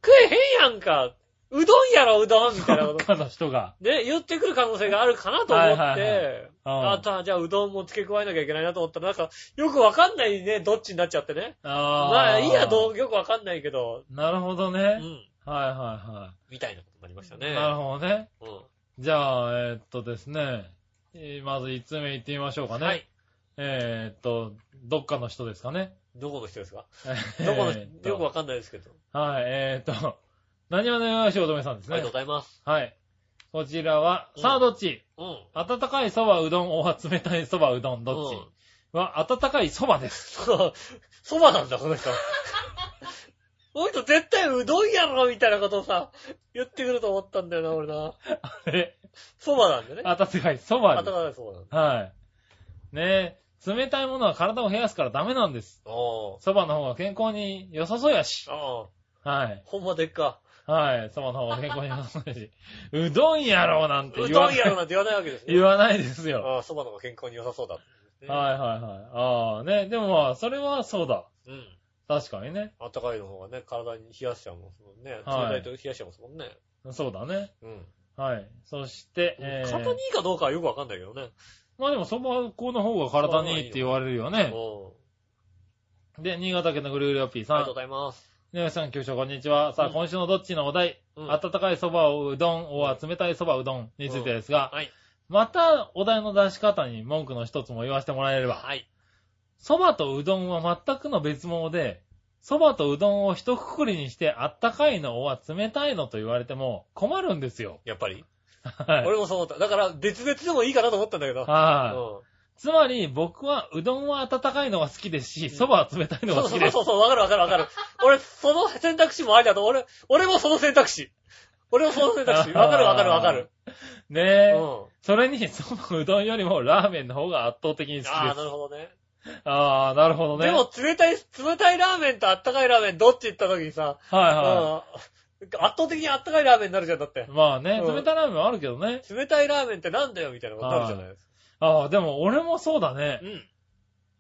B: 食えへんやんかうどんやろ、うどんみたいな
C: ど
B: こ
C: っ
B: と。
C: かの人が。
B: ね、言ってくる可能性があるかなと思
C: はい
B: っ
C: はいは
B: て、
C: うん
B: あた、じゃあうどんも付け加えなきゃいけないなと思ったら、なんか、よくわかんないね、どっちになっちゃってね。
C: ああ。
B: まあ、いいや、どう、よくわかんないけど、
C: なるほどね。
B: う
C: は
B: ん、
C: いはいは
B: みたいなことになりました
C: い。
B: ね。
C: なるほどね。
B: ほ
C: じゃあ、えーっとですね。えーまず1つ目行ってみましょうか
B: ど
C: ね。
B: はい。
C: えーっと、どっかの人ですかね。
B: どこの人ですか どこの人
C: えーっ、と
B: よくわかんないですけど。
C: はい、えーっと、何わのよしおとめさんです
B: ありがと
C: ね
B: う。ございます。
C: はい。こちらは、
B: うん
C: さあどっち
B: うん。
C: 温かいそばうどん、おは冷たいそばうどん、どっち、
B: うん
C: は、温かいそばです。
B: そう、そばなんだ、この人。この人絶対うどんやろみたいなことをさ、言ってくると思ったんだよな、俺な。
C: え、
B: そばなんでね。
C: あ、確かに、そばに。
B: 頭がそうなんだ。
C: はい。ねえ、冷たいものは体を冷やすからダメなんです。
B: あ
C: そばの方が健康に良さそうやし
B: あ。。ああ。
C: はい。
B: ほんまでっか。
C: はい。そばの方が健康に良さそう やし。うどんやろうなんて
B: う
C: 言
B: ど
C: わなんい。
B: やろなんて言わないわけです
C: 言
B: ね。
C: わないですよ。
B: ああ、そばの方が健康に良さそうだ。ね
C: はいはいはい。ああ、ね。でもまあ、それはそうだ。
B: うん。
C: 確かにね。
B: あったかいの方がね、体に冷やしちゃうもんね。冷
C: はい
B: たいと冷やしちゃうもんね。
C: そうだね。
B: うん。
C: はい。そして、えー、
B: 体にいいかどうかはよくわかんないけどね。
C: まあでも、そば粉の方が体にいいって言われるよ
B: うん。あり
C: ね
B: が。と
C: で、新潟県のぐるぐるよっぴーさ
B: うご
C: ん。
B: ざいます。
C: ねえさん、局長、こんにちは。さ
B: う
C: あ、
B: ん
C: 今週のどっちのお題、
B: うん
C: 温かいそばをうどん、おは冷たいそばうどんについてですが、
B: はい。
C: またお題の出し方に文句の一つも言わせてもらえれば、
B: はい。
C: そばとうどんは全くの別物で、そばとうどんを一括りにして、あったかいの、おは冷たいのと言われても困るんですよ。
B: やっぱり。
C: はい。
B: 俺もそう思った。だから、別々でもいいかなと思ったんだけど。
C: はい。
B: うん。
C: つまり、僕はうどんは温かいのが好きですし、そばは冷たいのが
B: そう
C: 好
B: そ
C: き
B: う
C: です
B: そ。うそう、わかるわかるわかる。俺、その選択肢もありだと、俺、俺もその選択肢。俺もその選択肢。わかるわかるわかる。う
C: ねえ。
B: ん。
C: それに、そばうどんよりもラーメンの方が圧倒的に好き
B: ああ、
C: で
B: な
C: す。
B: るほどね。
C: ああ、なるほどね。
B: でも、冷たい、冷たいラーメンとあったかいラーメン、どっち行った時にさ、
C: は
B: う
C: い
B: ん。
C: は
B: 圧倒的にあったかいラーメンになるじゃん、だって
C: い。。まあね、
B: うん
C: 冷たいラーメンもあるけどね。
B: 冷たいラーメンってなんだよ、みたいなことになるじゃないですか。
C: ああ、でも俺もそうだね
B: う。ん。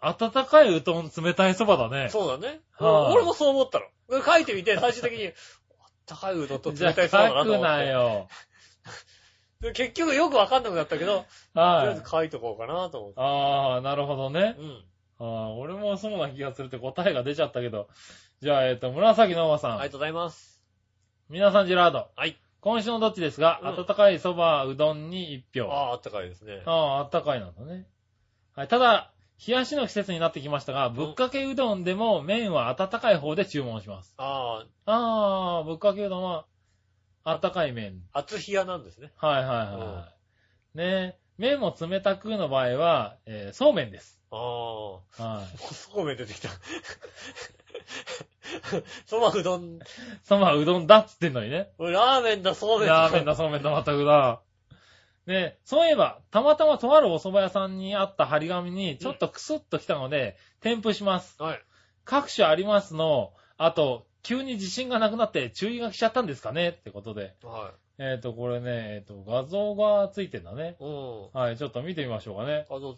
C: 温かいうどん、冷たいそばだね。
B: そうだね。うん
C: はい
B: 俺もそう思ったの。書いてみて、最終的に、あったかいうどんと
C: じ
B: 冷
C: ゃあ、
B: たい
C: 書
B: そうだなと
C: く
B: 思っ
C: な
B: て。
C: よ。
B: で結局よくわかんなくなったけど、とりあえ
C: は
B: ず
C: い。
B: 書いとこうかなと思って。
C: ああ、なるほどね。
B: うん。
C: ああ、俺もそうな気がするって答えが出ちゃったけど。じゃあ、えっと、紫のおば
B: あ
C: さ
B: りがと
C: ん。
B: うございます。
C: 皆さん、ジェラード。
B: はい。
C: 今週のどっちですが、
B: うん
C: 温かいそば、うどんに1票。
B: ああ、あったかいですね。
C: ああ、あったかいなんだね。はい、ただ、冷やしの季節になってきましたが、ぶっかけうどんでも麺は温かい方で注文します。
B: あ
C: ああ、ぶっかけうどんは温かい麺。
B: あ、厚冷やなんですね。
C: はいはいはい。ねえ、麺も冷たくの場合は、えーそうめんです。
B: ああ、も
C: は
B: うそうめん出てきた。 そばうどん、
C: い。 そばうどんだっつってんのにね。
B: 俺ラーメンだ、そうめん
C: ラーメンだ、そうめんだ、まったくだ。ねえ、そういえば、たまたまとあるお蕎麦屋さんにあった張り紙に、ちょっとクスッと来たので、添付します。
B: はい。
C: 各種ありますの、あと、急に自信がなくなって注意が来ちゃったんですかねってことで。
B: はい。
C: えっ、と、これね、えっ、と、画像がついてんだね。
B: うん。
C: はい、ちょっと見てみましょうかね。
B: あの、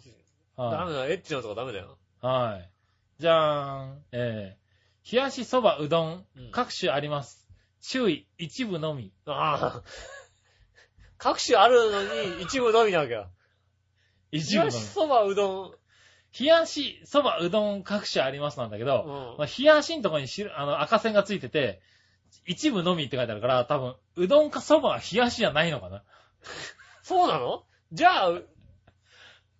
B: ダメ
C: は
B: だ、エッチなとこダメだよ。
C: い。はい。じゃーん。えー、冷やしそばうどん
B: うん、
C: 各種あります。注意、一部のみ。
B: ああ。各種あるのに一部のみなわけだ。
C: 一部
B: 冷や
C: のみ
B: し。そばうど
C: 冷やしそばうどん各種ありますなんだけ
B: ん。う
C: ど、
B: ん
C: ま。あ冷やしんとこにしあの赤線がついてて、一部のみって書いてあるから、多分、うどんかそばは冷やしじゃないのかな。
B: そうなのじゃあ、う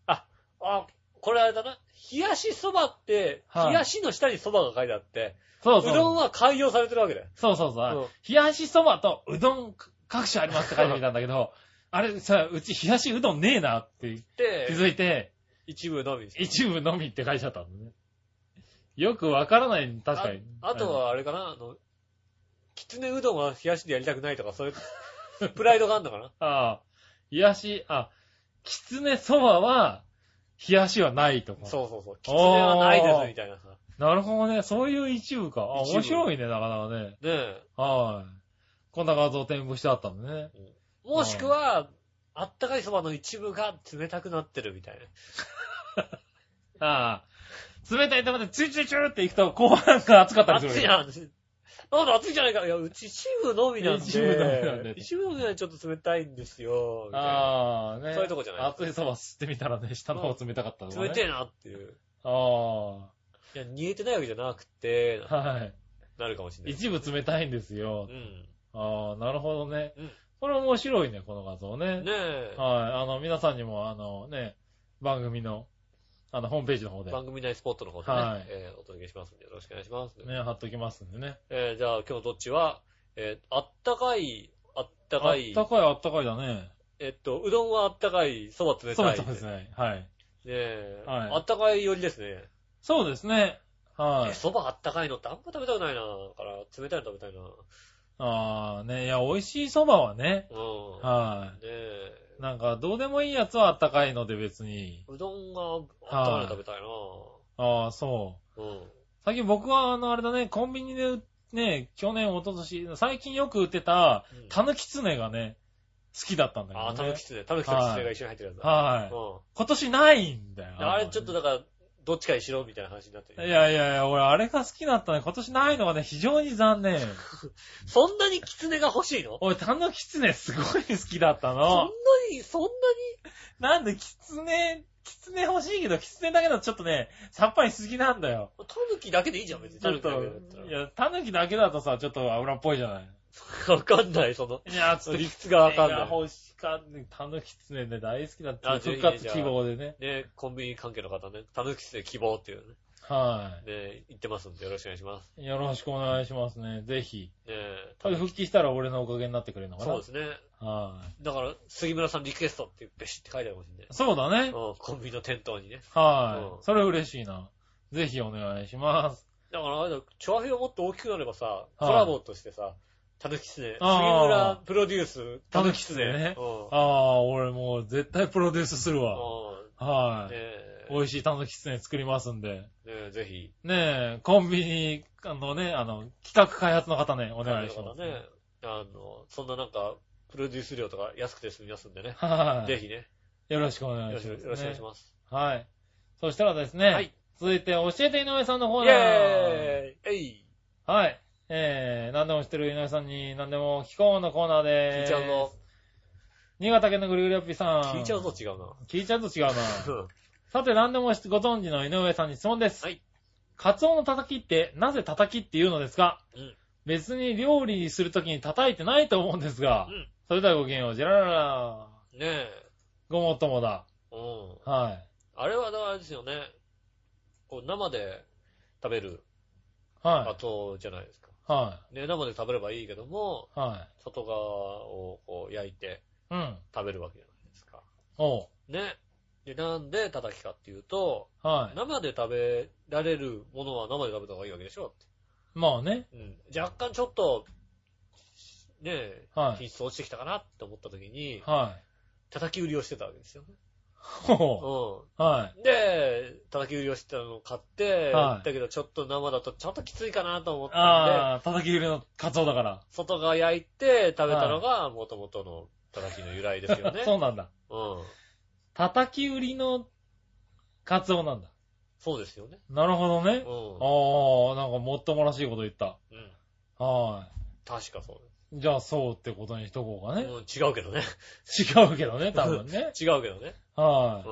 B: あ、あ、これあれだな。冷やしそばって、
C: はい
B: 冷やしの下にそばが書いてあって、
C: そううそう。
B: どんは改良されてるわけだよ。
C: そうそうそう。
B: うん
C: 冷やしそばとうどん各種ありますって書いてみたんだけど、あれさ、うち冷やしうどんねえなって
B: で
C: 気づいて、
B: 一部のみ。
C: 一部のみって書いちゃったんだね。よくわからない、確かに。
B: ああとはあれかな、あの、きつねうどんは冷やしでやりたくないとか、そういう、 プライドがあるのかな
C: あの。ああ、冷やし、あ、きつねそばは、冷やしはないとか。
B: そうそうそう。きつねはないです、みたいなさ。ね
C: なるほどね。そういう一部か。あ、
B: 一部
C: 面白いね、なかなかね。
B: え。
C: はい。こんな画像添付してあったんだね。
B: もしくは、あったかいそばの一部が冷たくなってるみたい
C: ああ。冷たい玉でチューチューチューって行くと、後半が熱かった
B: な。
C: りする。
B: 熱いな。なんだ熱いじゃないか。いや、うち一部のみなんで。
C: 一部のみなんで
B: 一部のみなんでちょっと冷たいんですよ。みたいな
C: ああ、ね。
B: そういうとこじゃない
C: 熱いそば吸ってみたらね、下の方冷たかったのね。
B: 冷てえなっていう。
C: あ
B: いや、煮えてないわけじゃなくて、
C: あ。はい。
B: なるかもしれない。
C: 一部冷たいんですよ
B: う。ん。
C: ああ、なるほどね
B: うん。
C: これ面白いね、この画像ね。
B: ねえ。
C: はい。あの、皆さんにも、あのね、番組の、あの、ホームページの方で、ね、
B: 番組内スポットの方でね、
C: はい
B: えーお届けしますんで、よろしくお願いします。
C: 貼っときますんでね。
B: えーじゃあ今日どっちは、えーあったかい、あった
C: あ
B: か
C: っ
B: い、
C: たかいあったかいだね。
B: えっと、うどんはあったかい、そば冷
C: そう
B: た
C: で
B: い。
C: すそうです
B: ね
C: ね。はい。
B: え、
C: はい
B: あったかい寄りですね。
C: そうですね。は
B: え
C: い。
B: そばあったかいのってあんま食べたくないな。だから、冷たいの食べたいな。
C: ああ、ね、いや、美味しい蕎麦はね。
B: うん。
C: は
B: ねえ。
C: い。なんか、どうでもいいやつはあったかいので別に。
B: うどんがあったかいの食べたいな。
C: ああ、そう。
B: うん。
C: 最近僕は、あの、あれだね、コンビニで、ね、去年、一昨年最近よく売ってた、
B: うん
C: たぬきつねがね、好きだったんだけど、ね。
B: あー、たぬきつね。たぬきときつねが一緒に入ってるやつだ。
C: はい。
B: う
C: 今年ないんだよ。
B: ん。あれちょっとだから、どっちかにしろみたいな話になって
C: い
B: る。
C: やいやいや、俺、あれが好きだったね。今年ないのがね、非常に残念。
B: そんなにキツネが欲しいの
C: 俺、たぬきつねすごい好きだった
B: そんな
C: の。
B: に、そんなに
C: なんで、きつね、きつね欲しいけど、きつねだけだとちょっとね、さっぱりしすぎなんだよ。
B: タヌキだけでいいじゃん、別に。
C: ち
B: タ
C: ょ
B: ヌ
C: っ
B: キだ
C: と
B: けだった、
C: いや、たぬきだけだとさ、ちょっと油っぽいじゃない。
B: ら。わかんない、その。
C: いや、ちょっと、
B: 理屈がわかんない
C: や。欲しかった。たぬきつねで大好きだった。
B: あじゃあ
C: 復活希望でね。
B: ね、コンビニ関係の方ね、タヌキつね希望っていうね、
C: は
B: ね、言ってますんでよろしくお願いします。
C: い。よろしくお願いしますね。ぜひ。
B: ね、
C: 多分復帰したら俺のおかげになってくれるのかな。
B: そうですね。
C: は
B: だから、杉村さんリクエストってベシって書いてあるかもしれない
C: い。。そうだね。
B: うん、コンビニの店頭にね。
C: は
B: う
C: い。
B: ん
C: それ嬉しいな。ぜひお願いします。
B: だからあれだよ、チョアヘヨもっと大きくなればさ、コラボとしてさ、タヌキツネ、杉
C: あー
B: 村プロデュース、タヌキツ
C: タヌ
B: ネ
C: キツネね。
B: うん。うん
C: ああ、俺もう絶対プロデュースするわ。は
B: ね
C: い。
B: え
C: 美味しいタヌキツネ作りますんで。
B: ねえぜひ、
C: ねえ、コンビニ、あのね、あの、企画開発の方ね、お
B: お
C: 願いします。
B: ね、あの、そんななんか、プロデュース料とか安くて済みますんでね。
C: はい。
B: ぜひね、
C: よろしくお
B: よ
C: 願い
B: ろ
C: し
B: しく
C: ま
B: よ
C: す、
B: ろしくお願いします。
C: す。はい。そしたらですね、
B: はい
C: 続いて教えて井上さんの
B: イ
C: コーナー。
B: ェーイえい
C: はい。えー、何でも知ってる井上さんに何でも聞こうのコーナーで
B: 聞
C: ー
B: い
C: す。
B: ちゃうぞ。
C: 新潟県のぐるぐるよっぴさん。
B: 聞いちゃうぞ違うな。
C: 聞いちゃうと違うな。さて、何でもご存知の井上さんに質問です。
B: はい。
C: カツオの叩きって、なぜ叩きって言うのですか
B: うん
C: 別に料理するときに叩いてないと思うんですが、
B: うん
C: それではごきげんよう、ジェラララ。
B: ねえ。
C: ごもっともだ。
B: うん。
C: は
B: あれは、だからあれですよね。こう、生で食べる
C: い。は
B: 後じゃないですか。
C: い。は
B: ね、生で食べればいいけども、
C: い。は
B: 外側をこう焼いて
C: い。うん。
B: 食べるわけじゃないですか。
C: おう。
B: ね。で、なんで叩きかっていうと、
C: はい。
B: 生で食べられるものは生で食べた方がいいわけでしょ
C: まあね。
B: うん。若干ちょっと、ねえ、
C: はい。
B: 品質落ちてきたかなって思った時に、
C: はい。
B: 叩き売りをしてたわけですよね。
C: ほ
B: う
C: う。はい。
B: ん。で、叩き売りをしてたのを買って、
C: はい
B: だけどちょっと生だとちょっときついかなと思ったんで、
C: ああ、叩き売りのカツオだから。
B: 外側焼いて食べたのが元々の叩きの由来ですよね。
C: そうなんだ。
B: うん。
C: 叩き売りのカツオなんだ。
B: そうですよね。
C: なるほどね。
B: う
C: ああ、なんかもっともらしいこと言った。
B: ん。うん。
C: は
B: 確かそう
C: い。じゃあ、そうってことにしとこうか
B: です。
C: ね
B: う。ん、違うけどね。。
C: 違うけどね、多分ね
B: 違うけどね。
C: は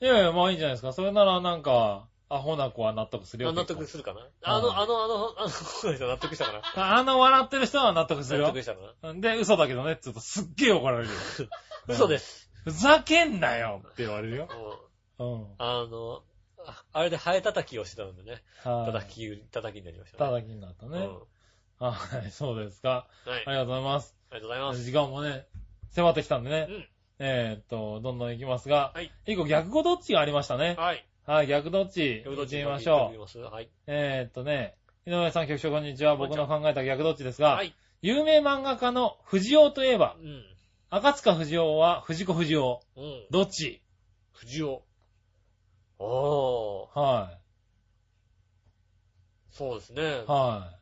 B: うん。
C: い。いやいや、まあいいんじゃないですか。それなら、なんか、アホな子は納得するよ。
B: あ納得
C: 結
B: するかなあの、あの、あの、あ の、そうですよ納得したかな
C: 構あの笑ってる人は納得する
B: 納
C: よ
B: 得。したかな
C: で、嘘だけどね、ちょっとすっげえ怒られるよ。。
B: 嘘ですす。
C: ふざけんなよって言われるよ
B: うん。。
C: うん。
B: あの、ああれでハエ叩きをしてたのでね。
C: はい
B: 叩。き、叩きになりましたね。
C: 叩きになった
B: うん。
C: ね。はい、そうですか。
B: はい。あ
C: ありがとうございます。
B: りがとうございます。
C: 時間もね、迫ってきたんでね。
B: うん
C: えーっと、どんどん行きますが、
B: はい
C: 一個逆語どっちがありましたね。
B: はい。
C: はい、逆どっち行ってみましょう。
B: う。はい。
C: えーっとね、井上さん局長こんにちは。
B: こんに
C: 僕
B: ちは
C: の考えた逆どっちですが、
B: はい。
C: 有名漫画家の藤尾といえば
B: う、ん。
C: 赤塚藤尾は藤子藤尾。
B: うん。
C: どっち
B: 藤尾。ああ、
C: は
B: そうですね
C: い。。は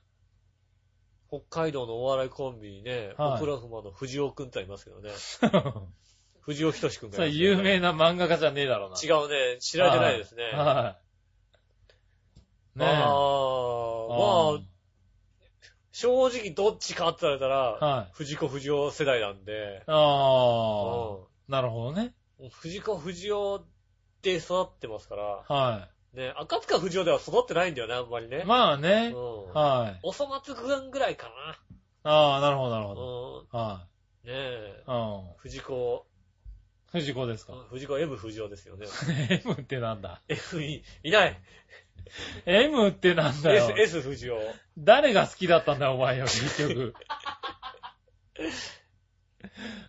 B: 北海道のお笑いコンビにね、
C: はい
B: オクラフマの藤尾くんとはいますけど ね。
C: い。
B: 藤尾仁くん
C: そ
B: がい
C: れ
B: ますけどね、
C: 有名な漫画家じゃねえだろうな。
B: 違うね。知られてないですね。
C: はい。ねえ。
B: ああ、
C: あ
B: まあ、正直どっちかって言われたら、
C: はい
B: 藤子藤尾世代なんで、
C: ああ
B: う
C: なるほどね。
B: ん藤子藤尾で育ってますから、
C: は
B: ね、赤塚藤尾では育ってないんだよね、あんまりね
C: い。。まあ
B: う
C: ね。
B: ん。
C: はい。
B: おそ松くんぐらいか
C: ああ、なるほど、なる
B: な。う
C: ほど。
B: ん。
C: は
B: ねえ
C: い。。うん。
B: 藤子、
C: 藤子です
B: うん
C: か。
B: 藤子 M 藤尾ですよね。
C: M ってなんだ
B: F い、いない。
C: ?M ってなんだ
B: S
C: よ、。
B: S 藤尾。
C: 誰が好きだったんだよ、お前よ、結局。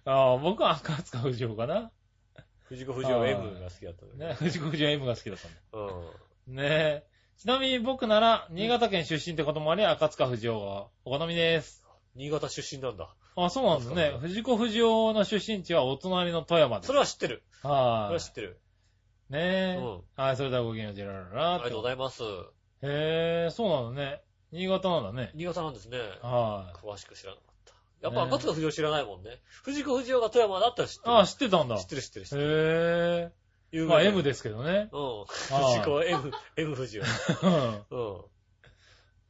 C: ああ、僕は赤塚不二夫かな。
B: 藤子藤尾
C: はい
B: M が好きだったんだ
C: ね、
B: ね。
C: 藤子不二夫 M が好きだったんだ。
B: うん。
C: ねえ。ちなみに僕なら、新潟県出身ってこともあり、赤塚不二夫がお好みです。
B: 新潟出身なんだ。
C: あ、そうなんです
B: そうなん
C: ね
B: だ。
C: 藤子不二雄の出身地はお隣の富山です。
B: それは知ってる。それ
C: は
B: はい知。ってる。
C: ねえ。
B: うん
C: はい、それではごきげんよう、ジェララ
B: あ
C: ラ
B: りがとうございます。
C: いへえ、そうなのね。新潟なんだね。
B: 新潟なんですね。
C: は
B: 詳しく知らなかった。やっぱ赤塚不二夫知らないもんね。藤子不二雄が富山だったら知っ
C: い。
B: てる。
C: ああ、知ってたんだ。
B: 知ってる知ってる知ってる。
C: へえ。
B: 有名
C: ま
B: だ
C: あ、
B: よ
C: M ですけどね。
B: うん。
C: はい
B: 藤子 M、M 不二
C: うん
B: 雄。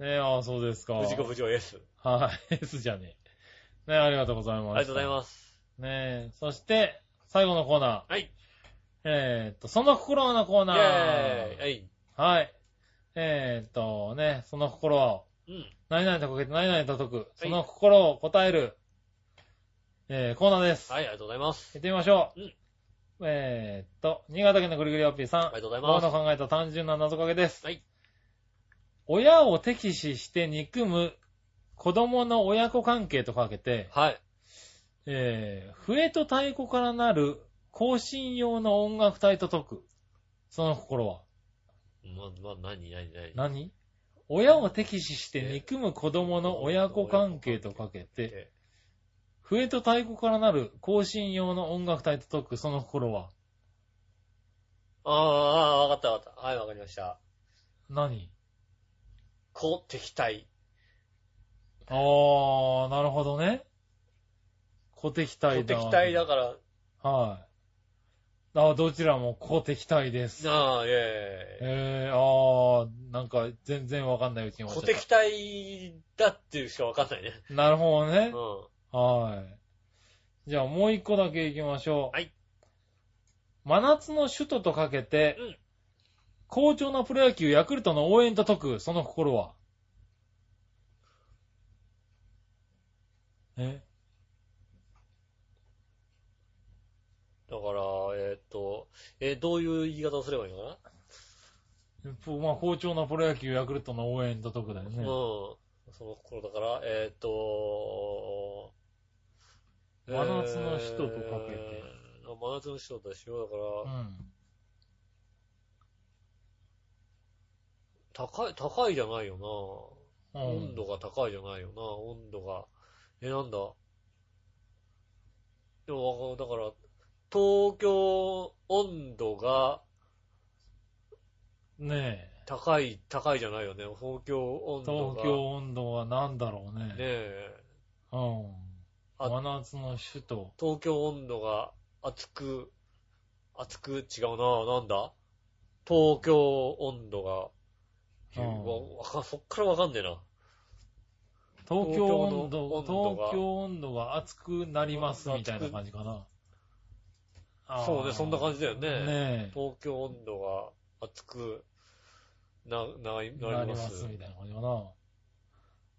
C: ねえ、ああ、そうです
B: う
C: か。
B: ん。藤子不二雄 S。
C: はい、S じゃねえ。ねえ、ありがとうございます。。
B: ありがとうございますす。
C: ねえ、そして、最後のコーナー。
B: はい。
C: えーっと、その心はのコー
B: イェー
C: ナー。
B: イ。はい。
C: はい。えーっと、ね、その心を、
B: うん。
C: 何々とかけて何々と解く、その心を答える、えー、コーナーです。
B: はい、ありがとうございます。
C: 行ってみましょう。
B: うん
C: えーっと、新潟県のぐりぐりおっぴーさん。
B: ありがとうござい
C: 僕
B: ま
C: の考えた単純な謎かけです。
B: はい
C: 親を敵視して憎む子供の親子関係とかけて、
B: す。はい。
C: えー、笛と太鼓からなる更新用の音楽隊と解く。その心は
B: ま、ま、何、何、何。
C: 何親を敵視して憎む子供の親子関係とかけて、
B: え
C: 笛と太鼓からなる更新用の音楽隊と解く。その心は
B: ああ、わかったわかった。はい、わかりました。
C: 何
B: こう、敵対。
C: あー、なるほどね。小敵
B: こう、
C: 隊だ。
B: 敵対だから、
C: はい。あどちらも公敵体です。
B: なあ、ええ。
C: えー、あー、なんか全然わかんないうちに
B: 小
C: 終わっちゃっ
B: 敵対だっていうしかわかんないね。
C: た。なるほど
B: う
C: ね
B: ん。。
C: はい。じゃあもう一個だけ行きましょう。
B: はい。
C: 真夏の首都とかけて、
B: うん
C: 好調なプロ野球ヤクルトの応援と解く、その心はえ
B: だから、えーっと、えーどういう言い方をすればいいのかな
C: まあ、好調なプロ野球ヤクルトの応援と解くだよね。
B: うん。その頃だから、えーっと、
C: 真夏の首都とかけて
B: えー真夏の首都だしよ、だ
C: う
B: から、
C: ん。
B: 高い、高いじゃないよ
C: う
B: な。
C: ん
B: 温度が高いじゃないよな、温度が。え、なんだ。でも、わかだから、東京温度が
C: ね
B: 高い、高いじゃないよね。東京
C: え。
B: 温度が。
C: 東京温度は何だろうね。
B: ねえ。
C: うん。
B: あ
C: 真夏の首都。
B: 東京温度が熱く、熱く違うななんだ東京温度が、
C: う
B: うんわわかそっからわかんねえな。
C: 東京温度、
B: 東京の温度が
C: 東京温度が熱くなりますみたいな感じかな。あー
B: そうね、そんな感じだよね。
C: ねえ。
B: 東京温度が熱くな、な、なります。
C: なりますみたいな感じかな。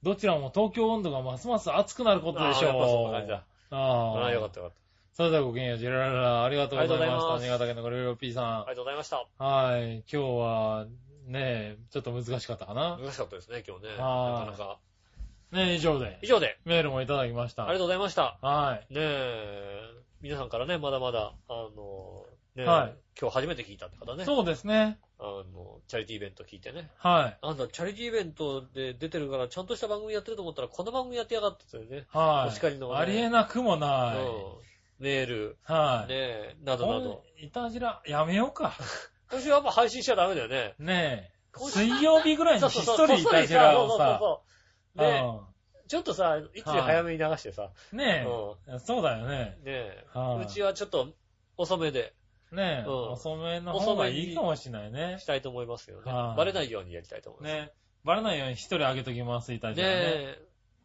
C: どちらも東京温度がますます熱くなることでしょう。
B: あーやっぱそんな感じだ。
C: あ
B: あ
C: ー
B: あ、よかったよかっ
C: それではごきげんよう、ジェラララ。ありがとうございました。
B: あり
C: 新
B: が
C: 潟県のゴリゴリ P
B: た。あ
C: さ
B: りがとうございました。
C: ん。はい。今日は、ねえ、ちょっと難しかったかな。
B: 難しかったですね、今日ね。な
C: は
B: か
C: い
B: なか。
C: ねえ、以上で
B: 以。上で、
C: メールもいただきまし
B: あ
C: た。
B: りがとうございました。
C: はい。
B: ねえ、皆さんからね、まだまだ、あの、ねえ、
C: はい
B: 今日初めて聞いたって方ね。
C: そうですね。
B: あの、チャリティーイベント聞いてね。
C: はい。
B: あんた、チャリティーイベントで出てるから、ちゃんとした番組やってると思ったら、この番組やってやがったというね。
C: はい。
B: お叱りのね
C: ありえなくもない。
B: うんメール、
C: はい。
B: ねえ、などな
C: 本
B: ど。
C: いたじら、やめようか。
B: 今週はやっぱ配信しちゃダメだよね。
C: ねえ。
B: 今週
C: 水曜日ぐらいにひっそりいたじらをさ、
B: そうそうそうそうね
C: う
B: え、ちょっとさ、一時早めに流してさ、
C: ん
B: う
C: ね
B: ん
C: え。そうだよね。
B: ねえ、
C: はいう
B: ちはちょっと遅めで
C: ねえ。
B: うん
C: 遅めの方がいいかもしれないね
B: し。たいと思いますよね
C: は。い
B: バレないようにやりたいと思います。ね
C: ねえ。バレないように一人あげときます、いたじらね。
B: え、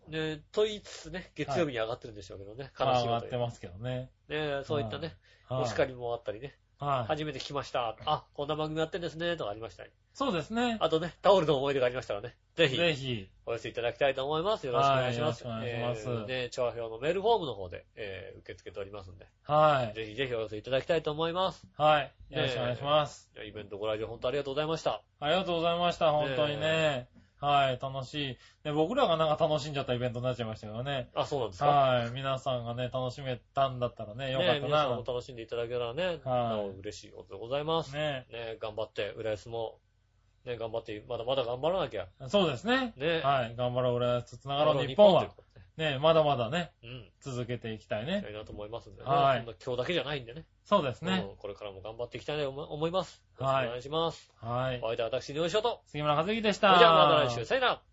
B: ねえ、と言いつつね、月曜日に上がってるんでしょうけどね、悲
C: あ
B: し
C: 上
B: い
C: が
B: こと
C: っ
B: に
C: てますけどね。
B: ねえ、そういったね、
C: はい
B: お叱りもあったりね、
C: はい。
B: 初めて聞きました。あ、こんな番組やってんですね、とかありましたり。
C: そうですね。
B: あとね、タオルの思い出がありましたらね、ぜひ
C: ぜひ。
B: お寄せいただきたいと思います。よろしくお願いします。
C: はいよろしくお願いします
B: えーね、調和表のメールフォームの方で、えー受け付けておりますんで、
C: はい。
B: ぜひぜひお寄せいただきたいと思います。
C: はい。よろしくお願いします。
B: いやイベントご来場本当ありがとうございました。
C: ありがとうございました、本当にね
B: ね。
C: はい、楽しい。ね、僕らがなんか楽しんじゃったイベントになっちゃいましたけどね。
B: あ、そうなんですか。
C: はい、皆さんがね、楽しめたんだったらね、よか
B: ね
C: っ、た
B: 皆さん
C: な
B: も。楽しんでいただけたらね、なお嬉しいことでございます。ね
C: ね
B: 頑張って、浦安もね、頑張って、まだまだ頑張らなきゃ。
C: そうですね。
B: ね。
C: はい。頑張ろう、浦安とつながろう、日本
B: という
C: は。
B: ことで
C: ね、まだまだね、
B: うん。
C: 続けていきたい
B: や
C: ね。
B: りたいなと思いますんでね。
C: はい
B: そんな今日だけじゃないんでね。
C: そうですね。
B: うんこれからも頑張っていきたいと思思います。
C: はい
B: よろしくお願いします。
C: はい
B: お。相手は私、井上翔と。
C: 杉村和之でし
B: そ
C: た。
B: れじゃあまた来週、さよなら。